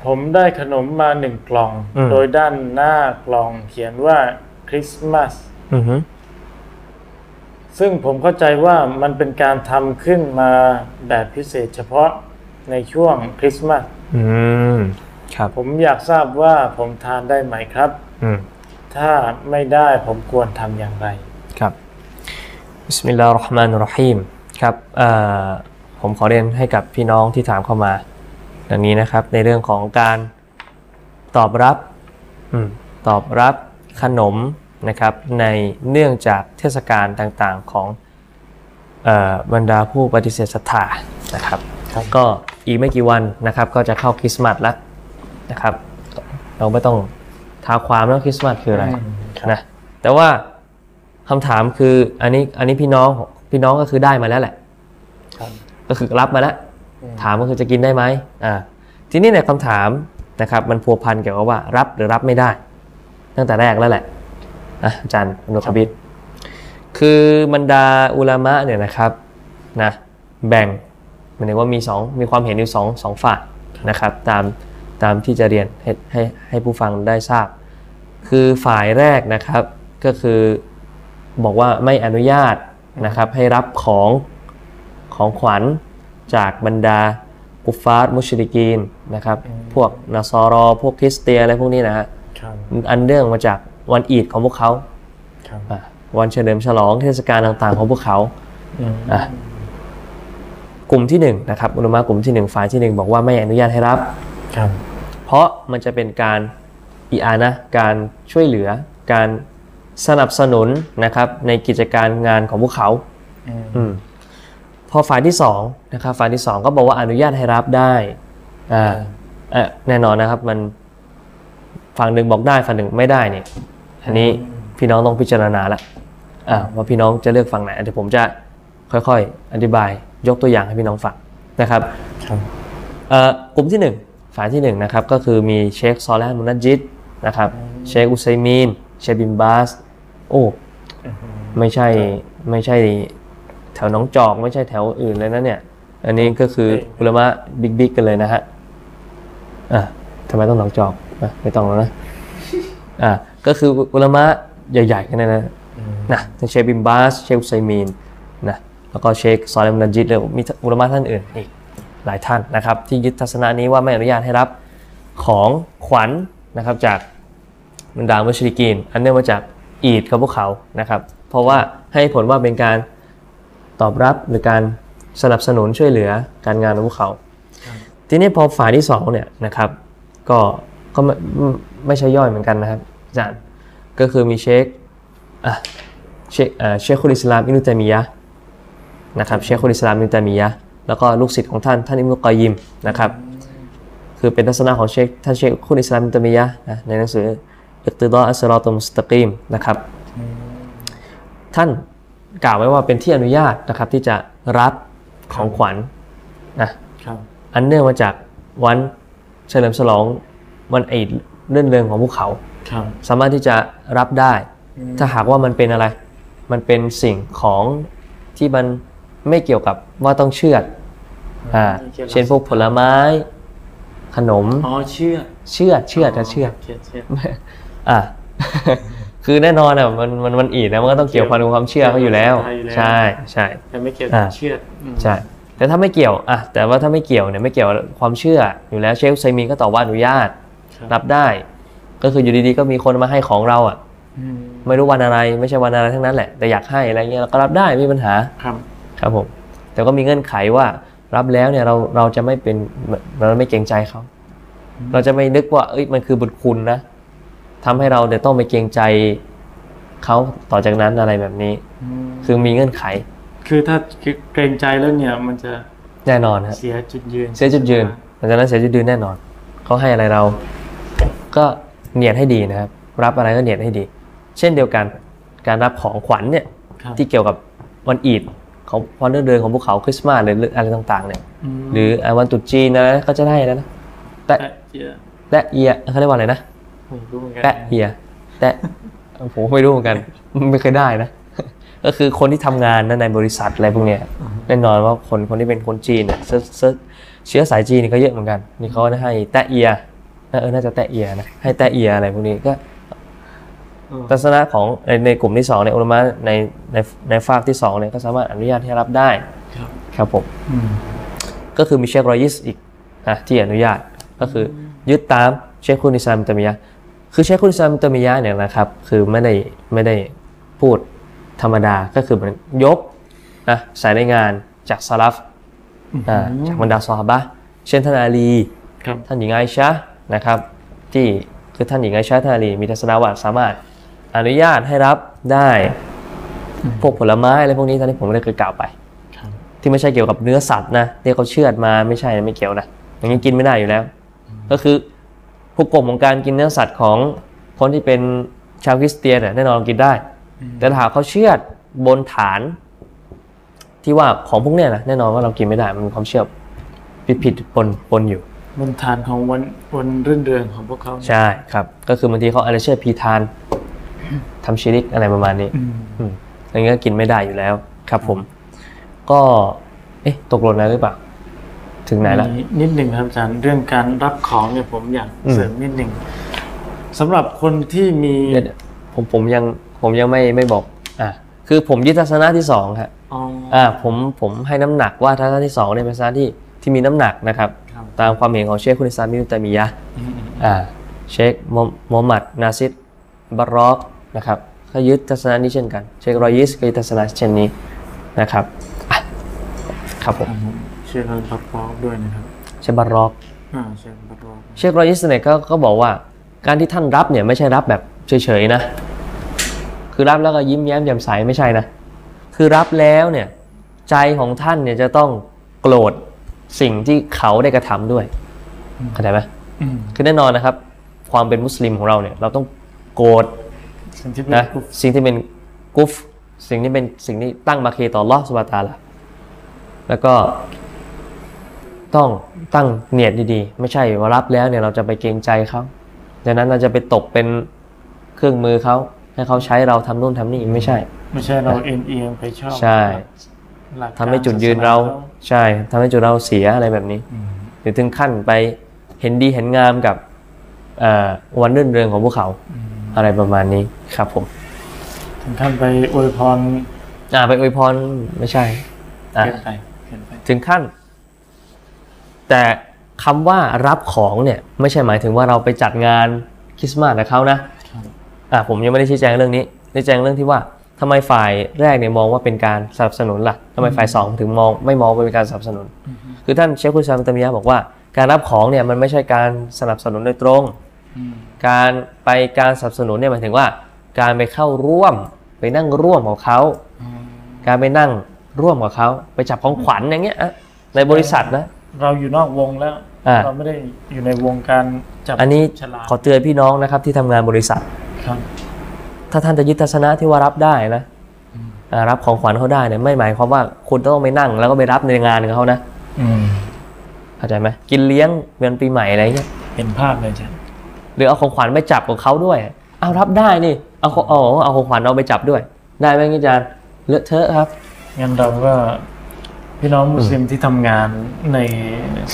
[SPEAKER 2] ผมได้ขนมมาหนึ่งกล่อง
[SPEAKER 4] อืม
[SPEAKER 2] โดยด้านหน้ากล่องเขียนว่าคริสต์มาส
[SPEAKER 4] อือฮึ
[SPEAKER 2] ซึ่งผมเข้าใจว่ามันเป็นการทำขึ้นมาแบบพิเศษเฉพาะในช่วงคริสต์มาส
[SPEAKER 4] อืม ครับ
[SPEAKER 2] ผมอยากทราบว่าผมทานได้ไหมครับ
[SPEAKER 4] อืม
[SPEAKER 2] ถ้าไม่ได้ผมควรทำอย่างไร
[SPEAKER 1] ครับบิสมิลลาฮิรเราะห์มานิรเราะฮีมครับเอ่อผมขอเรียนให้กับพี่น้องที่ถามเข้ามาดังนี้นะครับในเรื่องของการตอบรับอืมตอบรับขนมนะครับในเนื่องจากเทศกาลต่างๆของเอ่อบรรดาผู้ปฏิเสธศรัทธานะครับก็อีกไม่กี่วันนะครับก็จะเข้าคริสต์มาสแล้วนะครับ เราไม่ต้องท้าความแล้วคริสต์มาสคืออะไร
[SPEAKER 2] อืมครับ
[SPEAKER 1] นะแต่ว่า คำถามคืออันนี้อันนี้พี่น้องพี่น้องก็คือได้มาแล้วแหละ
[SPEAKER 2] ครับ
[SPEAKER 1] ก็คือรับมาแล้ว
[SPEAKER 2] อืม
[SPEAKER 1] ถามก็คือจะกินได้ไหมอ่าทีนี้เนี่ยคำถามนะครับมันพัวพันเกี่ยวกับว่ารับหรือรับไม่ได้ ตั้งแต่แรกแล้วแหละอ่ะอาจารย์อนุคบิดคือบรรดาอุลามะเนี่ยนะครับนะแบ่งหมายถึงว่ามีสองมีความเห็นอยู่สองสองฝ่ายนะครับตามตามที่จะเรียนให้ให้ให้ผู้ฟังได้ทราบ คือฝ่ายแรกนะครับก็คือบอกว่าไม่อนุญาตนะครับให้รับของของขวัญจากบรรดากุฟฟาร์มุชริกีนนะครับ
[SPEAKER 2] อืม
[SPEAKER 1] พวกนาซอรอ พวกคริสเตียนอะไรพวกนี้นะฮะ
[SPEAKER 2] ครับ
[SPEAKER 1] อันเนื่องมาจากวันอีดของพวกเขา
[SPEAKER 2] ครับ
[SPEAKER 1] อ่ะวันเฉลิมฉลองเทศกาลต่างๆของพวกเขา
[SPEAKER 2] อืม
[SPEAKER 1] อ่ะกลุ่มที่หนึ่งนะครับอุลามะกลุ่มที่หนึ่งฝ่ายที่หนึ่งบอกว่าไม่อนุญาตให้รับ
[SPEAKER 2] ครับ
[SPEAKER 1] เพราะมันจะเป็นการอีอานะการช่วยเหลือ การสนับสนุนนะครับในกิจการงานของพวกเขา
[SPEAKER 2] อืม
[SPEAKER 1] อมพอฝ่ายที่สองนะครับฝ่ายที่สองก็บอกว่าอนุญาตให้รับได้อ่าเอ่อแน่นอนนะครับมันฝั่งหนึ่งบอกได้ฝั่งหนึ่งไม่ได้เนี่ยอันนี้พี่น้องต้องพิจารณาละอ่าว่าพี่น้องจะเลือกฝั่งไหนเดี๋ยวผมจะค่อยๆอธิบายยกตัวอย่างให้พี่น้องฟังนะครับ
[SPEAKER 2] ครับ
[SPEAKER 1] เอ่อกลุ่มที่ 1 ฝ่ายที่1นะครับก็คือมีเชคซอลแลนมุนัจจิตนะครับเชคอุซัยมีนเชคบินบาสโอ้ไม่ใช่ไม่ใช่แถวหน้องจอก ไม่ใช่แถวอื่นเลยนะเนี่ย อันนี้ก็คืออุลามะบิ๊กบิ๊กกันเลยนะฮะอ่ะทำไมต้องหนองจอกอ่ะไม่ต้องแล้วนะอ่ะก็คืออุลามะใหญ่ๆกันนะนะนะทั้งเชคบินบาสเชคอุซัยมีนนะแล้วก็เชคซอลแลมุนัจจิตแล้วมีอุลามะท่านอื่นอีก หลายท่านนะครับที่ยึดทัศนะนี้ว่าไม่อนุญาตให้รับของขวัญนะครับจากบรรดามุชริกีน อันเนื่องมาจากอีดของพวกเขานะครับ เพราะว่าให้ผลว่าเป็นการตอบรับหรือการสนับสนุนช่วยเหลือการงานของพวกเขา ทีนี้พอฝ่ายที่สองเนี่ยนะครับก็ก็ไม่ไม่ไม่ใช่ย่อยเหมือนกันนะครับอาจารย์ก็คือมีเชคอ่ะเชคอ่าเชคคุลอิสลามอินุตัยมียะห์ นะครับเชคคนอิสลามอิบนตามียะห์แล้วก็ลูกศิษย์ของท่านท่านอิมรุกอยยิมนะครับคือเป็นทัศนะของเชคท่านเชคคนอิสลามอิบนตามียะห์นะในหนังสืออิกติดออัสรอตุมุสตะกีมนะครับท่านกล่าวไว้ว่าเป็นที่อนุญาตนะครับที่จะรับของขวัญนะครับ อันเนื่องมาจากวันเฉลิมฉลองวันอีดเรื่อนเริงของพวกเขา
[SPEAKER 2] ครับ
[SPEAKER 1] สามารถที่จะรับได้ ถ้าหากว่ามันเป็นอะไร มันเป็นสิ่งของที่มันไม่เกี่ยวกับว่าต้องเชือดอ่าเช่นพวกผลไม้ ขนม
[SPEAKER 2] อ๋อเชื่อ
[SPEAKER 1] เชือดเชือดนะเชือด
[SPEAKER 2] เชื่อเชื่อ
[SPEAKER 1] อ่ะ คือแน่นอนอ่ะมันมันมันอีดนะมันก็ต้องเกี่ยวพันกับความเชื่อเขาอยู่แล้ว
[SPEAKER 2] ใช่
[SPEAKER 1] ใช่ใช่
[SPEAKER 2] แต่ไม่เกี่ยว
[SPEAKER 1] อ่า
[SPEAKER 2] เชื่ออืม
[SPEAKER 1] ใช่ แต่ถ้าไม่เกี่ยวอ่ะแต่ว่าถ้าไม่เกี่ยวเนี่ยไม่เกี่ยวความเชื่ออยู่แล้วเชฟไซมีนก็ตอบว่าอนุญาตรับได้ ก็คืออยู่ดีๆก็มีคนมาให้ของเราอ่ะ
[SPEAKER 2] อืม
[SPEAKER 1] ไม่รู้วันอะไรไม่ใช่วันอะไรทั้งนั้นแหละ แต่อยากให้อะไรเงี้ยเราก็รับได้ไม่มีปัญหา
[SPEAKER 2] ครับ
[SPEAKER 1] ครับผมแต่ก็มีเงื่อนไขว่ารับแล้วเนี่ยเราเราจะไม่เป็นเราไม่เกรงใจเขา เราจะไม่นึกว่าเอ้ยมันคือบุญคุณนะทำให้เราเดี๋ยวต้องไปเกรงใจเขาต่อจากนั้นอะไรแบบนี้
[SPEAKER 2] อืม
[SPEAKER 1] คือมีเงื่อนไข
[SPEAKER 2] คือถ้าเกรงใจแล้วเนี่ย มันจะ
[SPEAKER 1] แน่นอนฮะ
[SPEAKER 2] เสียจุดยืน
[SPEAKER 1] เสียจุดยืนหลังจากนั้นเสียจุดยืนแน่นอน เขาให้อะไรเรา ก็เนียดให้ดีนะครับ รับอะไรก็เนียดให้ดี เช่นเดียวกันการรับของขวัญเนี่ย
[SPEAKER 2] ครับ
[SPEAKER 1] ที่เกี่ยวกับวันอีดของพอเดือนเดือนของภูเขาคริสต์มาสหรืออะไรต่างๆเนี่ย
[SPEAKER 2] ม
[SPEAKER 1] หรืออ่ะวันตรุษจีนนะก็จะได้แล้วนะ
[SPEAKER 2] แตะเจีย
[SPEAKER 1] แตะเอียเขาเรียกว่าอะไรนะ
[SPEAKER 2] ไม่รู้เหมือนกั
[SPEAKER 1] แตะเอียแตะผมไม่รู้เหมือนกัน ไม่เคยได้นะ ก็คือคนที่ทำงานนะในบริษัทอะไรพวกเนี้ยแน่นอนว่าคนคนที่เป็นคนจีนเนี่ยเชื้อเชื้อเชื้อสายจีนนี่ก็เยอะเหมือนกันนี่เขาให้แตะเอียเออเออน่าจะแตะเอียนะให้แตะเอียอะไรพวกนี้ก็
[SPEAKER 2] เออ
[SPEAKER 1] ลักษณะของในในกลุ่มที่สองในยอุลามะในในในฝากที่สองเนี่ยก็สามารถอนุญาตให้รับได้
[SPEAKER 2] ครับ
[SPEAKER 1] ครับผม
[SPEAKER 2] อืม
[SPEAKER 1] ก็คือมีเชครอยิสอีกนะที่อนุญาตก็คือยึดตามเชคคุณอิสลามตะมิยะห์คือเชคคุณอิสลามตะมิยะห์เนี่ยนะครับ คือไม่ได้ไม่ได้พูดธรรมดาก็คือเหมือนยกนะสายรายงานจากซาลฟอ่าจากบรรดาซอฮาบะห์เช่นท่านอาลี
[SPEAKER 2] ครับ
[SPEAKER 1] ท่านหญิงไอชะห์นะครับที่คือท่านหญิงไอชะห์ท่านอาลีมีทัศนวัตสามารถอนุญาตให้รับได้พวกผลไม้อะไรพวกนี้ตอนนี้ผมได้เคยกล่าวไป
[SPEAKER 2] ครับ
[SPEAKER 1] ที่ไม่ใช่เกี่ยวกับเนื้อสัตว์นะที่เขาเชือดมาไม่ใช่ไม่เกี่ยวนะอย่างนี้กินไม่ได้อยู่แล้ว ก็คือผู้กลมของการกินเนื้อสัตว์ของคนที่เป็นชาวคริสเตียนเนี่ยแน่นอนกินได้ แต่ถ้าหากเขาเชือดบนฐานที่ว่าของพวกเนี้ยนะแน่นอนว่าเรากินไม่ได้มันมีความเชื่อผิดผิดๆปนปนๆอยู่
[SPEAKER 2] บนฐานของวันวันรื่นเริงของพวกเขา
[SPEAKER 1] ใช่ครับ ก็คือบางทีเขาอะไรเชื่อพีทานทำชิริกอะไรประมาณนี้
[SPEAKER 2] อืม
[SPEAKER 1] อืมอย่างนี้ก็กินไม่ได้อยู่แล้วครับผม ก็ เอ๊ะ ตกหล่นแล้วหรือเปล่า ถึงไหนละ
[SPEAKER 2] มีนิดหนึ่งครับอาจารย์เรื่องการรับของเนี่ยผมอยาก
[SPEAKER 1] อืม
[SPEAKER 2] เสริมนิดหนึ่งสำหรับคนที่มี
[SPEAKER 1] เดี๋ยวผมผมยังผมยังไม่ไม่บอก อ่ะคือผมยึดทัศนะที่สองฮะ
[SPEAKER 2] อ๋อ
[SPEAKER 1] อ่าผมผมให้น้ำหนักว่าทัศนะที่สองเนี่ยเป็นทัศนะที่ที่มีน้ำหนักนะครับ
[SPEAKER 2] ครับ
[SPEAKER 1] ตามความเห็นของเชคคุณอิสลามอิบนุตัยมียะห์
[SPEAKER 2] อืม
[SPEAKER 1] อ่าเชคมอมมอหมัด นาซิดบารอกนะครับก็ยึดทัศนะนี้เช่นกัน เชครอยิสก็ยึดทัศนะเช่นนี้นะครับอ่ะครับผม
[SPEAKER 2] ช่วยเรารับรองด้วยนะครับ
[SPEAKER 1] เชคบารอก
[SPEAKER 2] อ่าช่วยรับรอง
[SPEAKER 1] เชครอยิสเนี่ยก็ก็บอกว่าการที่ท่านรับเนี่ยไม่ใช่รับแบบเฉยๆนะคือรับแล้วก็ยิ้มแย้มแจ่มใสไม่ใช่นะคือรับแล้วเนี่ยใจของท่านเนี่ยจะต้องโกรธสิ่งที่เขาได้กระทำด้วยเข้าใจไหม
[SPEAKER 2] อืม
[SPEAKER 1] คือแน่นอนนะครับ ความเป็นมุสลิมของเราเนี่ยเราต้องโกรธ
[SPEAKER 2] สิ่งที่เป็น
[SPEAKER 1] นะ
[SPEAKER 2] กลุ่ม
[SPEAKER 1] สิ่งที่เป็นกุฟสิ่งที่เป็นสิ่งที่ตั้งมาเคต่อลอสบาตาละแล้วก็ต้องตั้งเนียดดีๆ ไม่ใช่ว่ารับแล้วเนี่ยเราจะไปเกรงใจเขาดังนั้นเราจะไปตกเป็นเครื่องมือเขาให้เขาใช้เราทำนู่นทำนี่ไม่ใช่
[SPEAKER 2] ไม่ใช่เราเอ็นเอียงไปชอบ
[SPEAKER 1] ใช่
[SPEAKER 2] หลักกา
[SPEAKER 1] ทำให้จุดยืนเรา
[SPEAKER 2] ศส
[SPEAKER 1] ใช่ทำให้จุดเราเสียอะไรแบบนี้
[SPEAKER 2] อืม
[SPEAKER 1] หรือถึงขั้นไปเห็นดีเห็นงามกับเอ่อวันรื่นเริงของพวกเขาอะไรประมาณนี้ครับผม
[SPEAKER 2] ถึงขั้นไปอวยพร
[SPEAKER 1] อ่าไปอวยพรไม่ใช่อ่า
[SPEAKER 2] เกินไปเกินไป
[SPEAKER 1] ถึงขั้น แต่คำว่ารับของเนี่ย ไม่ใช่หมายถึงว่าเราไปจัดงานคริสต์มาสกับเขานะครับ อ่าผมยังไม่ได้ชี้แจงเรื่องนี้ได้แจงเรื่องที่ว่าทำไมฝ่ายแรกเนี่ยมองว่าเป็นการสนับสนุนล่ะทำไมฝ่ายสองถึงมองไม่มองว่าเป็นการสนับสนุน คือท่านเชคคุณชามตะมียะบอกว่า การรับของเนี่ยมันไม่ใช่การสนับสนุนโดยตรง
[SPEAKER 2] อืม
[SPEAKER 1] การไปการสนับสนุนเนี่ยหมายถึงว่า การไปเข้าร่วมไปนั่งร่วมของเขา
[SPEAKER 2] อืม
[SPEAKER 1] การไปนั่งร่วมกับเขาไปจับของขวัญอย่างเงี้ยอะในบริษัทนะ
[SPEAKER 2] เราอยู่นอกวงแล้ว
[SPEAKER 1] อ่า
[SPEAKER 2] เราไม่ได้อยู่ในวงการจับ
[SPEAKER 1] อันนี้
[SPEAKER 2] ฉลาก
[SPEAKER 1] ขอเตือนพี่น้องนะครับที่ทำงานบริษัท
[SPEAKER 2] ครับ
[SPEAKER 1] ถ้าท่านจะยึดทัศนะที่ว่ารับได้นะอ่ารับของขวัญเขาได้เนี่ยไม่หมายความว่าคุณต้องไปนั่งแล้วก็ไปรับในงานของเขานะ
[SPEAKER 2] อืม
[SPEAKER 1] เข้าใจไหมกินเลี้ยงเดือนปีใหม่อะไรเงี้ย
[SPEAKER 2] เห็นภาพเลยอาจารย์
[SPEAKER 1] หรือเอาของขวัญไปจับของเขาด้วยเอารับได้นี่เอาของเอาเอาของขวัญเอาไปจับด้วย ได้ไหมอาจารย์เลอะเทอะครับ
[SPEAKER 2] งั้นเราก็พี่น้องมุสลิมที่ทำงานใน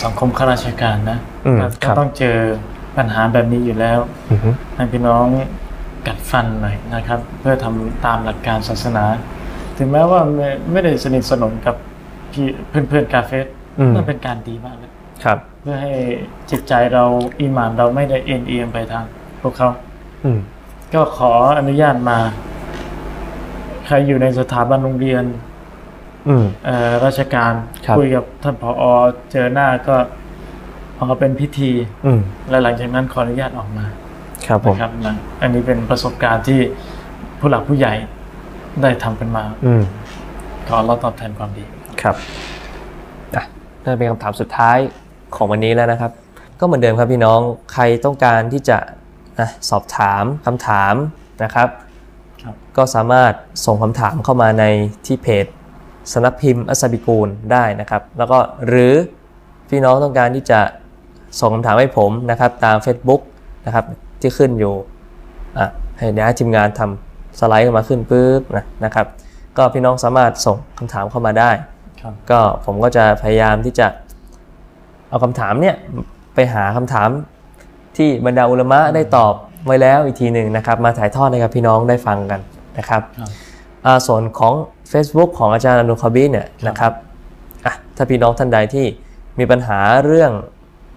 [SPEAKER 2] สังคมข้าราชการนะ
[SPEAKER 4] อืม
[SPEAKER 2] ก็
[SPEAKER 4] ครับ
[SPEAKER 2] ต้องเจอปัญหาแบบนี้อยู่แล้ว
[SPEAKER 4] อืมฮึ
[SPEAKER 2] ให้พี่น้องกัดฟันหน่อยนะครับ เพื่อทำตามหลักการศาสนา ถึงแม้ว่าไม่ไม่ได้สนิทสนมกับพี่เพื่อนเพื่อนๆกาเฟส
[SPEAKER 4] อืม
[SPEAKER 2] นั่นเป็นการดีมากเลย
[SPEAKER 1] ครับ
[SPEAKER 2] เพื่อให้จิตใจเราอิหมานเราไม่ได้เอ็นเอียงไปทางพวกเขา
[SPEAKER 4] อืม
[SPEAKER 2] ก็ขออนุญาตมา ใครอยู่ในสถาบันโรงเรียน
[SPEAKER 4] อืม
[SPEAKER 2] เอ่อราชการ
[SPEAKER 4] ครับ
[SPEAKER 2] ยกับท่านผออเจอหน้าก็ พอเป็นพิธี
[SPEAKER 4] อืม
[SPEAKER 2] และหลังจากนั้นขออนุญาตออกมา
[SPEAKER 4] ครับผม
[SPEAKER 2] นะครับหลังอันนี้เป็นประสบการณ์ที่ผู้หลักผู้ใหญ่ได้ทำกันมา
[SPEAKER 4] อืม
[SPEAKER 2] ขอเราตอบแทนความดี
[SPEAKER 4] ครับ
[SPEAKER 1] อ่ะน่าจะเป็นคำถามสุดท้ายของวันนี้แล้วนะครับ ก็เหมือนเดิมครับพี่น้องใครต้องการที่จะนะสอบถามคำถามนะครับ
[SPEAKER 2] ครับ
[SPEAKER 1] ก็สามารถส่งคำถามเข้ามาในที่เพจสำนักพิมพ์อัสบิกูลได้นะครับ แล้วก็หรือพี่น้องต้องการที่จะส่งคำถามให้ผมนะครับ ตาม Facebook นะครับที่ขึ้นอยู่อ่ะให้เดี๋ยวให้ทีมงานทำสไลด์มาขึ้นปุ๊บนะนะครับ ก็พี่น้องสามารถส่งคำถามเข้ามาได้
[SPEAKER 2] ครับ
[SPEAKER 1] ก็ผมก็จะพยายามที่จะเอาคำถามเนี่ยไปหาคำถามที่บรรดาอุลามะได้ตอบไว้แล้วอีกทีหนึ่งนะครับ มาถ่ายทอดให้กับพี่น้องได้ฟังกันนะครับ
[SPEAKER 2] ครับ
[SPEAKER 1] อ่าส่วนของ Facebook ของอาจารย์อนุคาบีเนี่ยนะครับอ่ะถ้าพี่น้องท่านใดที่มีปัญหาเรื่อง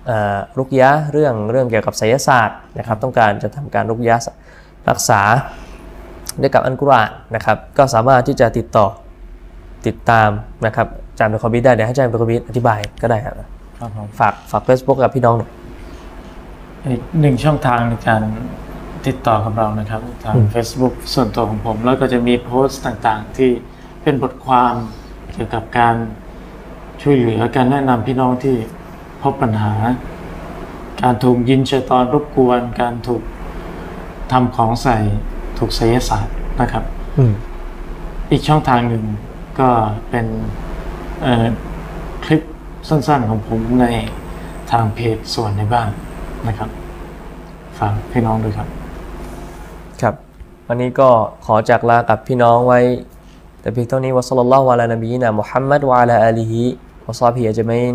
[SPEAKER 1] เออรุกยะเรื่องเรื่องเกี่ยวกับไสยศาสตร์นะครับ ต้องการจะทำการรุกยะรักษาด้วยกับอันกุรอานนะครับ ก็สามารถที่จะติดต่อ ติดตามนะครับอาจารย์เบคอบิดได้เดี๋ยวให้อาจารย์เบคอบิดอธิบายก็ได้ครับ
[SPEAKER 2] ครับผม
[SPEAKER 1] ฝากฝาก Facebook กับพี่น้องหน่อย
[SPEAKER 2] อีกหนึ่งช่องทางในการติดต่อกับเรานะครับ ทาง Facebook ส่วนตัวของผม แล้วก็จะมีโพสต์ต่างๆ ที่เป็นบทความเกี่ยวกับการช่วยเหลือการแนะนำพี่น้องที่พบปัญหา การถูกยินเชยตอนรบกวน การถูกทำของใส่ถูกไสยศาสตร์นะครับ
[SPEAKER 4] อืม
[SPEAKER 2] อีกช่องทางหนึ่งก็เป็นเอ่อคลิปสั้นๆของผมในทางเพจส่วนในบ้านนะครับฝากพี่น้องด้วยครับ
[SPEAKER 1] ครับ วันนี้ก็ขอจากลากับพี่น้องไว้ แต่เพียงเท่านี้วะสัลลัลลอฮุอะลานบีนะมุฮัมมัดวะอะลาอาลีฮิวะซอฮบิฮิอัจมัยน